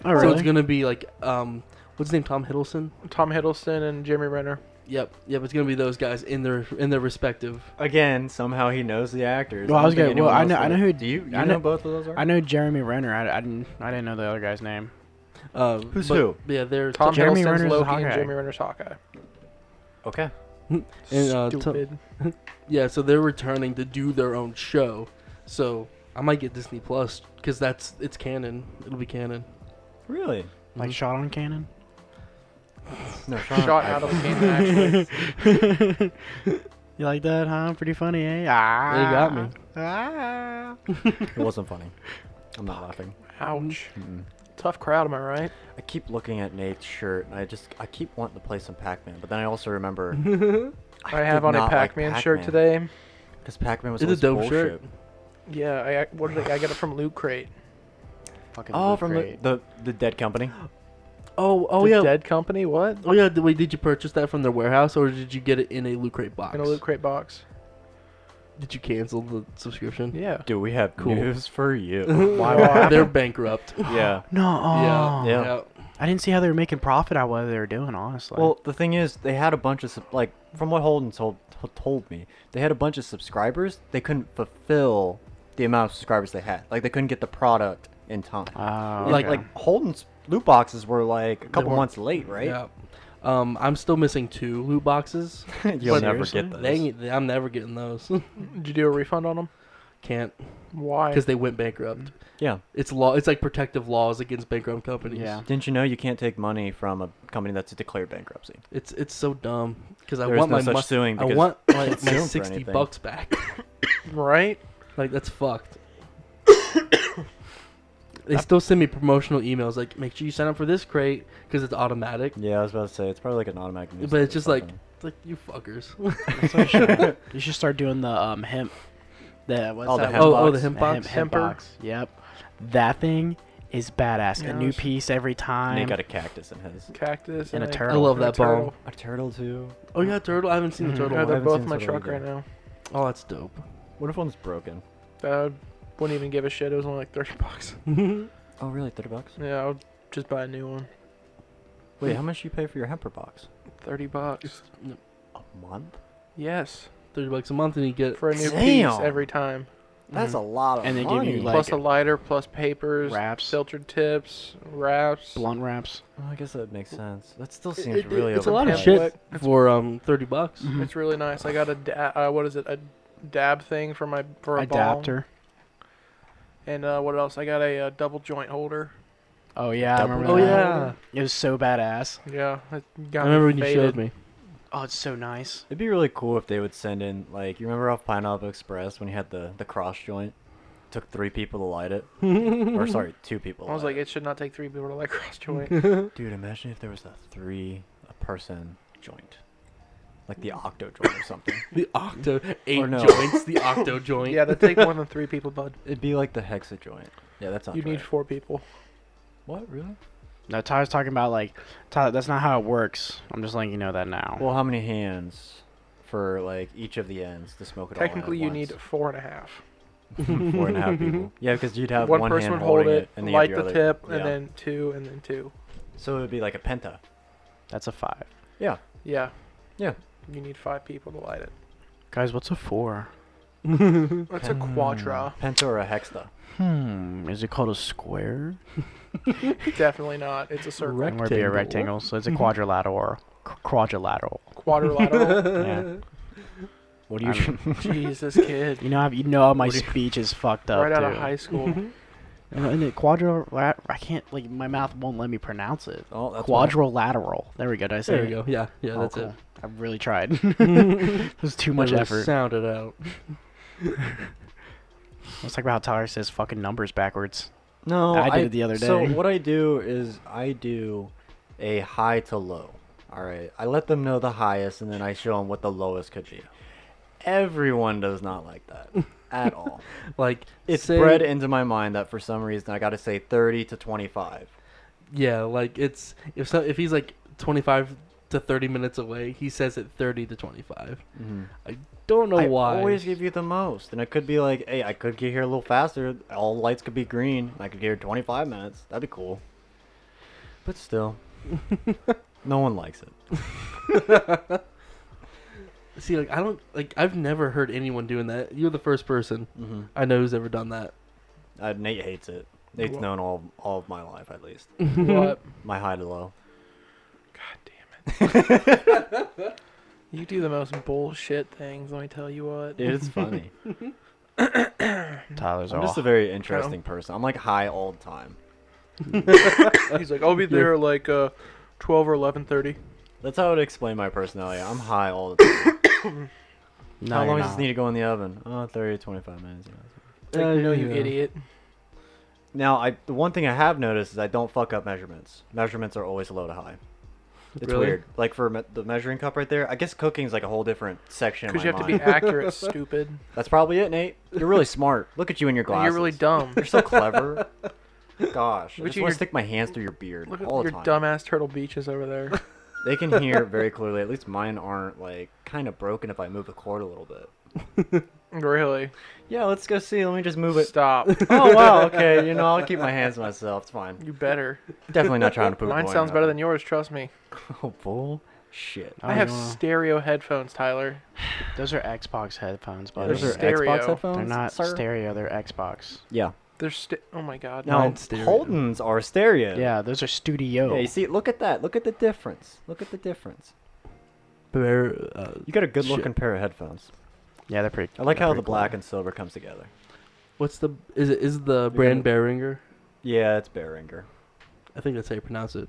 S1: So
S3: really?
S1: it's gonna be like um, what's his name? Tom Hiddleston.
S4: Tom Hiddleston and Jeremy Renner.
S1: Yep, yep. It's gonna be those guys in their in their respective.
S2: Again, somehow he knows the actors.
S3: Well, I
S2: don't
S3: was
S2: think
S3: gonna- well,
S2: anyone
S3: I
S2: else
S3: know- I
S2: would.
S3: know who-
S2: Do you? You
S3: I
S2: know,
S3: know-
S2: both of those are.
S3: I know Jeremy Renner. I, I didn't I didn't know the other guy's name.
S1: Uh,
S2: Who's
S1: but-
S2: who?
S1: Yeah, they're
S4: Tom
S3: Jeremy
S4: Hiddleston's
S3: Renner's
S4: Loki and
S3: Hawkeye.
S4: Jeremy Renner's Hawkeye.
S2: Okay.
S1: And, uh, Tom-
S4: Stupid.
S1: yeah, so they're returning to do their own show. So I might get Disney Plus because that's it's canon. It'll be canon.
S2: Really?
S3: Like shot on cannon.
S2: No,
S4: Shot out of the game, actually.
S3: You like that, huh? Pretty funny, eh? Ah,
S1: They got me.
S3: Ah.
S2: It wasn't funny. I'm not laughing.
S4: Ouch. Tough crowd, am I right?
S2: I keep looking at Nate's shirt, and I just I keep wanting to play some Pac-Man, but then I also remember
S1: Oh,
S3: Mm-hmm.
S4: I, have on a Pac-Man shirt today.
S2: because Pac-Man was
S1: It's a
S2: always
S1: dope
S2: bullshit.
S1: shirt.
S4: Yeah, I I- what did I, I got it from Loot Crate.
S3: Fucking
S2: Oh,
S3: look
S2: from the,
S3: great.
S2: the the Dead Company.
S1: Oh, oh
S4: the
S1: yeah.
S4: Dead Company. What?
S1: Oh yeah, d- wait, did you purchase that from their warehouse or did you get it in a loot crate box?
S4: In a Loot Crate box.
S1: Did you cancel the subscription?
S4: Yeah.
S2: Do we have
S1: Cool.
S2: news for you?
S4: Why would I-
S1: They're bankrupt.
S2: yeah.
S3: no.
S1: Yeah,
S3: oh.
S2: Yeah.
S3: I didn't see how they were making profit out of what they were doing. Honestly.
S2: Well, the thing is, they had a bunch of sub- like from what Holden told t- told me, they had a bunch of subscribers. They couldn't fulfill the amount of subscribers they had. Like they couldn't get the product in time.
S1: Ah,
S3: Oh,
S2: Like
S3: okay.
S2: like Holden's loot boxes were like a couple
S1: weren't-
S2: months late, right?
S1: yeah. Um, I'm still missing two loot boxes.
S2: You'll
S1: But
S2: never
S3: seriously?
S2: get those.
S1: They, ain't- I'm never getting those.
S4: Did you do a refund on them?
S1: Can't
S4: Why?
S1: because they went bankrupt.
S2: Yeah.
S1: It's law. It's like protective laws against bankrupt companies.
S3: Yeah.
S2: Didn't you know you can't take money from a company that's declared bankruptcy?
S1: It's it's so dumb because I
S2: There is
S1: want
S2: no
S1: my
S2: such
S1: mon-
S2: suing
S1: I
S2: because
S1: want my,
S2: can't
S1: my
S2: sue 'em for
S1: sixty
S2: anything.
S1: bucks back.
S4: right?
S1: like that's fucked. they still send me promotional emails like make sure you sign up for this crate because it's automatic.
S2: Yeah, I was about to say it's probably like an automatic.
S1: But it's just like like you fuckers.
S3: That's what you should- you should start doing the um hemp. The what's
S2: Oh, the
S3: that?
S2: hemp
S3: one?
S1: Oh, oh, the hemp
S3: hemp,
S1: box?
S3: hemp
S4: Hemper?
S3: box. Yep, that thing is badass.
S4: Yeah,
S3: a new
S4: it's-
S3: piece every time.
S2: Nate got a cactus in his.
S4: Cactus
S3: And
S4: and,
S3: a turtle.
S1: I love
S4: and a
S1: that bomb.
S4: turtle.
S2: A turtle too.
S1: Oh yeah, turtle. I haven't seen the
S3: Mhm.
S1: turtle.
S4: Yeah,
S2: I
S4: they're
S1: one.
S2: haven't
S4: both
S2: seen
S4: in my
S2: turtle
S4: truck right
S2: either.
S4: now.
S1: Oh, that's dope.
S2: What if one's broken?
S4: I wouldn't even give a shit. It was only like thirty bucks.
S2: Oh really? Thirty bucks?
S4: Yeah, I'll just buy a new one.
S2: Wait, how much do you pay for your hemper box?
S4: Thirty bucks.
S2: A month?
S4: Yes,
S1: Thirty bucks a month, and you get
S4: for a new piece
S2: Damn.
S4: every time.
S2: That's
S1: Mhm.
S2: a lot of
S3: And they give
S2: money.
S3: you, like-
S4: plus a lighter, plus papers,
S3: wraps,
S4: filtered tips, wraps.
S3: blunt wraps.
S2: Well, I guess that makes sense. That still
S1: It-
S2: seems
S1: it-
S2: really
S1: it's
S2: over.
S1: a lot of
S4: overpriced.
S1: shit
S4: It's-
S1: for um thirty bucks.
S3: Mhm.
S4: It's really nice. I got a da- uh, what is it? A dab thing for my for a Bomb.
S3: Adapter.
S4: And uh, what else? I got a, uh double joint holder.
S3: Oh yeah, I
S2: Double
S3: remember.
S1: Oh
S3: that.
S1: yeah,
S3: it was so badass.
S4: Yeah, it
S1: I
S4: got
S1: remember
S4: me
S1: when you showed
S4: faded.
S1: me.
S3: Oh, it's so nice.
S2: It'd be really cool if they would send in like you remember off Pineapple Express when you had the the cross joint. Took three people to light it, or sorry, two people. to
S4: I was
S2: light
S4: like, it should not take three people to like cross joint.
S2: it. dude, imagine if there was a three a person joint, like the
S1: Mm.
S2: octo joint or something.
S1: The octo eight
S2: no.
S1: joints. The octo joint.
S4: yeah, that'd take more than three people, bud.
S2: It'd be like the hexa joint. Yeah, that's not.
S4: You need four people.
S2: what really?
S3: No, Tyler's talking about like, Tyler. That's not how it works. I'm just letting you know that now.
S2: Well, how many hands for like each of the ends to smoke it
S4: Technically,
S2: all
S4: you
S2: in at
S4: need four and a half.
S2: once? Hmm, four and a half people. Yeah, because you'd have
S4: one,
S2: one,
S4: person
S2: hand
S4: would hold
S2: holding
S4: it,
S2: and
S4: light
S2: other,
S4: the tip,
S2: yeah.
S4: and then two, and then two.
S2: so it would be like a penta.
S3: that's a five.
S2: Yeah,
S4: Yeah.
S2: Yeah.
S4: You need five people to light it.
S3: Guys, what's a four?
S4: That's a quadra.
S2: penta or a hexta.
S3: Hmm. Is it called a square?
S4: Definitely not. It's a circle.
S1: Rec-
S3: And would be a
S1: Rectangle.
S3: rectangle, so it's a quadrilateral. Qu- quadrilateral.
S4: Quadrilateral.
S3: Yeah.
S2: What do you?
S3: I'm-
S4: Jesus, kid.
S3: You know, I've, you know, my
S2: What do you-
S3: speech is fucked up.
S4: right out of
S3: dude.
S4: high school.
S3: You know, and it quadrilateral. I can't like my mouth won't let me pronounce it.
S2: oh, that's why-
S3: quadrilateral. There we go. Did I say
S1: There
S3: it?
S1: you go. Yeah, yeah,
S3: Oh,
S1: that's
S3: cool.
S1: it.
S3: I really tried. it was too much
S1: Really
S3: effort.
S1: Sound it out.
S3: Let's talk about how Tyler says fucking numbers backwards.
S2: No,
S3: I did it the other
S2: So
S3: day.
S2: what I do is I do a high to low. All right, I let them know the highest, and then I show them what the lowest could be. Everyone does not like that at all.
S1: Like
S2: It's
S1: say-
S2: bred into my mind that for some reason I got to say thirty to twenty-five.
S1: Yeah, like it's if so, if he's like twenty five to thirty minutes away, he says it thirty to twenty five.
S2: Mm-hmm.
S1: I don't know
S2: I
S1: why.
S2: always give you the most, and it could be like, hey, I could get here a little faster. All lights could be green. I could get here twenty-five minutes. That'd be cool. But still, no one likes it.
S1: See, like I don't like I've never heard anyone doing that. You're the first person
S2: Mm-hmm.
S1: I know who's ever done that.
S2: Uh, Nate hates it. Nate's
S4: Wha-
S2: known all all of my life, at least.
S4: what?
S2: My high to low.
S4: God damn it. you do the most bullshit things, let me tell you what.
S2: Dude, it's funny.
S3: Tyler's
S2: I'm
S3: all.
S2: just a very interesting person. I'm like high all the time.
S4: He's like, I'll be there like uh, 12 or 11.30.
S2: That's how I would explain my personality. I'm high all the time.
S3: no,
S2: how
S3: you're
S2: long does
S3: not.
S2: this need to go in the oven? Oh, 30 to 25 minutes. yeah.
S4: Like,
S1: Uh,
S4: no, you
S1: yeah.
S4: idiot.
S2: Now, I the one thing I have noticed is I don't fuck up measurements. Measurements are always low to high. It's
S1: Really?
S2: weird. Like for me- the measuring cup right there, I guess cooking's like a whole different section. Of my
S4: Because you have to
S2: mind.
S4: be accurate, stupid.
S2: That's probably it, Nate. You're really smart. Look at you in your glasses.
S4: You're really dumb.
S2: You're so clever. Gosh, I just
S4: Look at
S2: want
S4: your-
S2: to stick my hands through your beard
S4: Look at
S2: all the
S4: your
S2: time.
S4: dumbass turtle beaches over there.
S2: They can hear very clearly. At least mine aren't like kind of broken if I move the cord a little bit.
S4: really?
S2: Yeah, let's go see. Let me just move it.
S4: Stop.
S2: oh wow, okay. You know, I'll keep my hands to myself. It's fine.
S4: You better.
S2: Definitely not trying to poop.
S4: Mine sounds better than yours, trust me.
S2: you. Oh bull. Shit.
S3: Oh,
S4: I have
S3: you wanna-
S4: stereo headphones, Tyler.
S3: Those are Xbox headphones, but
S4: Those
S2: Those
S4: are
S2: are
S3: they're,
S4: stereo.
S2: Xbox headphones.
S3: not
S2: sir?
S3: stereo. They're Xbox.
S2: Yeah.
S4: They're st- Oh my god.
S2: No,
S1: Mine's stereo.
S2: Holden's are stereo.
S3: Yeah, those are studio.
S2: Yeah. You see, look at that. Look at the difference. Look at the difference.
S1: Bear, uh,
S2: You got a good
S1: Shit.
S2: looking pair of headphones.
S3: Yeah, they're pretty.
S2: I like
S3: they're
S2: how
S3: pretty
S2: the
S3: cool.
S2: black and silver comes together.
S1: what's the is it is the brand Behringer?
S2: Yeah, it's Behringer.
S1: I think that's how you pronounce it.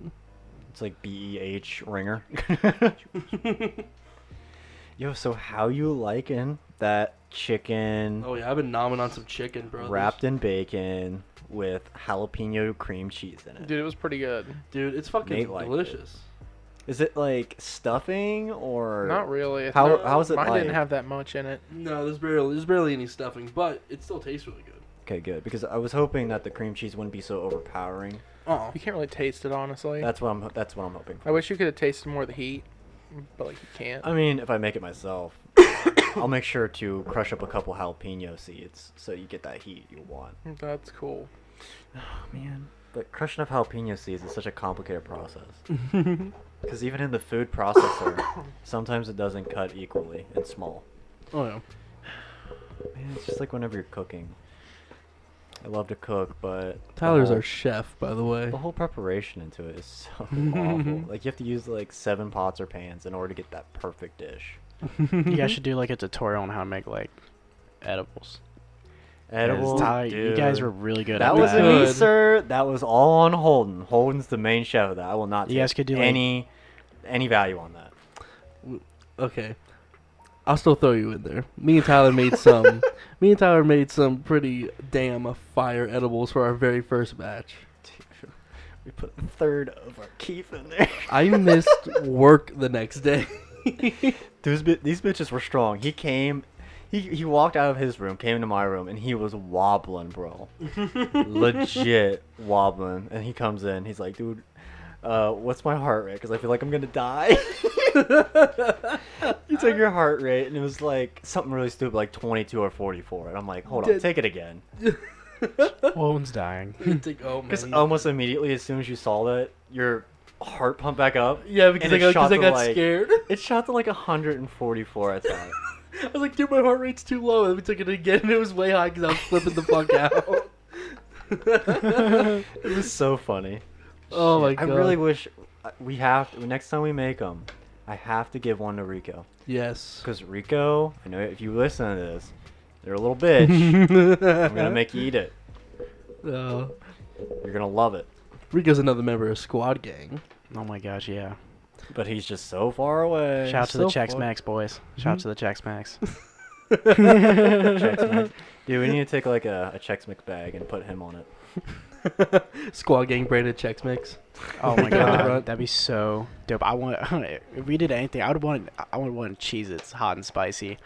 S2: It's like B E H ringer. Yo, so how you liking that chicken
S1: Oh yeah, I've been nomming on some chicken, bro.
S2: wrapped in bacon with jalapeno cream cheese in it?
S4: Dude, it was pretty good.
S1: Dude, it's fucking
S2: Nate liked it.
S1: delicious.
S2: Is it like stuffing or
S4: Not really. It's
S2: How-
S4: not-
S2: how's it
S4: Mine
S2: like?
S4: didn't have that much in it.
S1: No, there's barely there's barely any stuffing, but it still tastes really good.
S2: Okay, good. Because I was hoping that the cream cheese wouldn't be so overpowering.
S1: Oh,
S4: You can't really taste it, honestly.
S2: That's what I'm. That's what I'm hoping
S4: I
S2: for.
S4: wish you could have tasted more of the heat, but like you can't.
S2: I mean, if I make it myself, I'll make sure to crush up a couple jalapeno seeds so you get that heat you want.
S4: That's cool.
S2: Oh man. But crushing up jalapeno seeds is such a complicated process. Because even in the food processor, sometimes it doesn't cut equally and small.
S1: oh yeah.
S2: Man, it's just like whenever you're cooking. I love to cook, but the
S1: Tyler's
S2: whole-
S1: our chef, by the way.
S2: The whole preparation into it is so awful. Like you have to use like seven pots or pans in order to get that perfect dish.
S3: you guys should do like a tutorial on how to make like edibles. 'Cause
S2: Edible,
S3: Tyler, you guys
S2: dude.
S3: were really good
S2: That
S3: at
S2: was
S3: that.
S1: good.
S2: me, sir. That was all on Holden. Holden's the main chef of that. I will not take
S3: You guys could do, like-
S2: any any value on that.
S1: Okay, I'll still throw you in there. Me and Tyler made some. me and Tyler made some pretty damn fire edibles for our very first batch.
S2: We put a third of our keef in there.
S1: I missed work the next day.
S2: These bi- these bitches were strong. He came, he he walked out of his room, came into my room, and he was wobbling, bro. Legit wobbling. And he comes in, he's like, dude, uh, what's my heart rate? Because I feel like I'm gonna die. he took your heart rate, and it was like something really stupid, like 22 or 44. And I'm like, hold on,
S1: Did-
S2: take it again.
S3: Owen's dying.
S1: It's oh,
S2: Because
S1: man.
S2: almost immediately, as soon as you saw that, your heart pumped back up.
S1: yeah, because
S2: and
S1: I got,
S2: it shot
S1: because I
S2: to,
S1: got
S2: like-
S1: scared.
S2: It shot to like 144 at that.
S1: I was like, dude, my heart rate's too low. And we took it again, and it was way high because I was flipping the fuck out.
S2: it was so funny.
S1: oh my
S2: I
S1: god.
S2: really wish I- we have to, next time we make them. I have to give one to Rico
S1: yes.
S2: because Rico, I know if you listen to this, you're a little bitch. I'm gonna make you eat it.
S1: Uh,
S2: You're gonna love it.
S1: Rico's another member of Squad Gang.
S3: Oh my gosh, yeah.
S2: But he's just so far away.
S3: Shout out to the
S1: so
S3: Chex
S1: far.
S3: Max boys. Shout
S2: Hmm?
S3: out to the Chex Max.
S2: Chex Mix. Dude, we need to take like a, a Chex Mix bag and put him on it.
S1: Squad Gang branded Chex Mix.
S3: Oh my
S1: Right.
S3: god, that'd be so dope. I want if we did anything, I would want I would want Cheez Its hot and spicy.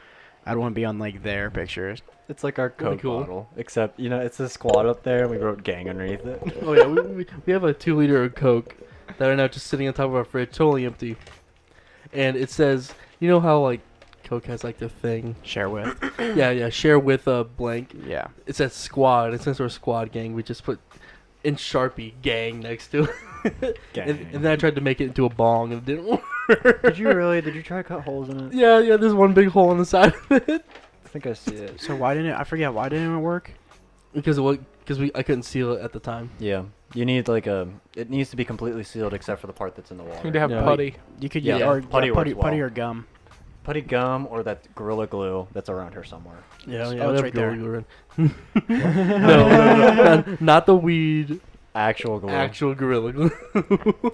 S3: I'd want to be on like their pictures.
S2: It's like our
S1: That'd
S2: Coke
S1: be cool.
S2: bottle, except you know it's a squad up there, and we wrote gang underneath it.
S1: Oh yeah, we, we, we have a two liter of Coke that are now just sitting on top of our fridge, totally empty. And it says, you know how like Coke has like the thing.
S3: Share with.
S1: Yeah, yeah. Share with a blank.
S3: Yeah.
S1: It says squad. And since we're squad gang, we just put in Sharpie gang next to it.
S2: Gang.
S1: And, and then I tried to make it into a bong and it didn't work.
S2: did you really? Did you try to cut holes in it?
S1: Yeah, yeah. There's one big hole on the side of it
S2: I think I see it.
S3: So why didn't it, I forget why didn't it work?
S1: because of what? Because we I couldn't seal it at the time.
S2: Yeah, you need like a. It needs to be completely sealed except for the part that's in the water.
S4: You need to have
S1: Yeah.
S4: putty.
S3: You could
S2: Yeah,
S3: use or
S2: putty
S3: putty, putty,
S2: works well.
S3: or gum.
S2: putty gum or that gorilla glue that's around here somewhere.
S1: Yeah,
S3: Oh,
S1: yeah. we have
S3: it's right there.
S1: Gorilla Glue in. no, no, no, not, not the weed.
S2: Actual glue.
S1: Actual gorilla glue.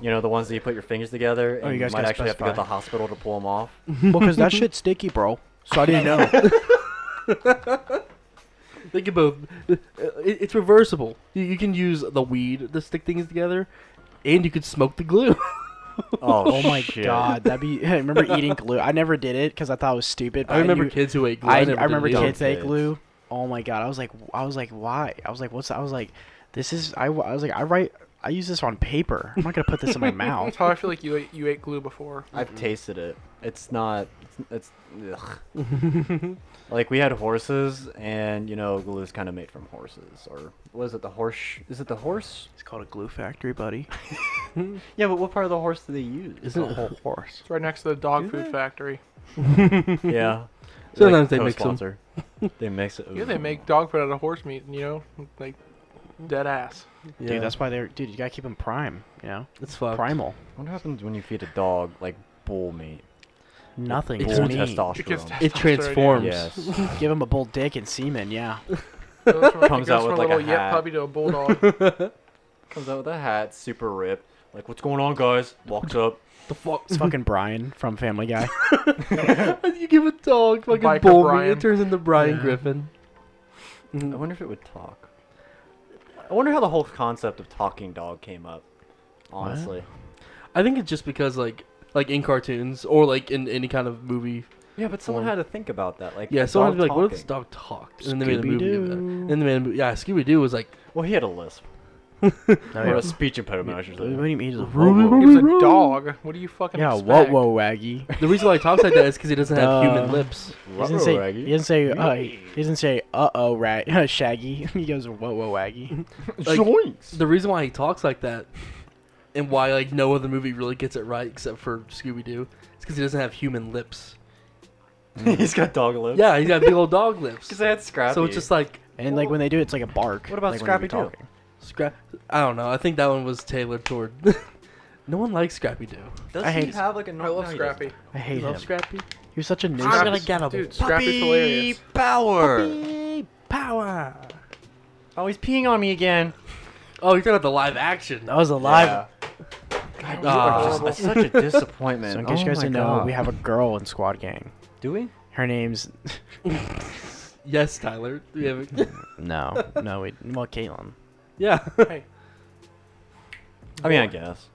S2: you know the ones that you put your fingers together. And
S3: Oh, you
S2: you,
S3: guys
S2: might
S3: gotta
S2: actually have to go to the
S3: specify.
S2: hospital to pull them off.
S3: well, because that shit's sticky, bro. So I didn't know.
S1: they can both. It, it's reversible. You, you can use the weed to stick things together, and you could smoke the glue.
S2: Oh,
S3: oh my
S2: shit.
S3: god, that'd be. I remember eating glue. I never did it because I thought it was stupid. But
S1: I remember
S3: knew-
S1: kids who ate glue.
S3: I, I
S1: never did
S3: remember
S1: either.
S3: kids ate
S2: kids.
S3: glue. Oh my god, I was like, I was like, why? I was like, what's? I was like, this is. I, wa- I was like, I write. I use this on paper. I'm not gonna put this in my
S4: That's
S3: mouth.
S4: how I feel like you ate, you ate glue before.
S2: I've tasted it. It's not. It's. it's ugh. like we had horses, and you know glue's kind of made from horses, or was it the horse? Is it the horse?
S3: It's called a glue factory, buddy.
S2: Yeah, but what part of the horse do they use?
S1: Isn't it
S3: whole horse.
S4: It's right next to the dog
S2: Do
S4: food
S2: they?
S4: factory.
S2: yeah.
S1: Sometimes they mix 'em.
S2: co-sponsor. they mix it.
S4: Yeah, they make dog food out of horse meat, you know? Like, dead ass.
S1: Yeah,
S3: Dude, that's why they're. Dude, you gotta keep them prime. You know,
S1: it's fucked.
S3: primal.
S2: What happens when you feed a dog like bull meat?
S3: Nothing.
S1: It's
S2: Bull
S1: It's
S3: Bull
S1: meat.
S3: testosterone.
S2: testosterone.
S4: It gets
S1: It transforms.
S2: Yes.
S3: Give them a bull dick and semen. Yeah.
S4: It goes from, it
S2: Comes
S4: goes
S2: out
S4: from
S2: with,
S4: a
S2: like, a
S4: little yip
S2: hat.
S4: puppy to a bulldog.
S2: Comes out with a hat, super ripped. Like, what's going on, guys? Walks up.
S1: The fuck.
S3: It's fucking Brian from Family Guy.
S1: you give a dog fucking
S4: Biker
S1: bull meat,
S4: Brian.
S1: it turns into Brian
S3: Yeah. Mm-hmm.
S1: Griffin. Mhm.
S2: I wonder if it would talk. I wonder how the whole concept of talking dog came up. Honestly,
S1: I think it's just because like like in cartoons or like in any kind of movie.
S2: Yeah, but someone
S1: Or-
S2: had to think about that. Like,
S1: Yeah, someone would
S2: dog
S1: be like, "What if this dog
S2: talking.
S1: talked?" And then they made a movie. Of that.
S3: Scooby-Doo.
S1: And then they made a, mo- yeah, Scooby Doo was like
S2: Well, he had a lisp.
S3: No,
S2: or
S3: Oh, yeah.
S2: a speech impediment, I should
S3: What
S2: say.
S3: do you mean? He's a
S1: Ruby,
S3: whoa,
S4: He
S3: whoa.
S4: was a dog. What do you fucking
S3: Yeah, whoa,
S4: expect?
S3: whoa, waggy.
S1: the reason why Tom's like that is because he doesn't have human
S3: Duh.
S1: lips.
S3: He doesn't say. He doesn't say. Uh, he doesn't say. Uh oh, rag. Shaggy. He goes. Whoa, whoa, waggy.
S1: like- The reason why he talks like that, and why like no other movie really gets it right except for Scooby Doo, is because he doesn't have human lips.
S2: He's got dog lips.
S1: Yeah, he's got big old dog lips.
S2: because they had Scrappy.
S1: So it's just like
S3: And like when they do, it, it's like a bark.
S2: What about
S3: like, when they be
S2: Scrappy-Doo?
S3: talking.
S1: Scrap. I don't know. I think that one was tailored toward. no one likes Scrappy Doo.
S2: does
S3: I
S2: he
S3: hate-
S2: have like a
S4: I
S2: normal?
S4: love Scrappy.
S3: I hate
S1: You
S3: him.
S1: love Scrappy.
S3: He was such a
S1: I'm
S3: nuisance.
S1: gonna get him.
S4: Dude, Scrappy's hilarious.
S2: power.
S3: Puppy power.
S2: Oh, he's peeing on me again.
S1: Oh, you're talking about the live action.
S3: That was a live.
S2: God, you
S1: Ah.
S2: are
S4: Oh.
S2: just such a disappointment.
S3: uh, So in case
S2: oh
S3: you guys
S2: my
S3: didn't know,
S2: God.
S3: we have a girl in Squad Gang.
S2: Do we?
S3: Her name's
S1: Yes, Tyler. Do we have a-
S3: no, no. We, well, Caitlin.
S1: yeah.
S4: Hey,
S2: I mean, I guess.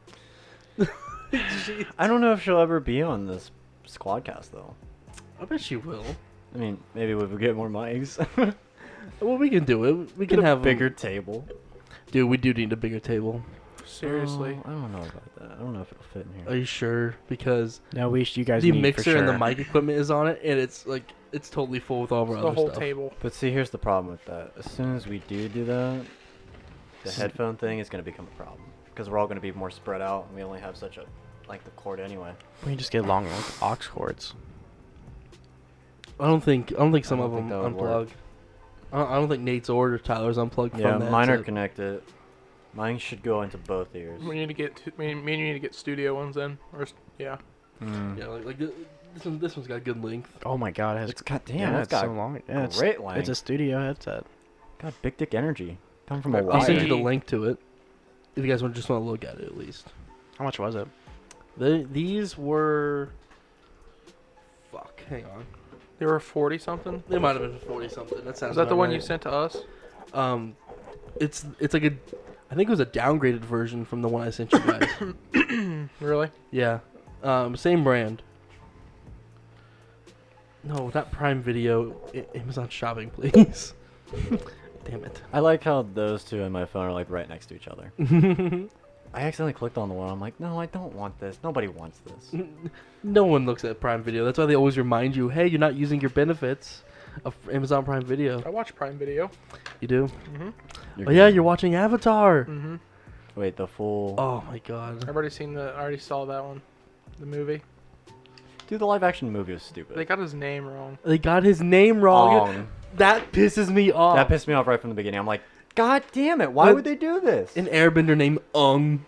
S2: I don't know if she'll ever be on this squadcast though.
S1: I bet she will.
S2: I mean, maybe if we get more mics,
S1: Well, we can do it. We
S2: get
S1: can
S2: a
S1: have a-
S2: bigger table.
S1: Dude, we do need a bigger table.
S4: seriously.
S2: Oh, I don't know about that. I don't know if it'll fit in here.
S1: Are you sure? Because
S3: No, we. sh- You guys.
S1: the
S3: need for
S1: mixer and the
S3: sure.
S1: mic equipment is on it, and it's like it's totally full with all of our
S4: It's
S1: other
S4: the whole
S1: stuff.
S4: table.
S2: But see, here's the problem with that. As soon as we do do that, the headphone thing is going to become a problem because we're all going to be more spread out, and we only have such a like the cord anyway.
S3: We can just get long with aux cords.
S1: I don't think I don't think
S2: I
S1: some
S2: don't
S1: of
S2: think
S1: them
S2: that would work.
S1: unplug. I don't, I don't think Nate's or Tyler's unplugged
S2: yeah,
S1: from that.
S2: mine are
S1: so-
S2: connected. Mine should go into both ears.
S4: We need to get t- me, me and you need to get studio ones in. Or s- yeah,
S2: Mm.
S1: Yeah, like, like th- this one. This one's got good length.
S3: Oh my god, it has.
S2: It's goddamn.
S3: yeah,
S2: that's
S3: it's so
S2: got
S3: long. Yeah, it's,
S2: great
S3: it's
S2: length.
S3: a studio headset.
S2: got big dick energy. Come from a
S4: I'll
S1: I'll send
S2: wire.
S1: you the
S4: Why?
S1: link to it if you guys want just want to look at it at least.
S3: How much was it?
S1: The, these were. Fuck, hang on.
S4: they were forty something.
S1: They might have been forty something. That sounds.
S4: Is that the
S1: about
S4: one
S1: right.
S4: you sent to us?
S1: Um, it's it's like a, I think it was a downgraded version from the one I sent you guys.
S4: Really?
S1: yeah, um, same brand. No, not Prime Video. I- Amazon Shopping, please. Damn it.
S2: I like how those two in my phone are like right next to each other. I accidentally clicked on the one. I'm like, no, I don't want this. Nobody wants this.
S1: No one looks at Prime Video. That's why they always remind you, hey, you're not using your benefits of Amazon Prime Video.
S4: I watch Prime Video.
S1: You do?
S4: Mhm.
S1: Oh yeah, you're watching Avatar.
S4: Mhm.
S2: Wait, the full.
S1: Oh my god.
S4: I've already seen the. I already saw that one. The movie.
S2: Dude, the live action movie was stupid.
S4: They got his name wrong.
S1: They got his name wrong. Oh.
S2: Um,
S1: That pisses me off.
S2: That pissed me off right from the beginning. I'm like, God damn it! Why
S1: What?
S2: would they do this?
S1: An airbender named Ung.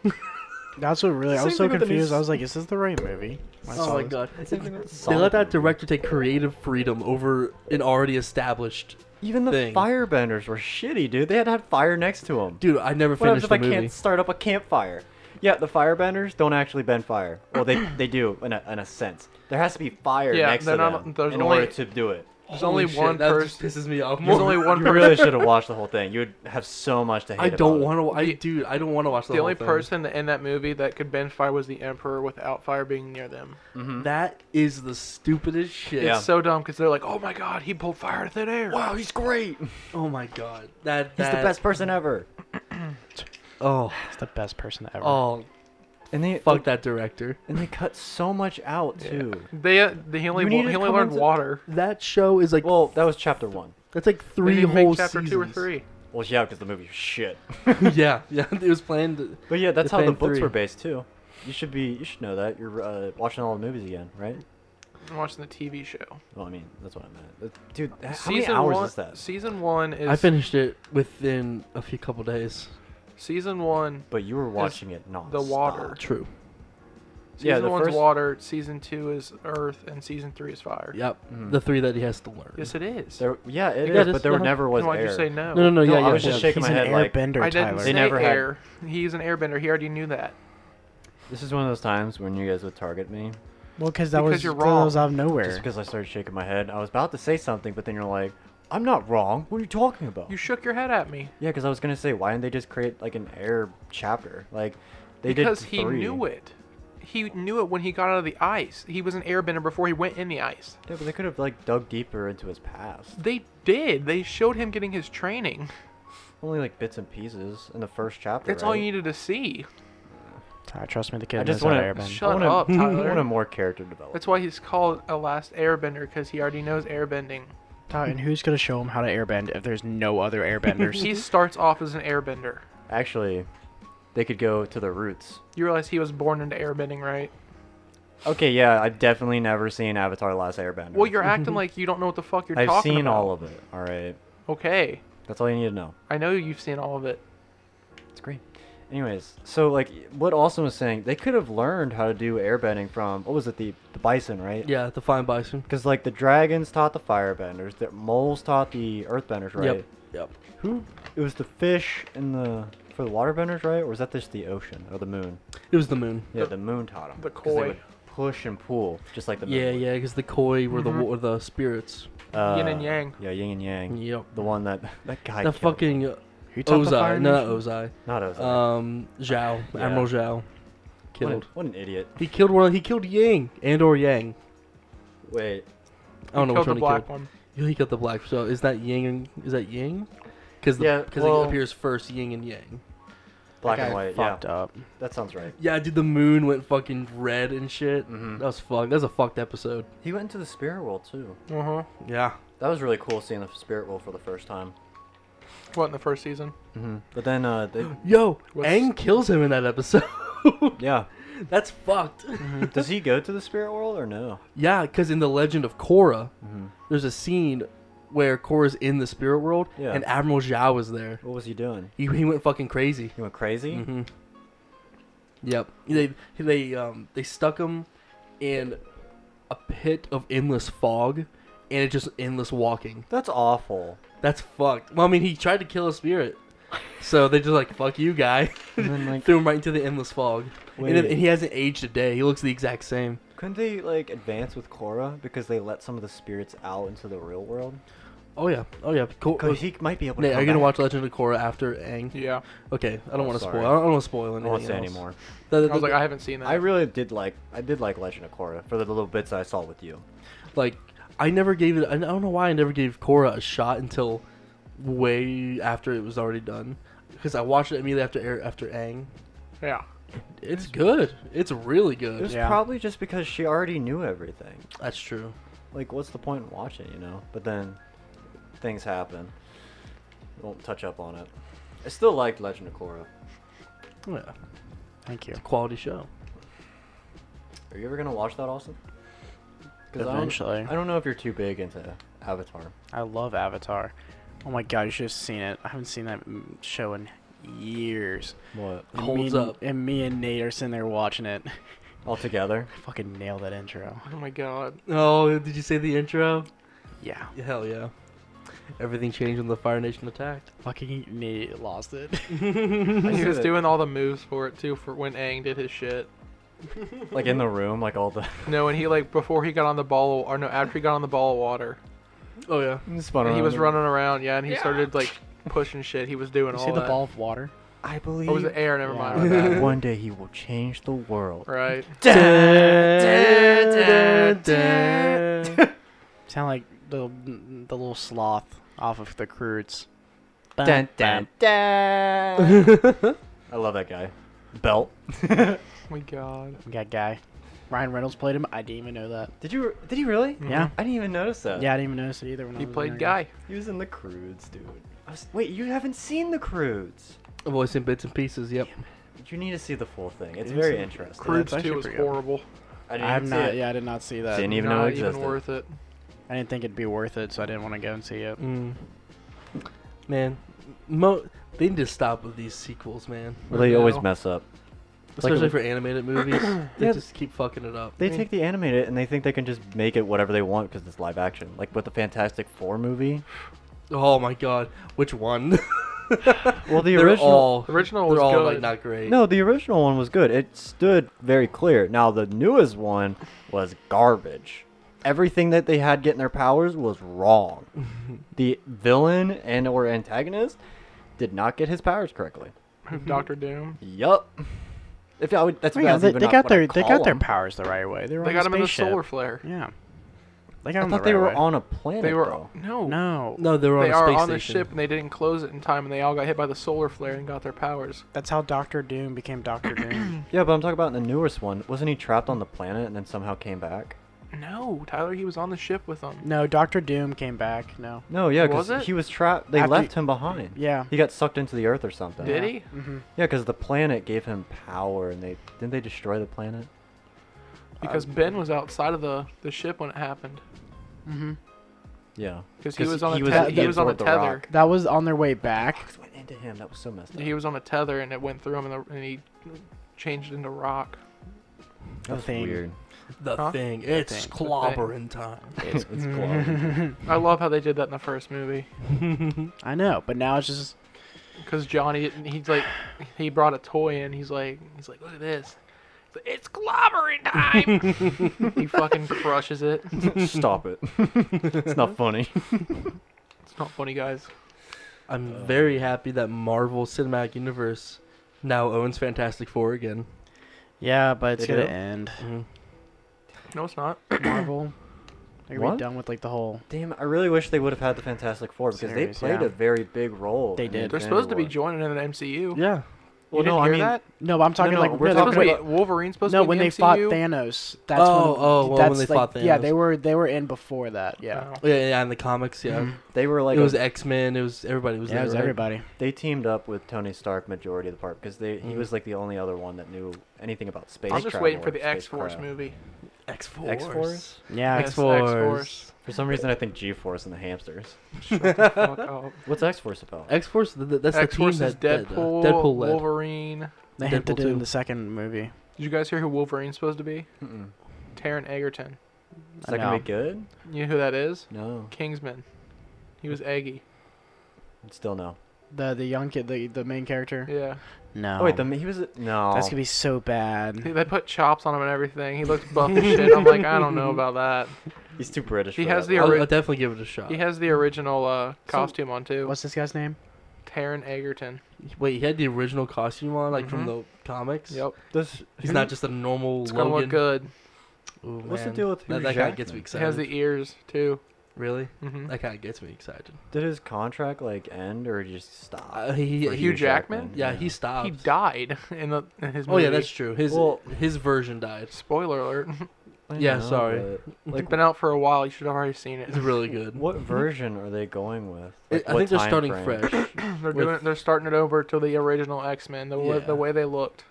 S3: That's what really. I was
S2: Same
S3: so
S2: thing with the new
S3: confused. I
S2: s-
S3: was like, is this the right movie? When I
S1: Oh
S3: saw
S1: my
S3: this.
S1: god.
S2: Same thing with the
S1: They let
S2: Sonic
S1: that
S2: movie.
S1: director take creative freedom over an already established.
S2: Even the
S1: thing.
S2: firebenders were shitty, dude. They had to have fire next to them.
S1: Dude, I never
S2: what
S1: finished
S2: happens if
S1: the
S2: I
S1: movie.
S2: can't start up a campfire? Yeah, the firebenders don't actually bend fire. Well, they they do in a, in a sense. There has to be fire
S4: Yeah,
S2: next
S4: they're
S2: to
S4: not-
S2: them
S4: there's
S2: in
S4: only-
S2: order to do it.
S4: There's
S1: Holy
S4: only
S1: shit,
S4: one
S1: that
S4: person.
S1: just pisses me off.
S4: There's
S1: more.
S4: only one
S2: You
S4: person.
S2: really should have watched the whole thing. You would have so much to hate.
S1: I don't
S2: about
S1: want to. I
S4: The-
S1: dude, I don't want to watch the,
S4: The only
S1: whole thing.
S4: person in that movie that could bend fire was the Emperor without fire being near them.
S2: It. Mhm.
S1: That is the stupidest shit.
S2: Yeah.
S4: It's so dumb because they're like, "Oh my God, he pulled fire out of thin air."
S2: Wow, he's great. He's
S1: Oh my god. That.
S2: the
S1: that
S2: best person ever.
S1: Oh.
S3: It's the best person ever.
S1: Oh.
S2: And they
S1: Fuck that director.
S2: And they cut so much out
S4: Yeah.
S2: too.
S4: They, uh, they he only
S2: You
S4: wa-
S2: need to
S4: he only
S2: come
S4: learned
S2: into-
S4: water.
S1: That show is like
S2: Well, that was chapter one.
S1: that's like
S4: They
S1: three
S4: didn't
S1: whole
S4: make chapter two or
S1: seasons.
S4: three.
S2: Well, yeah, because the movie was shit.
S1: yeah, yeah. It was planned.
S2: But yeah, that's
S1: The
S2: how the
S1: Fang
S2: books
S1: Three.
S2: were based too. You should be, you should know that. You're uh, watching all the movies again, right?
S4: I'm watching the TV show.
S2: Well, I mean, that's what I meant. That- Dude, h- how many hours
S4: one,
S2: is that?
S4: Season one is
S1: I finished it within a few couple days.
S4: season one.
S2: But you were watching it non
S4: The Water.
S1: True.
S4: Season
S2: Yeah, the
S4: one's
S2: first-
S4: water. Season two is earth, and season three is fire.
S1: Yep.
S2: Mhm.
S1: The three that he has to learn.
S4: Mm. Yes, it is.
S2: There, yeah, it is,
S1: Yeah,
S2: but
S1: that's-
S2: there
S1: uh-huh.
S2: never was
S4: Then why'd
S2: air.
S4: you say
S1: No,
S4: no?
S1: no, no.
S2: No,
S1: yeah,
S2: I
S1: yeah.
S2: was just
S1: yeah.
S2: shaking
S3: He's
S2: my
S3: an
S2: head like-
S3: airbender,
S4: I didn't
S3: Tyler.
S4: say
S2: never had-
S4: air. He's an airbender. He already knew that.
S2: This is one of those times when you guys would target me,
S3: Well, because that
S4: Because
S3: was
S4: you're
S3: that was
S4: wrong.
S3: out of
S2: just
S3: nowhere.
S2: because I started shaking my head. I was about to say something, but then you're like, "I'm not wrong. What are you talking about?"
S4: You shook your head at me
S2: yeah, because I was gonna say, why didn't they just create like an air chapter? Like, they
S4: because
S2: did
S4: he
S2: three.
S4: knew it. he knew it when he got out of the ice. He was an airbender before he went in the ice.
S2: Yeah, but they could have like dug deeper into his past.
S4: They did. They showed him getting his training.
S2: Only like bits and pieces in the first chapter.
S4: That's all
S2: right?
S4: you needed to see.
S3: Alright, trust me, the
S2: I
S3: kid knows
S2: just
S3: how to
S2: wanna-
S3: airbend.
S4: Shut
S2: I wanna,
S4: up,
S2: I
S4: Tyler.
S2: want a more character development.
S4: That's why he's called a last airbender because he already knows airbending.
S3: Ty, and who's gonna show him how to airbend if there's no other airbenders?
S4: He starts off as an airbender.
S2: Actually, they could go to their roots.
S4: You realize he was born into airbending, right?
S2: Okay, yeah, I've definitely never seen Avatar: Last Airbender.
S4: Well, you're acting like you don't know what the fuck you're
S2: I've
S4: talking
S2: seen
S4: about.
S2: all of it. All right,
S4: Okay,
S2: that's all you need to know.
S4: I know you've seen all of it.
S2: It's great. Anyways, so like what Austin was saying, they could have learned how to do airbending from what was it the the bison, right?
S1: Yeah, the fine bison.
S2: Because like the dragons taught the firebenders, the moles taught the earthbenders, right?
S1: Yep. Yep.
S2: Who? It was the fish and the for the waterbenders, right? Or was that just the ocean or the moon?
S1: It was the moon.
S2: Yeah,
S4: The-
S2: the, moon taught them.
S4: the koi.
S2: They would push and pull, just like the moon.
S1: Yeah,
S2: would.
S1: yeah, because the koi were the
S4: Mhm.
S1: wa- were the spirits.
S2: Uh,
S4: Yin and yang.
S2: Yeah, yin and yang.
S1: Yep.
S2: The one that that guy.
S1: the
S2: killed.
S1: fucking uh,
S3: Who taught the Fire
S1: Ozai, not
S3: Nation?
S1: Ozai.
S2: Not Ozai.
S1: Um, Zhao,
S2: Yeah.
S1: Admiral Zhao,
S2: What an-
S1: killed.
S2: What an idiot.
S1: He killed one. He killed Yang and or Yang.
S2: Wait.
S1: I don't know which
S4: Killed the
S1: one he
S4: black
S1: killed.
S4: one.
S1: Yeah, He killed the black. So is that Yang? And, is that Yang? Because
S2: Yeah,
S1: because
S2: well-
S1: it appears first Yang and Yang.
S2: Black
S3: That
S2: and
S3: guy
S2: white. Yeah.
S3: Fucked up.
S2: That sounds right.
S1: Yeah, dude, the moon went fucking red and shit.
S2: Mhm.
S1: That was fucked. That was a fucked episode.
S2: He went into the spirit world too.
S4: Uh huh.
S1: Yeah.
S2: That was really cool seeing the spirit world for the first time.
S4: What in the first season?
S2: Mm-hmm. But then, uh, they,
S1: Yo,
S4: Was-
S1: Aang kills him in that episode.
S2: yeah.
S1: That's fucked.
S2: Does he go to the spirit world or no?
S1: Yeah, because in the Legend of Korra,
S2: Mhm.
S1: there's a scene where Korra's in the spirit world
S2: Yeah.
S1: and Admiral Zhao is there.
S2: What was he doing?
S1: He, he went fucking crazy.
S2: He went crazy.
S1: Mm-hmm. Yep. They they um they stuck him in a pit of endless fog, and it's just endless walking.
S2: That's awful.
S1: That's fucked. Well, I mean, he tried to kill a spirit, so they just like fuck you, guy.
S2: And then, like,
S1: Threw him right into the endless fog, and, then,
S2: Wait.
S1: and he hasn't aged a day. He looks the exact same.
S2: couldn't they like advance with Korra because they let some of the spirits out into the real world?
S1: Oh yeah. Oh yeah. Cool.
S2: Because he might be able to.
S1: Nate, are
S2: come
S1: you gonna
S2: back.
S1: watch Legend of Korra after Aang?
S4: Yeah.
S1: Okay, I don't
S2: Oh,
S1: want to
S2: sorry.
S1: spoil. I don't want to spoil
S2: I
S1: anything.
S2: won't say
S1: else.
S2: anymore.
S1: The-
S4: I
S1: the-
S4: was like,
S1: the-
S4: I haven't seen that.
S2: I really did like. I did like Legend of Korra for the little bits I saw with you.
S1: like I never gave it. I don't know why I never gave Korra a shot until way after it was already done. Because I watched it immediately after Air- after Aang.
S4: yeah.
S1: It's good. It's really
S2: It was
S1: good.
S3: Yeah.
S2: probably just because she already knew everything.
S1: That's true.
S2: Like, what's the point in watching, you know? But then things happen. Won't touch up on it. I still liked Legend of Korra.
S1: Yeah,
S3: Thank you.
S1: it's a quality show.
S2: Are you ever gonna watch that, Austin? 'Cause I
S3: Eventually.
S2: don't, I don't know if you're too big into Avatar.
S3: I love Avatar. Oh my god, you should have seen it. I haven't seen that mm, show in years.
S2: What?
S3: And me
S1: Holds
S3: and-
S1: up.
S3: And me and Nate are sitting there watching it.
S2: All together?
S3: I fucking nailed that intro.
S4: Oh my god.
S1: Oh, did you say the intro?
S3: Yeah.
S1: Hell yeah. Everything changed when the Fire Nation attacked.
S3: Fucking Nate lost it.
S4: He
S2: knew
S4: was
S2: that-
S4: doing all the moves for it too, for when Aang did his shit.
S2: like in the room, like all the
S4: No, and he like before he got on the ball, of- or no, after he got on the ball of water,
S1: Oh yeah.
S2: spun
S4: and he
S2: around
S4: was
S2: and-
S4: running around. Yeah, and he started like pushing shit. He was doing
S3: you
S4: all
S3: see the
S4: that.
S3: ball of water?
S2: I believe.
S4: Oh, it was the air. Never mind. my
S2: that
S4: bad.
S2: one day he will change the world.
S4: Right.
S3: Sound like the the little sloth off of the Croods.
S2: Dun, dun, dun. I love that guy. Belt.
S4: Oh my god.
S3: We got guy. Ryan Reynolds played him. I didn't even know that.
S2: Did you? Did he really?
S3: Yeah.
S2: I didn't even notice that.
S3: Yeah, I didn't even notice it either. When I
S4: Mm-hmm. He
S3: was
S4: played
S3: younger.
S4: Guy.
S2: Uh, He was in the Crudes, dude. I was, wait, you haven't seen the Crudes?
S1: I've always seen bits and pieces. Yep.
S2: You need to see the full thing. It's
S3: Didn't
S2: very
S3: see-
S2: interesting.
S3: Crude-
S4: Croods
S3: actually
S4: too was
S3: pretty good.
S4: horrible.
S2: I didn't
S3: I'm
S2: even see
S3: not.
S2: it.
S3: Yeah, I did not see that.
S2: Didn't e- even
S4: Not
S2: know it
S4: even
S2: existed.
S4: worth it.
S3: I didn't think it'd be worth it, so I didn't want to go and see it.
S1: Mm. Man, mo- they need to stop with these sequels, man.
S2: Well, they always
S4: No.
S2: mess up. It's like
S1: Especially
S2: a-
S1: for animated movies, they
S2: Yeah.
S1: just keep fucking it up.
S2: They
S4: I mean-
S2: take the animated and they think they can just make it whatever they want because it's live action. Like with the Fantastic Four movie.
S1: Oh my god, which one?
S2: Well, the
S1: They're
S2: original.
S1: all,
S4: The original
S1: they're
S4: was
S1: all
S4: good.
S1: like not great.
S2: No, the original one was good. It stood very clear. Now the newest one was garbage. Everything that they had getting their powers was wrong. the villain and or antagonist did not get his powers correctly.
S4: Doctor Doom.
S2: Yup. If I would, that's,
S3: Well, Oh, yeah,
S2: that's
S3: they,
S2: even
S3: they
S2: not
S3: got
S2: what I
S3: their they
S2: call
S3: got their
S2: 'em.
S3: powers the right way. They were
S4: They
S3: on
S4: got
S3: a
S4: him in the
S3: spaceship.
S4: solar flare.
S3: Yeah, they got
S2: I
S3: them the
S2: thought
S3: right
S2: they were
S3: way.
S2: on a planet.
S4: They were
S2: though.
S4: no,
S3: No,
S1: No, they were on
S4: They
S1: a
S4: are
S1: space
S4: on the
S1: station.
S4: ship and they didn't close it in time, and they all got hit by the solar flare and got their powers.
S3: that's how Doctor Doom became Doctor Doom.
S2: Yeah, but I'm talking about in the newest one. Wasn't he trapped on the planet and then somehow came back?
S4: No, Tyler, he was on the ship with them.
S3: no, Doctor Doom came back. No,
S2: No, yeah,
S4: Was
S2: because
S4: it?
S2: he was trapped. They
S3: After-
S2: left him behind.
S3: yeah,
S2: He got sucked into the earth or something.
S4: Did he?
S3: hmm
S2: Yeah, because the planet gave him power, and they didn't they destroy the planet.
S4: Because Ben was outside of the, the ship when it happened.
S3: hmm
S2: Yeah,
S4: Because he
S2: 'Cause
S4: was on
S2: he
S4: a
S2: was-
S4: tether.
S3: he
S4: he was on a
S2: absorbed the
S4: tether.
S2: rock.
S3: That was on their way back.
S2: Fox went into him. That was so messed up.
S4: He was on a tether and it went through him and, the, and he changed into rock.
S2: that was
S3: thing.
S2: weird.
S1: The
S4: Huh?
S1: thing. It's
S3: thing.
S1: clobbering time.
S2: It's, it's glowing.
S4: I love how they did that in the first movie.
S3: I know, but now it's just
S4: Because Johnny, he's like, he brought a toy in. He's like, he's like, look at this. He's like, It's clobbering time. he fucking crushes it.
S2: Stop it. it's not funny.
S4: It's not funny, guys.
S1: I'm very happy that Marvel Cinematic Universe now owns Fantastic Four again.
S3: yeah, but it's
S2: They
S3: gonna
S2: do?
S3: end.
S2: Mm-hmm.
S4: No, it's not.
S3: Marvel, they're gonna
S2: What?
S3: be done with like the whole.
S2: Damn, I really wish they would have had the Fantastic Four because
S3: Series,
S2: they played
S3: yeah.
S2: a very big role.
S3: They
S2: in the
S3: did.
S4: They're
S2: Infinity
S4: supposed to be
S2: War.
S4: joining in an MCU.
S1: Yeah.
S4: You
S2: Well,
S4: didn't
S2: no, I
S4: hear
S2: mean-
S4: that?
S3: No, but I'm talking
S2: no,
S3: like
S2: we're
S3: no,
S2: talking
S4: Supposed
S3: they're
S4: to
S2: about-
S3: gonna-
S4: be- Wolverine's supposed
S3: no
S4: to be
S3: when
S4: in
S3: they
S4: the MCU?
S3: fought Thanos. That's
S1: Oh,
S3: when,
S1: oh, well, when
S3: that's
S1: they
S3: like,
S1: fought
S3: Yeah,
S1: Thanos.
S3: they were they were in before that. Yeah, Mm-hmm.
S4: Wow.
S1: Oh, Yeah, yeah, in the comics, yeah.
S4: Mhm.
S2: They were Mm-hmm. like
S1: it
S2: a-
S1: was X Men. It was everybody was
S3: yeah,
S1: there.
S3: it was
S1: right?
S3: everybody.
S2: they teamed up with Tony Stark majority of the part because they he
S1: Mm.
S2: was like the only other one that knew anything about space.
S4: I'm just
S2: travel
S4: waiting for
S2: or
S4: the X Force
S2: spacecraft.
S4: movie.
S1: X
S2: X-Force?
S1: Force.
S3: Yeah,
S4: Yes,
S1: X Force.
S4: X-Force.
S2: For some reason, I think G Force and the hamsters.
S4: Shut the fuck up.
S2: What's X Force about?
S1: X Force. That's the team
S4: X-Force is
S1: that that, uh,
S4: Deadpool,
S1: Deadpool led.
S4: Wolverine.
S3: they hinted
S1: Deadpool
S3: it in
S1: too.
S3: the second movie.
S4: Did you guys hear who Wolverine's supposed to be?
S2: Mm-mm.
S4: Taron Egerton.
S2: Is
S3: I
S2: that gonna
S3: know.
S2: be good?
S4: You know who that is?
S2: No,
S4: Kingsman. He was Eggy.
S2: still no.
S3: The the young kid, the the main character.
S4: Yeah.
S3: No,
S2: Oh wait, the, he was no.
S3: that's gonna be so
S4: They
S3: bad.
S4: they put chops on him and everything. He looks buff as shit. I'm like, I don't know about that.
S2: He's too British.
S4: He
S2: for
S4: has
S2: that,
S4: the
S1: I'll,
S2: though.
S4: ori-
S1: I'll definitely give it a shot.
S4: He has the original uh, costume on too.
S3: What's this guy's name?
S4: Taron Egerton.
S1: Wait, he had the original costume on, like from the comics.
S4: Mm-hmm. Yep.
S2: This-
S1: He's
S2: who-
S1: not just a normal
S4: It's gonna
S1: Logan.
S4: look good.
S1: Ooh,
S2: What's the
S1: man.
S2: deal
S1: that?
S2: with Hugh
S1: That guy
S2: Jackman?
S1: gets me
S4: He
S1: excited.
S4: has the ears too.
S1: really?
S4: hmm
S1: That guy gets me excited.
S2: Did his contract like end or just stop?
S1: Uh, he,
S2: For
S1: he-
S4: Hugh Jackman?
S1: yeah, he stopped.
S4: He died in the in his
S1: uh, Oh
S4: movie.
S1: yeah, that's true. His
S2: Well-
S1: his version died.
S4: spoiler alert.
S2: I
S1: yeah, sorry.
S2: but,
S4: It's
S2: like,
S4: been out for a while. You should have already seen it.
S1: It's really good.
S2: what version are they going with? Like,
S1: I
S2: what
S1: think they're
S2: time
S1: starting
S2: frame?
S1: fresh.
S4: They're
S1: With-
S4: doing. They're starting it over to the original X Men. The, wa-
S1: Yeah.
S4: the way they looked.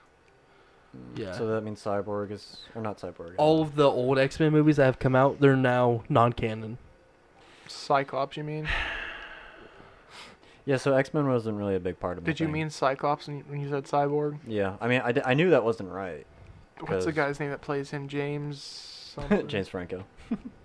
S2: Mm,
S1: Yeah.
S2: So that means Cyborg is or not Cyborg.
S1: All of the old X Men movies that have come out, they're now non canon.
S4: Cyclops, you mean?
S2: Yeah, so X Men wasn't really a big part of. my
S4: Did you
S2: thing.
S4: mean Cyclops when you- when you said Cyborg?
S2: Yeah, I mean, I, d- I knew that wasn't right.
S4: What's the
S2: Because-
S4: guy's name that plays him? James. something?
S2: James Franco.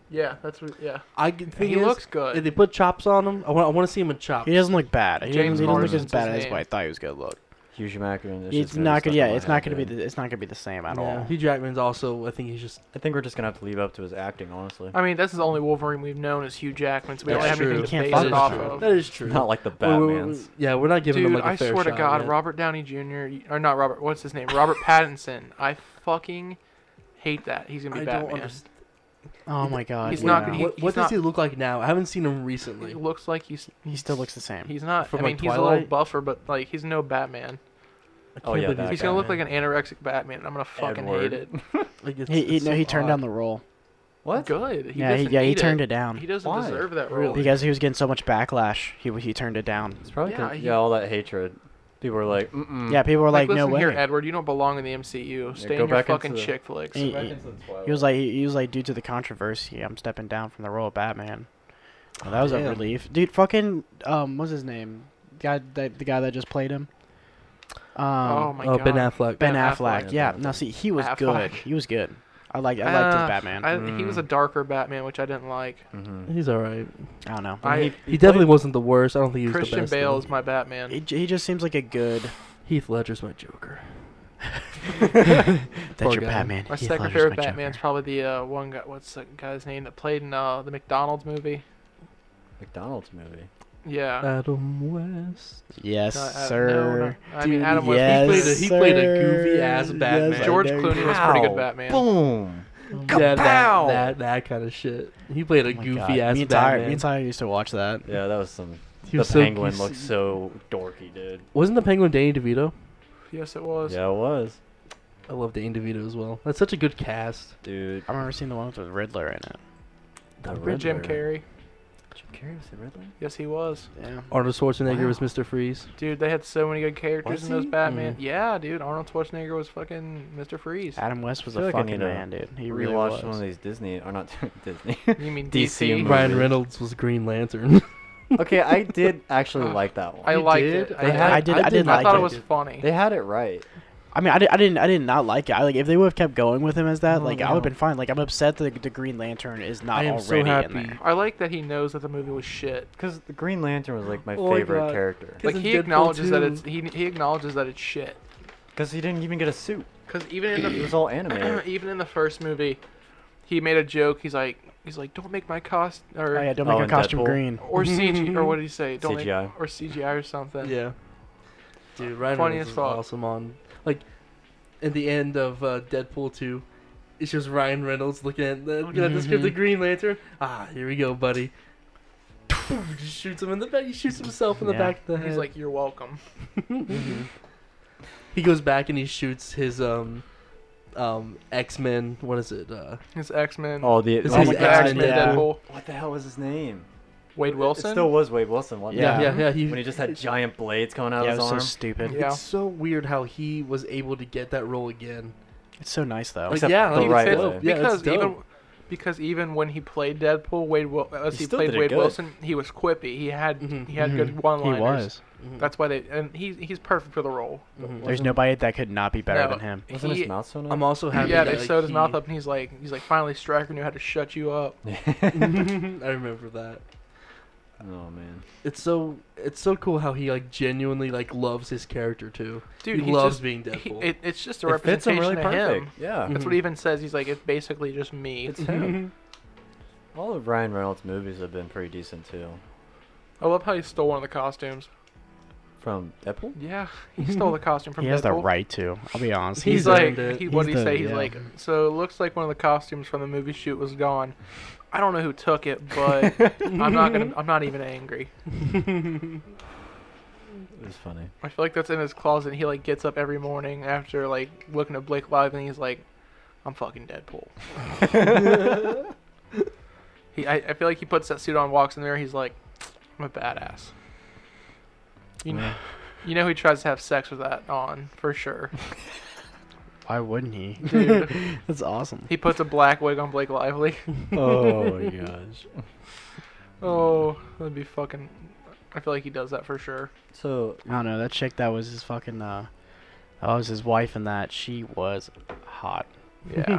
S4: Yeah, that's what. Yeah.
S1: I g- think
S4: He
S1: is,
S4: looks
S1: if
S4: good.
S1: they put chops on him. I want I want to see him in chops.
S3: He doesn't look bad. He
S4: James
S3: doesn't, he doesn't look
S2: Marsden's
S3: as
S4: his
S3: bad as
S4: name.
S3: what I thought he was gonna look.
S2: Hugh Jackman. Is
S3: It's
S2: just gonna be
S3: not gonna.
S2: stuck in
S3: Yeah,
S2: my
S3: it's not
S2: head,
S3: gonna be.
S2: dude.
S3: The, it's not gonna be the same at
S1: Yeah.
S3: all.
S1: Hugh Jackman's also. I think he's just.
S2: I think we're just gonna have to leave up to his acting, honestly.
S4: I mean, that's the only Wolverine we've known is Hugh Jackman, so we
S1: That's
S4: don't have anything
S1: true.
S4: to
S3: Can't
S4: base
S3: fuck
S4: it
S3: with
S4: off
S3: him.
S4: of.
S1: That is true.
S2: not like the
S1: We- we- we-
S2: Batman's.
S1: yeah, we're not giving
S4: Dude,
S1: him like a
S4: I
S1: fair
S4: swear to
S1: shot
S4: God,
S1: yet.
S4: Robert Downey Jr. or not Robert, what's his name? Robert Pattinson. I fucking hate that. He's gonna be
S1: I
S4: Batman.
S1: don't understand.
S3: Oh my god.
S4: He's
S3: yeah.
S4: not gonna-
S1: What,
S4: he's
S1: what does
S4: not-
S1: he look like now? I haven't seen him recently.
S4: He looks like he's
S3: He still looks the same.
S4: he's not.
S1: From,
S4: I mean,
S1: like,
S4: he's a little
S1: Twilight?
S4: buffer, but like he's no Batman.
S1: I
S2: Oh,
S1: can't
S2: yeah,
S1: believe
S2: that
S4: he's
S2: guy.
S4: gonna look like an anorexic Batman. and I'm gonna fucking hate
S2: Edward.
S4: it.
S1: Like, it's-
S3: He, he
S1: it's
S3: no,
S1: so
S3: he turned
S1: odd.
S3: down the role.
S2: What?
S4: Good. He
S3: yeah, he,
S4: doesn't
S3: yeah, he
S4: need
S3: turned it,
S4: He
S3: down
S4: doesn't
S2: Why?
S4: deserve that
S1: Really?
S4: role.
S3: because he was getting so much backlash. He w- he turned it down.
S2: It's probably 'cause-
S4: Yeah,
S2: yeah,
S4: he-
S2: all that hatred. People were like, Mm-mm.
S3: Yeah, people were Mm. like,
S4: listen
S3: "No way."
S4: here, Edward, you don't belong in the MCU. Stay
S2: go
S4: in your
S2: back into
S4: fucking
S2: the-
S4: chick flicks.
S3: He- he- He was like, he was like, due to the controversy, I'm stepping down from the role of Batman. Well, that was
S1: Damn.
S3: a relief, dude. Fucking, um, what's his name? Guy that the guy that just played him. Um,
S4: oh my
S1: Oh,
S4: god.
S1: Ben Affleck.
S3: Ben,
S4: Ben
S3: Affleck.
S2: Affleck.
S3: Yeah.
S2: Ben
S3: No,
S2: Affleck.
S3: see, he was
S4: Affleck.
S3: good. He was good. I like, I liked
S4: Uh,
S3: his Batman. I,
S4: I, He
S1: Mm.
S4: was a darker Batman, which I didn't like.
S2: Mm-hmm.
S1: He's all right.
S3: don't know.
S4: I-
S2: he,
S1: He definitely wasn't the worst. I don't think he was the
S4: Christian
S1: best.
S4: Bale
S1: though.
S4: is my Batman.
S3: He, j- he just seems like a good.
S1: Heath Ledger's my Joker. Poor
S3: That's your
S1: guy.
S3: Batman.
S4: My
S3: Heath
S4: second
S3: Ledger's
S4: favorite
S3: my
S4: Batman's
S3: Joker.
S4: probably the uh, one guy. What's the guy's name that played in uh, the McDonald's movie?
S2: McDonald's movie.
S4: Yeah. Uh,
S1: Adam West.
S3: Uh, Yes,
S4: No, Ad-
S3: sir.
S4: no, no. I mean,
S1: Dude,
S4: Adam West.
S1: He
S3: yes,
S1: played a, he played a
S3: sir.
S1: goofy ass
S3: Yes,
S1: Batman.
S3: I
S4: George
S3: know.
S4: Clooney was pretty good
S2: Pow.
S4: Batman.
S2: Boom.
S1: Yeah, that,
S2: Kapow!
S1: that that kind of shit. He played a
S3: Oh my
S1: goofy
S3: God.
S1: ass
S3: me and Tyler,
S1: Batman.
S3: me and Tyler used to watch that.
S2: Yeah, that was some.
S1: He
S2: The
S1: was so
S2: penguin
S1: goofy.
S2: looked so dorky, dude.
S1: Wasn't the penguin Danny DeVito?
S4: Yes, it was.
S2: Yeah, it was,
S1: I love Danny DeVito as well. That's such a good cast.
S2: dude.
S3: I remember seeing the one with the Riddler in it.
S2: The
S4: With Jim Carrey.
S2: Jim Carrey was the Riddler.
S4: Yes, he was.
S3: Yeah.
S1: Arnold Schwarzenegger
S2: Wow.
S1: was Mr. Freeze.
S4: Dude, they had so many good characters
S2: Was
S4: in those
S2: he?
S4: Batman.
S1: Mm.
S4: Yeah, dude. Arnold Schwarzenegger was fucking Mr. Freeze.
S3: Adam West was
S2: I
S3: a
S2: feel like I
S3: fucking
S2: need to
S3: man, dude. He
S2: You
S3: really
S2: rewatched
S3: was.
S2: one of these Disney, or not Disney.
S4: You mean
S2: DC
S4: DC?
S2: movie.
S1: Ryan Reynolds was Green Lantern.
S2: okay, I did actually like that one.
S4: I liked it.
S1: did?
S4: I,
S1: They
S4: I,
S1: had-
S4: I,
S3: I did.
S2: I
S3: I,
S2: did
S3: did.
S2: not-
S3: like
S4: thought it
S3: it.
S4: was funny.
S2: they had it right.
S3: I mean, I, did, I didn't. I did not like it. I, like if they would have kept going with him as that,
S1: Oh,
S3: like I would have
S1: no.
S3: been fine. Like I'm upset that the Green Lantern is not
S1: I am
S3: already
S1: so happy.
S3: in there.
S4: I like that he knows that the movie was shit.
S2: Because the Green Lantern was like my
S1: Oh my
S2: favorite
S1: God.
S2: character.
S1: Because
S4: Like
S1: in
S4: he
S1: Deadpool
S4: acknowledges that
S1: 2
S4: it's he, he acknowledges that it's shit.
S2: Because he didn't even get a suit.
S4: Because even in
S2: It
S4: the
S2: was all animated.
S4: even in the first movie, he made a joke. He's like he's like, don't make my cost or
S3: Oh yeah, don't
S2: Oh,
S3: make a
S2: and
S3: costume
S2: Deadpool.
S3: green.
S4: or CG or what did he say? Don't make-
S2: CGI.
S4: or CGI or something.
S1: yeah. Dude, Ryan
S4: Funny
S1: Reynolds
S4: as
S1: was
S4: fuck.
S1: awesome on like at the end of uh, Deadpool two. It's just Ryan Reynolds looking at the, looking at the script
S2: Mm-hmm.
S4: Mhm.
S1: of Green Lantern. Ah, here we go, buddy. Just shoots him in the back. He shoots himself in the
S3: Yeah.
S1: back of the head.
S4: He's like, you're welcome.
S1: he goes back and he shoots his um um X Men. What is it? Uh,
S4: His X Men.
S2: Oh, the
S1: This
S2: oh
S1: is
S2: my
S4: the
S2: God,
S4: X Men
S1: X-Men, yeah.
S4: Deadpool.
S2: What the hell was his name?
S4: Wade Wilson.
S2: It still was Wade Wilson. Wasn't
S1: yeah,
S2: it?
S1: yeah, yeah. He,
S2: When he just had giant blades coming out
S3: Yeah, it
S2: of
S3: was
S2: his
S3: so
S2: arm.
S3: stupid.
S4: Yeah.
S1: It's so weird how he was able to get that role again.
S3: It's so nice though.
S1: Like,
S2: Except
S1: yeah,
S2: the
S1: like, it's
S2: right
S1: dope.
S2: way.
S1: Yeah, it's
S4: because
S1: dope.
S4: even because even when he played Deadpool, Wade Wil- as
S2: He
S4: he,
S2: still
S4: played
S2: did it
S4: Wade
S2: good.
S4: Wilson, he was quippy. He had
S1: Mhm.
S4: he had
S3: Mhm.
S4: good one liners.
S3: He was.
S1: Mhm.
S4: Mm-hmm. That's why they and he he's perfect for the role.
S1: Mhm.
S3: There's
S2: Wasn't-
S3: nobody that could not be better
S4: No.
S3: than him.
S2: Wasn't
S4: He-
S2: his mouth sewn
S1: I'm
S2: up?
S1: also happy.
S4: yeah,
S1: that,
S4: they
S1: like,
S4: sewed his
S1: he-
S4: mouth up, and he's like, he's like, finally, Stryker knew how to shut you up.
S1: I remember that.
S2: oh man.
S1: It's so it's so cool how he like genuinely like loves his character too.
S4: Dude,
S1: he
S4: he's
S1: loves
S4: just,
S1: being
S4: he,
S1: Deadpool.
S4: it, it's just a
S2: It fits him
S4: representation
S2: really
S4: of
S2: perfect.
S4: him.
S2: Yeah.
S4: That's what he even says. He's like, it's basically just me.
S2: It's him. All of Ryan Reynolds' movies have been pretty decent too.
S4: I love how he stole one of the costumes.
S2: From Deadpool?
S4: Yeah, he stole the costume from
S3: He has the
S4: Deadpool.
S3: right to. I'll be honest.
S4: He's,
S1: He's
S4: like,
S1: earned it.
S4: he, what did
S3: He's
S4: he say?
S3: the-
S4: He's
S3: yeah.
S4: like, so it looks like one of the costumes from the movie shoot was gone. I don't know who took it, but I'm not gonna. I'm not even angry.
S2: It was funny.
S4: I feel like that's in his closet. He like gets up every morning after like looking at Blake Live, and he's like, "I'm fucking Deadpool." he, I, I feel like he puts that suit on, walks in there, he's like, "I'm a badass." You know,
S2: Yeah.
S4: you know, he tries to have sex with that on for sure.
S3: Why wouldn't he?
S4: Dude.
S3: That's awesome.
S4: He puts a black wig on Blake Lively.
S2: oh my gosh.
S4: Oh, that'd be fucking. I feel like he does that for sure.
S2: So
S3: I don't know. That chick that was his fucking. uh That was his wife in that. She was hot.
S4: Yeah.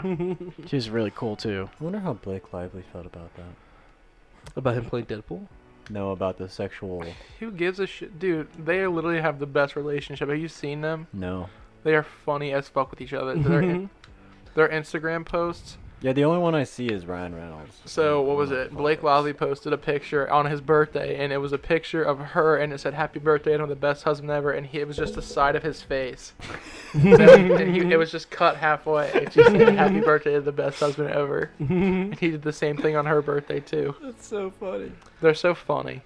S3: She was really cool too.
S2: I wonder how Blake Lively felt about that.
S1: About him playing Deadpool.
S2: No, about the sexual.
S4: Who gives a shit, dude? They literally have the best relationship. Have you seen them?
S2: No.
S4: They are funny as fuck with each other. Their, in- their Instagram posts.
S2: Yeah, the only one I see is Ryan Reynolds.
S4: So what was
S2: Not
S4: it? Blake
S2: Fox.
S4: Lively posted a picture on his birthday, and it was a picture of her, and it said "Happy birthday, and I'm the best husband ever," and he, it was just the side of his face, and he, it was just cut halfway. It just said "Happy birthday, the best husband ever," and he did the same thing on her birthday too.
S1: That's so funny.
S4: They're so funny.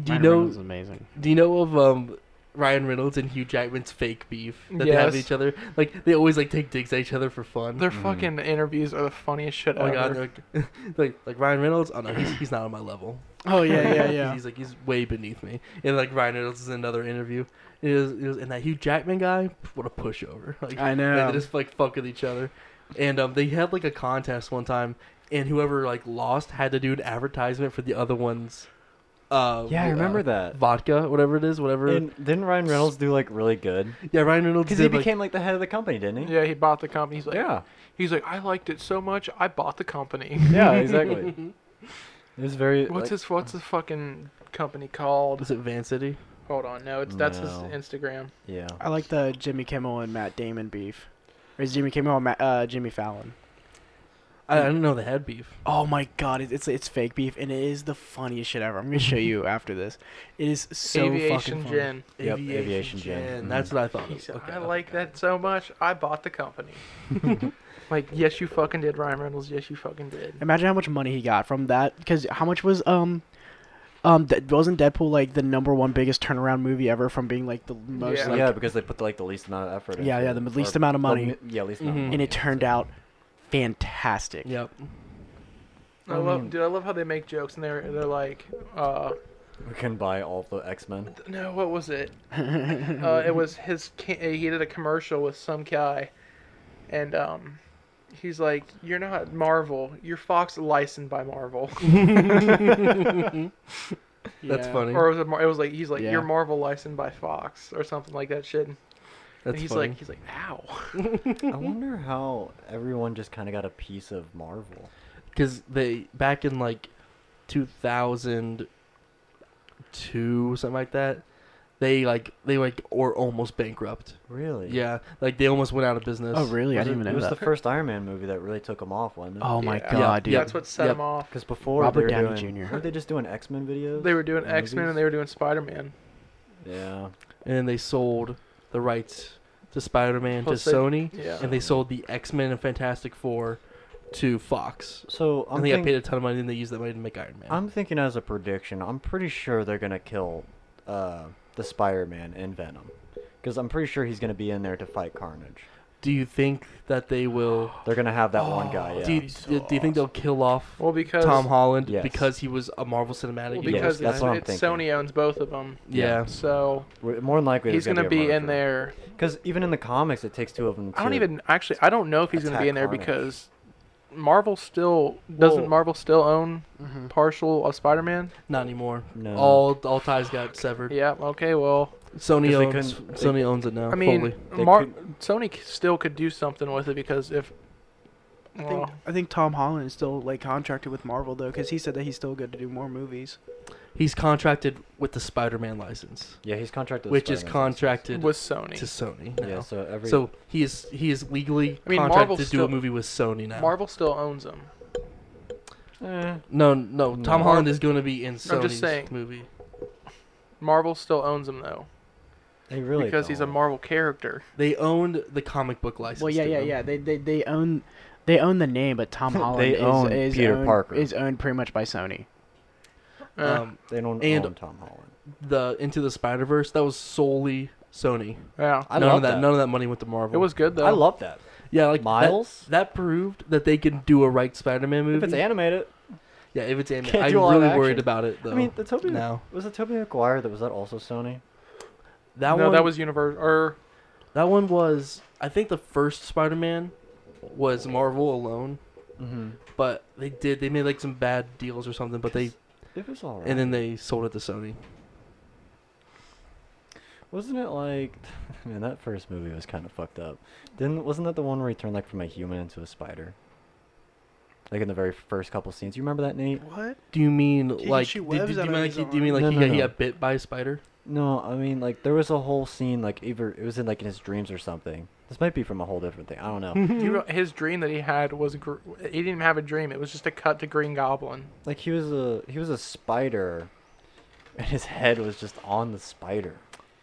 S1: Do you
S3: Ryan
S1: know
S3: Reynolds is amazing.
S1: Do you know of um Ryan Reynolds and Hugh Jackman's fake beef that they have with
S4: Yes.
S1: each other? Like they always like take digs at each other for fun.
S4: Their
S2: Mhm.
S4: fucking interviews are the funniest shit
S1: Mm. oh my god,
S4: ever.
S1: like, like like Ryan Reynolds. Oh no, he's, he's not on my level.
S3: Oh yeah, yeah,
S1: he's like he's way beneath me. And like Ryan Reynolds is in another interview. It was, it was, and that Hugh Jackman guy, what a pushover. Like
S3: I
S1: like,
S3: know.
S1: they just like fuck with each other. And um, they had like a contest one time, and whoever like lost had to do an advertisement for the other one's. Uh,
S2: Yeah, I
S1: uh,
S2: remember that.
S1: Vodka, whatever it is, whatever.
S2: And didn't Ryan Reynolds do like really good?
S1: yeah, Ryan Reynolds
S2: Because
S1: did
S2: he
S1: like,
S2: became like the head of the company, didn't he?
S4: Yeah, he bought the company. He's like,
S2: Yeah.
S4: he's like, I liked it so much, I bought the company.
S2: Yeah, exactly. it was very.
S4: What's
S2: like,
S4: his What's his fucking company called?
S1: Was it Van City?
S4: Hold on, no, it's that's
S2: No.
S4: his Instagram.
S2: Yeah.
S3: I like the Jimmy Kimmel and Matt Damon beef. Or is Jimmy Kimmel and Matt, uh, Jimmy Fallon?
S1: I, I didn't know they had beef.
S3: Oh my god, it, it's it's fake beef, and it is the funniest shit ever. I'm gonna show you after this. It is so fucking
S4: Aviation
S3: funny.
S4: gin.
S2: Yep, Aviation Gin. Mhm.
S1: That's what I thought.
S4: He
S1: It,
S4: said,
S1: okay,
S4: I
S1: okay.
S4: like that so much. I bought the company. like, yes, you fucking did, Ryan Reynolds. Yes, you fucking did.
S3: Imagine how much money he got from that. Because how much was um, um, De- wasn't Deadpool like the number one biggest turnaround movie ever from being like the most
S4: Yeah.
S3: like,
S2: yeah, because they put like the least amount of effort.
S3: Yeah,
S2: into
S3: yeah,
S2: it,
S3: the least
S2: or-
S3: amount of
S2: or
S3: money.
S2: mi- yeah, least amount.
S1: Mhm.
S2: Of money. Mm-hmm.
S3: and it turned out fantastic.
S1: Yep.
S4: I love, dude. I love how they make jokes and they're they're like, uh,
S2: We can buy all the X Men.
S4: no, what was it? uh, it was his. ca- He did a commercial with some guy, and um, he's like, "You're not Marvel. You're Fox, licensed by Marvel."
S1: That's
S3: Yeah.
S1: funny.
S4: or it was, a, Mar- it was like he's like,
S3: Yeah.
S4: "You're Marvel, licensed by Fox," or something like that. Shit.
S1: That's
S4: and he's
S1: funny.
S4: like, he's like, "Ow."
S2: I wonder how everyone just kind of got a piece of Marvel.
S1: because they back in like 2002 something like that they like they like or almost bankrupt
S2: Really?
S1: yeah like they almost went out of business
S3: Oh really? I didn't even
S2: It
S3: know
S2: was the
S3: that.
S2: first Iron Man movie that really took them off, wasn't it?
S3: Oh my
S4: Yeah.
S3: god, dude.
S1: Yeah.
S4: That's what set
S1: Yep.
S4: him off.
S2: Because before
S3: Robert
S2: they were
S3: Downey
S2: doing-
S3: Jr..
S2: Weren't they just doing X Men videos?
S4: They were doing
S2: and
S4: X Men and they
S2: movies?
S4: were doing Spider Man.
S2: Yeah.
S1: and then they sold the rights to spider-man
S4: Plus
S1: to
S4: they-
S1: sony
S4: Yeah.
S1: and they sold the x-men and fantastic four to fox
S2: So I'm,
S1: and they got
S2: think-
S1: paid a ton of money and they used that money to make iron man
S2: I'm thinking as a prediction. I'm pretty sure they're gonna kill uh, the Spider Man and Venom, because I'm pretty sure he's gonna be in there to fight Carnage.
S1: do you think that they will
S2: They're gonna have that one guy. Yeah.
S1: do, you, do you think they'll kill off
S4: Well, because
S1: tom holland
S2: Yes.
S1: because he was a marvel cinematic
S4: well,
S1: Universe
S2: Yes,
S4: because
S2: that's
S4: it's,
S2: what I'm
S4: it's
S2: thinking.
S4: Sony owns both of them.
S1: yeah
S4: So
S2: We're- More than likely,
S4: he's gonna be in there.
S2: Because even in the comics, it takes two of them. To,
S4: I don't even actually. I don't know if he's gonna
S2: Attack
S4: be in there
S2: Carnage.
S4: because Marvel still doesn't.
S2: Well-
S4: Marvel still own
S3: Mhm.
S4: partial of Spider Man.
S1: Not anymore.
S2: No.
S1: All all ties got severed.
S4: Yeah. Okay. Well,
S1: Sony
S2: 'Cause they
S1: owns
S2: couldn't-
S1: Sony owns it now.
S4: I mean,
S1: fully.
S2: They
S4: Mar-
S2: could-
S4: Sony c- still could do something with it because if.
S3: I think,
S4: well,
S3: I think Tom Holland is still like contracted with Marvel though, because he said that he's still good to do more movies.
S1: he's contracted with the Spider-Man license,
S2: Yeah, he's contracted. with
S1: which is
S2: Spider-Man.
S1: contracted
S4: with Sony.
S1: to Sony now.
S2: Yeah. So every.
S1: So he is he is legally
S4: I mean,
S1: contracted
S4: Marvel's
S1: to do a
S4: still-
S1: movie with Sony now.
S4: Marvel still owns them.
S2: Eh,
S1: no, no,
S2: No.
S1: Tom Holland is going to be in Sony's
S4: just saying.
S1: movie.
S4: Marvel still owns them though
S2: they really.
S4: because he's a
S3: Oh.
S2: don't.
S4: Marvel character.
S1: They owned the comic book license.
S3: Well, yeah,
S1: to
S3: yeah,
S1: him.
S3: yeah. They they, they own they own the name, but Tom
S2: They
S3: Holland is,
S2: own
S3: is
S2: Peter
S3: owned,
S2: Parker.
S3: is owned pretty much by Sony.
S4: Eh.
S3: Oh.
S1: Um,
S2: They don't
S1: And-
S2: own Tom Holland.
S1: the Into the Spider Verse that was solely Sony.
S4: yeah.
S2: I
S1: none
S2: love
S1: of that,
S2: that.
S1: None of that money went to Marvel.
S4: It was good though.
S2: I love that.
S1: yeah, like that-
S2: Miles?
S1: That, proved that they can do a right Spider-Man movie.
S2: If it's animated,
S1: Yeah, if it's anime.
S2: Can't
S1: I'm
S2: do live
S1: really worried
S2: action.
S1: about it though.
S2: I mean, the Toby
S1: now
S2: was it Toby McGuire that was that also Sony?
S1: that
S4: no,
S1: one
S4: that was Universal. Or
S1: that one was I think the first Spider-Man was Marvel alone,
S2: Mm-hmm.
S1: but they did they made like some bad deals or something, but they
S2: It was all right.
S1: and then they sold it to Sony.
S2: wasn't it like, man, that first movie was kind of fucked up. Didn't wasn't that the one where he turned like from a human into a spider? Like in the very first couple scenes. You remember that, Nate?
S3: What?
S1: Do you mean
S3: can
S1: like
S3: shoot
S1: do,
S3: webs
S1: do you
S3: out
S1: mean
S3: of
S1: like
S3: his
S1: he, do you mean like
S2: arm.
S1: he,
S2: No,
S1: got,
S2: no,
S1: he
S2: no.
S1: got bit by a spider?
S2: No, I mean like there was a whole scene like either it was in like in his dreams or something. This might be from a whole different thing. I don't know.
S4: you know, his dream that he had was gr- he didn't even have a dream. It was just a cut to Green Goblin.
S2: like he was a he was a spider, and his head was just on the spider.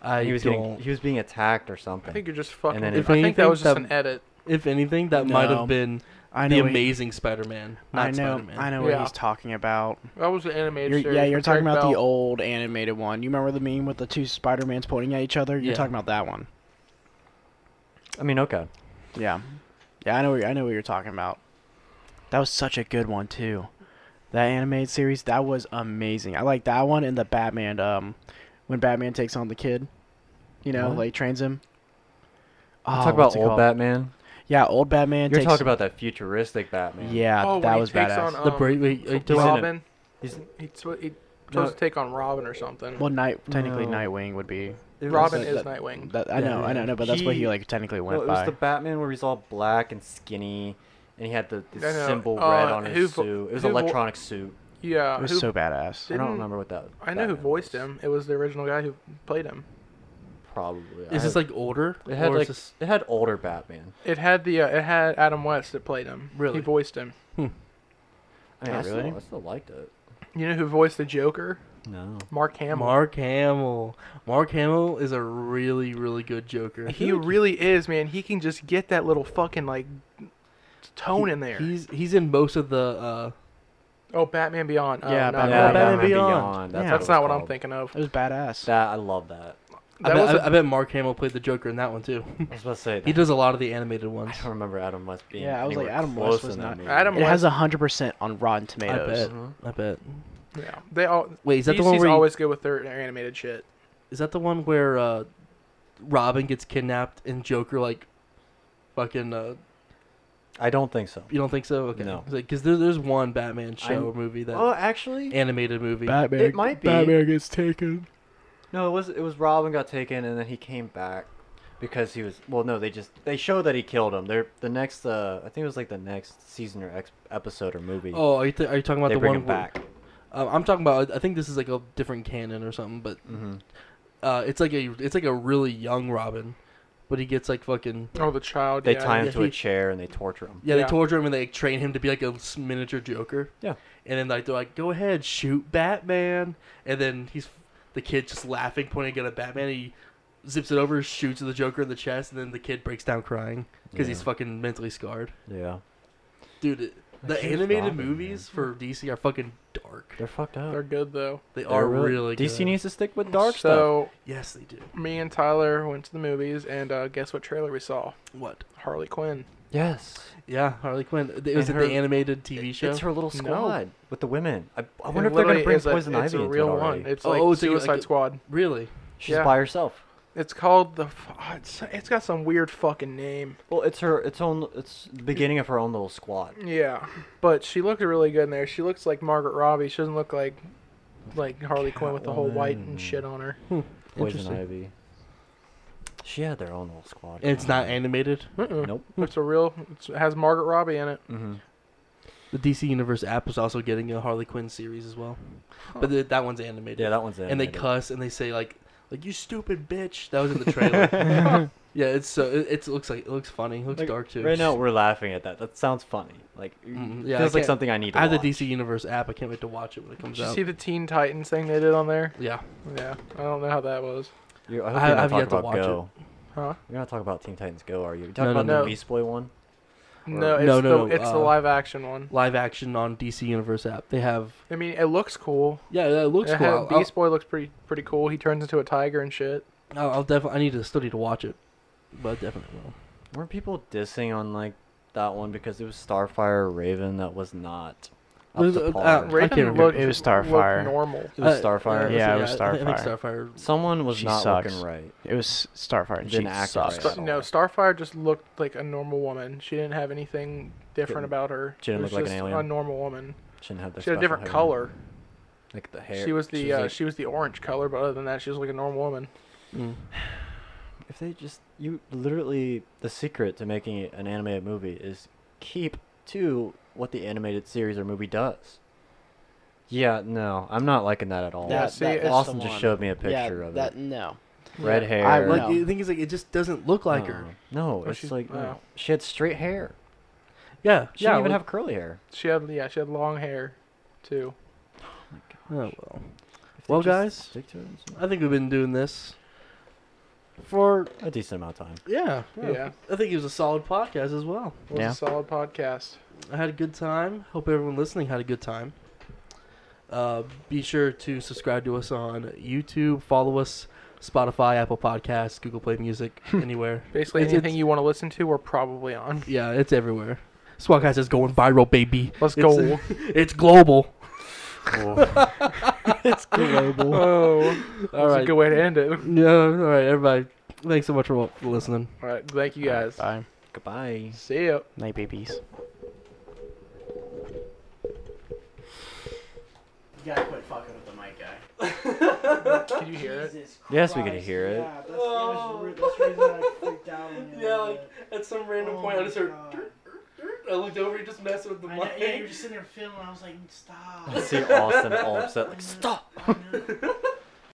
S1: I
S2: he was
S1: don't.
S2: getting he was being attacked or
S4: I
S2: something.
S4: think you're just fucking.
S2: And then
S4: I
S1: it-
S4: think that was
S1: If
S4: just
S1: anything,
S4: an edit.
S1: if anything, that might
S3: No.
S1: have been
S3: I know.
S1: the
S3: what he-
S1: Amazing Spider-Man, not
S3: I know.
S1: Spider-Man.
S3: I know what
S4: Yeah.
S3: he's talking about.
S4: That was an animated
S3: You're,
S4: series.
S3: yeah, you're
S4: with
S3: talking
S4: Drake
S3: about the
S4: Bell.
S3: old animated one. You remember the meme with the two Spider Mans pointing at each other? You're
S1: Yeah.
S3: talking about that one.
S2: I mean, okay.
S3: Yeah, yeah. I know. What, I know what you're talking about. That was such a good one too. That animated series that was amazing. I like that one and the Batman. Um, when Batman takes on the kid, you know,
S2: What?
S3: like trains him.
S2: You
S3: Oh,
S2: talk about
S3: what's it
S2: old
S3: called?
S2: Batman.
S3: Yeah, old Batman.
S2: You're
S3: takes,
S2: talking about that futuristic Batman.
S3: Yeah,
S4: Oh, when
S3: that
S4: he
S3: was
S4: takes
S3: badass.
S4: on,
S1: the
S4: um,
S1: break. Wait, wait,
S2: He's in it.
S4: Robin.
S2: He's,
S4: He's sw-
S2: No.
S4: he's supposed to take on Robin or something.
S3: well, night technically
S2: No.
S3: Nightwing would be.
S2: it was-
S4: Robin
S3: that-
S4: is
S3: that-
S4: Nightwing.
S3: That, I
S2: Yeah,
S3: know, I
S2: yeah.
S3: know, but that's what he
S2: He-
S3: like technically
S2: Well,
S3: went
S2: it was
S3: by.
S2: the Batman where he's all black and skinny, and he had the, the
S4: I know.
S2: symbol
S4: Uh,
S2: red on his
S4: who vo-
S2: suit. It was
S4: who
S2: an
S4: vo-
S2: electronic suit.
S4: yeah,
S3: it was
S4: who-
S3: so badass.
S2: I don't
S4: Didn't-
S2: remember what that.
S4: I know who
S2: Batman
S4: voiced
S2: was.
S4: him. It was the original guy who played him.
S2: Probably.
S1: Is
S2: I-
S1: this like older?
S2: It had
S1: or is
S2: like
S1: this-
S2: it had older Batman.
S4: It had the uh, it had Adam West that played him.
S1: Really?
S4: he voiced him.
S2: I mean,
S3: Oh,
S2: I,
S3: really?
S2: still, I still liked it.
S4: You know who voiced the Joker?
S2: No.
S4: Mark Hamill.
S1: Mark Hamill. Mark Hamill is a really really good Joker.
S4: he really is, man. He can just get that little fucking like tone
S1: He-
S4: in there.
S1: He's he's in most of the. Uh,
S4: Oh, Batman Beyond. Oh,
S3: Yeah,
S4: no,
S3: Batman
S4: no,
S1: Beyond.
S4: that-
S1: Batman Beyond.
S2: Beyond.
S3: Yeah.
S4: That's
S2: it's
S4: not what I'm
S2: called.
S4: thinking of.
S3: It was badass.
S2: That I love that.
S1: I,
S4: That
S1: bet,
S4: was
S1: I,
S4: a,
S1: I bet Mark Hamill played the Joker in that one too.
S2: I was about to say
S1: He
S2: that.
S1: does a lot of the animated ones.
S2: I don't remember Adam West being.
S3: Yeah, I was like,
S2: anywhere
S3: Adam West
S2: close
S3: was
S2: in that
S3: not-
S2: movie.
S4: Adam
S3: it has a hundred percent on Rotten
S1: I
S3: Tomatoes.
S1: bet.
S2: Mhm.
S1: I bet.
S4: yeah. They all.
S1: Wait, is that the
S4: DC's
S1: one where?
S4: always good with their their animated shit.
S1: Is that the one where uh, Robin gets kidnapped and Joker like, fucking? Uh,
S2: I don't think so.
S1: you don't think so? Okay.
S2: No.
S1: Because there, there's one Batman
S2: I'm-
S1: show or movie that
S2: Oh, actually,
S1: animated movie.
S3: Batman.
S2: It might be.
S3: Batman gets taken.
S2: no. It was it was Robin got taken and then he came back because he was well. No, they just they show that he killed him. They're the next. Uh, I think it was like the next season or ex- episode or movie.
S1: oh, are you, th- are you talking about
S2: they
S1: the
S2: bring
S1: one
S2: him
S1: where-
S2: back.
S1: Uh, I'm talking about. I think this is like a different canon or something, but
S2: hmm
S1: uh, it's like a it's like a really young Robin, but he gets like fucking
S4: Oh, the child.
S2: They
S4: yeah.
S2: tie him
S1: yeah,
S2: to a
S1: he-
S2: chair and they torture him.
S1: yeah,
S4: Yeah.
S1: They torture him and they like, train him to be like a s- miniature Joker.
S2: Yeah.
S1: And then like they're like, go ahead, shoot Batman, and then he's the kid just laughing, pointing a gun at Batman. He zips it over, shoots the Joker in the chest, and then the kid breaks down crying because he's
S2: Yeah.
S1: fucking mentally scarred.
S2: Yeah,
S1: Dude, it, the
S2: Huge
S1: animated
S2: Robin, man.
S1: movies for DC are fucking dark.
S2: they're fucked up.
S4: They're good though.
S1: They
S2: They're
S1: are really
S2: DC
S1: good.
S2: needs to stick with dark stuff.
S4: so,
S1: Yes, they do.
S4: me and Tyler went to the movies, and uh, guess what trailer we saw?
S1: What?
S4: Harley Quinn.
S2: Yes.
S1: Yeah, Harley Quinn. It was
S2: And
S1: it
S2: her-
S1: the animated TV show.
S2: It's her little
S4: No.
S2: squad with the women. I, I
S4: It
S2: wonder if they're gonna
S4: literally
S2: bring
S4: is a-
S2: Poison Ivy
S4: It's a
S2: into it
S4: real
S2: already.
S4: one. It's
S1: Oh,
S4: like
S1: oh, so you- like
S4: Suicide
S1: a-
S4: Squad.
S1: really?
S2: She's
S4: yeah.
S2: by herself.
S4: It's called the. f- ah, It's, it's got some weird fucking name.
S2: Well, it's her. It's own. It's the beginning of her own little squad.
S4: Yeah, but she looked really good in there. She looks like Margaret Robbie. She doesn't look like like Harley Quinn with the whole white and
S2: Catwoman.
S4: shit on her.
S2: Poison
S1: Interesting.
S2: Ivy. She had their own little squad.
S1: And it's not animated.
S4: Mm-mm.
S2: Nope.
S4: It's a real. It's, it has Margaret Robbie in it.
S2: Mm-hmm.
S1: The DC Universe app is also getting a Harley Quinn series as well, but th- that one's animated.
S2: Yeah, that one's animated.
S1: and they cuss and they say like, like you stupid bitch. That was in the trailer. yeah, it's so it, it's- it looks like it looks funny. It looks
S2: Like,
S1: dark too.
S2: Right now, we're laughing at that. That sounds funny. Like,
S1: Mm, yeah,
S2: yeah,
S1: I
S2: feels like
S1: can't-
S2: something I need to
S1: I have the
S2: watch.
S1: DC Universe app. I can't wait to watch it when it comes
S4: Did you
S1: out.
S4: see the Teen Titans thing they did on there?
S1: yeah,
S4: Yeah, I don't know how that was.
S2: You- I hope
S1: I-
S2: you're not
S1: I've
S2: talking
S1: yet to
S2: about
S1: watch
S2: Go.
S4: Huh?
S2: You're not talking about Teen Titans Go, are you? You're talking
S1: No, no,
S2: about
S4: no.
S2: the Beast Boy one.
S4: No, it's
S1: No,
S4: the
S1: no,
S4: it's the
S1: uh,
S4: live action one.
S1: live action on DC Universe app. They have
S4: I mean, it looks cool.
S1: yeah, yeah, it looks
S4: It
S1: cool.
S4: had-
S1: I'll,
S4: Beast Boy looks pretty pretty cool. He turns into a tiger and shit.
S1: I'll, I'll definitely I need to study to watch it, but definitely will.
S2: Weren't people dissing on like that one because it was Starfire Raven that was not up
S1: There's
S2: to
S1: a-
S2: par?
S1: uh, I can't
S4: Raven
S1: remember.
S4: looked,
S3: It was
S4: looked
S3: Starfire.
S4: normal.
S2: it was
S1: Uh,
S2: Starfire.
S3: Yeah, it was
S1: I thi- I
S3: Starfire.
S1: think Starfire
S2: Someone was
S3: She
S2: not
S3: sucks.
S2: looking right.
S3: It was Starfire. And she
S2: Didn't act
S3: sucks.
S2: right.
S4: Star- no, Starfire just looked like a normal woman. She didn't have anything different
S2: Didn't-
S4: about her.
S2: she didn't
S4: It was
S2: look like an
S4: just
S2: alien?
S4: A normal woman.
S2: She didn't have the
S4: she had
S2: special
S4: a different
S2: hair.
S4: color.
S2: Like the hair.
S4: She was the uh,
S2: like,
S4: she was the orange color, but other than that, she was like a normal woman.
S1: Mm.
S2: if they just you literally the secret to making it an animated movie is keep to what the animated series or movie does. Yeah, no, I'm not liking that at all.
S4: Yeah, see, it's
S2: Austin just showed me a picture
S3: yeah,
S2: of
S3: that,
S2: it.
S3: No.
S2: Red hair. Uh,
S3: I would
S1: Like the thing is, like it just doesn't look like her.
S2: No,
S4: Oh,
S2: it's
S4: she's-
S2: like
S4: wow.
S2: she had straight hair.
S1: Yeah,
S2: She
S1: yeah.
S2: didn't even
S1: like-
S2: have curly hair.
S4: She had yeah, she had long hair, too.
S1: Oh, well.
S2: If they
S1: Well,
S2: just
S1: guys,
S2: stick to it. it's
S1: I think we've been doing this for
S2: A decent amount of time.
S1: yeah,
S4: Yeah,
S1: I think it was a solid podcast as well.
S4: it was
S3: Yeah.
S4: a solid podcast.
S1: I had a good time. Hope everyone listening had a good time. Uh, be sure to subscribe to us on YouTube. Follow us Spotify, Apple Podcasts, Google Play Music, anywhere.
S4: Basically,
S1: It's-
S4: anything
S1: it's-
S4: you want to listen to, we're probably on.
S1: Yeah, it's everywhere. Swagcast is going viral, baby.
S4: Let's
S1: It's-
S4: go.
S1: It's global.
S3: It's global.
S4: oh,
S1: All
S4: that's a
S1: right.
S4: good way to end it.
S1: Yeah. All right, everybody. Thanks so much for for listening.
S4: All right, thank you guys.
S3: Bye.
S2: Goodbye.
S4: See ya.
S3: Night babies. You gotta quit fucking with the mic guy.
S4: Can you hear it?
S2: Yes, we could hear it.
S3: that's, that's the reason I freaked out when
S1: Yeah, like at some random
S3: Oh
S1: point, I
S3: my
S1: just heard.
S3: God.
S1: "Dirt, dirt, dirt." I looked over, he just messed with the
S3: I know- yeah, you were
S1: mic.
S3: just sitting there filming. I was like, stop.
S2: I see Austin all upset. Like,
S3: I know-
S2: stop.
S3: I know.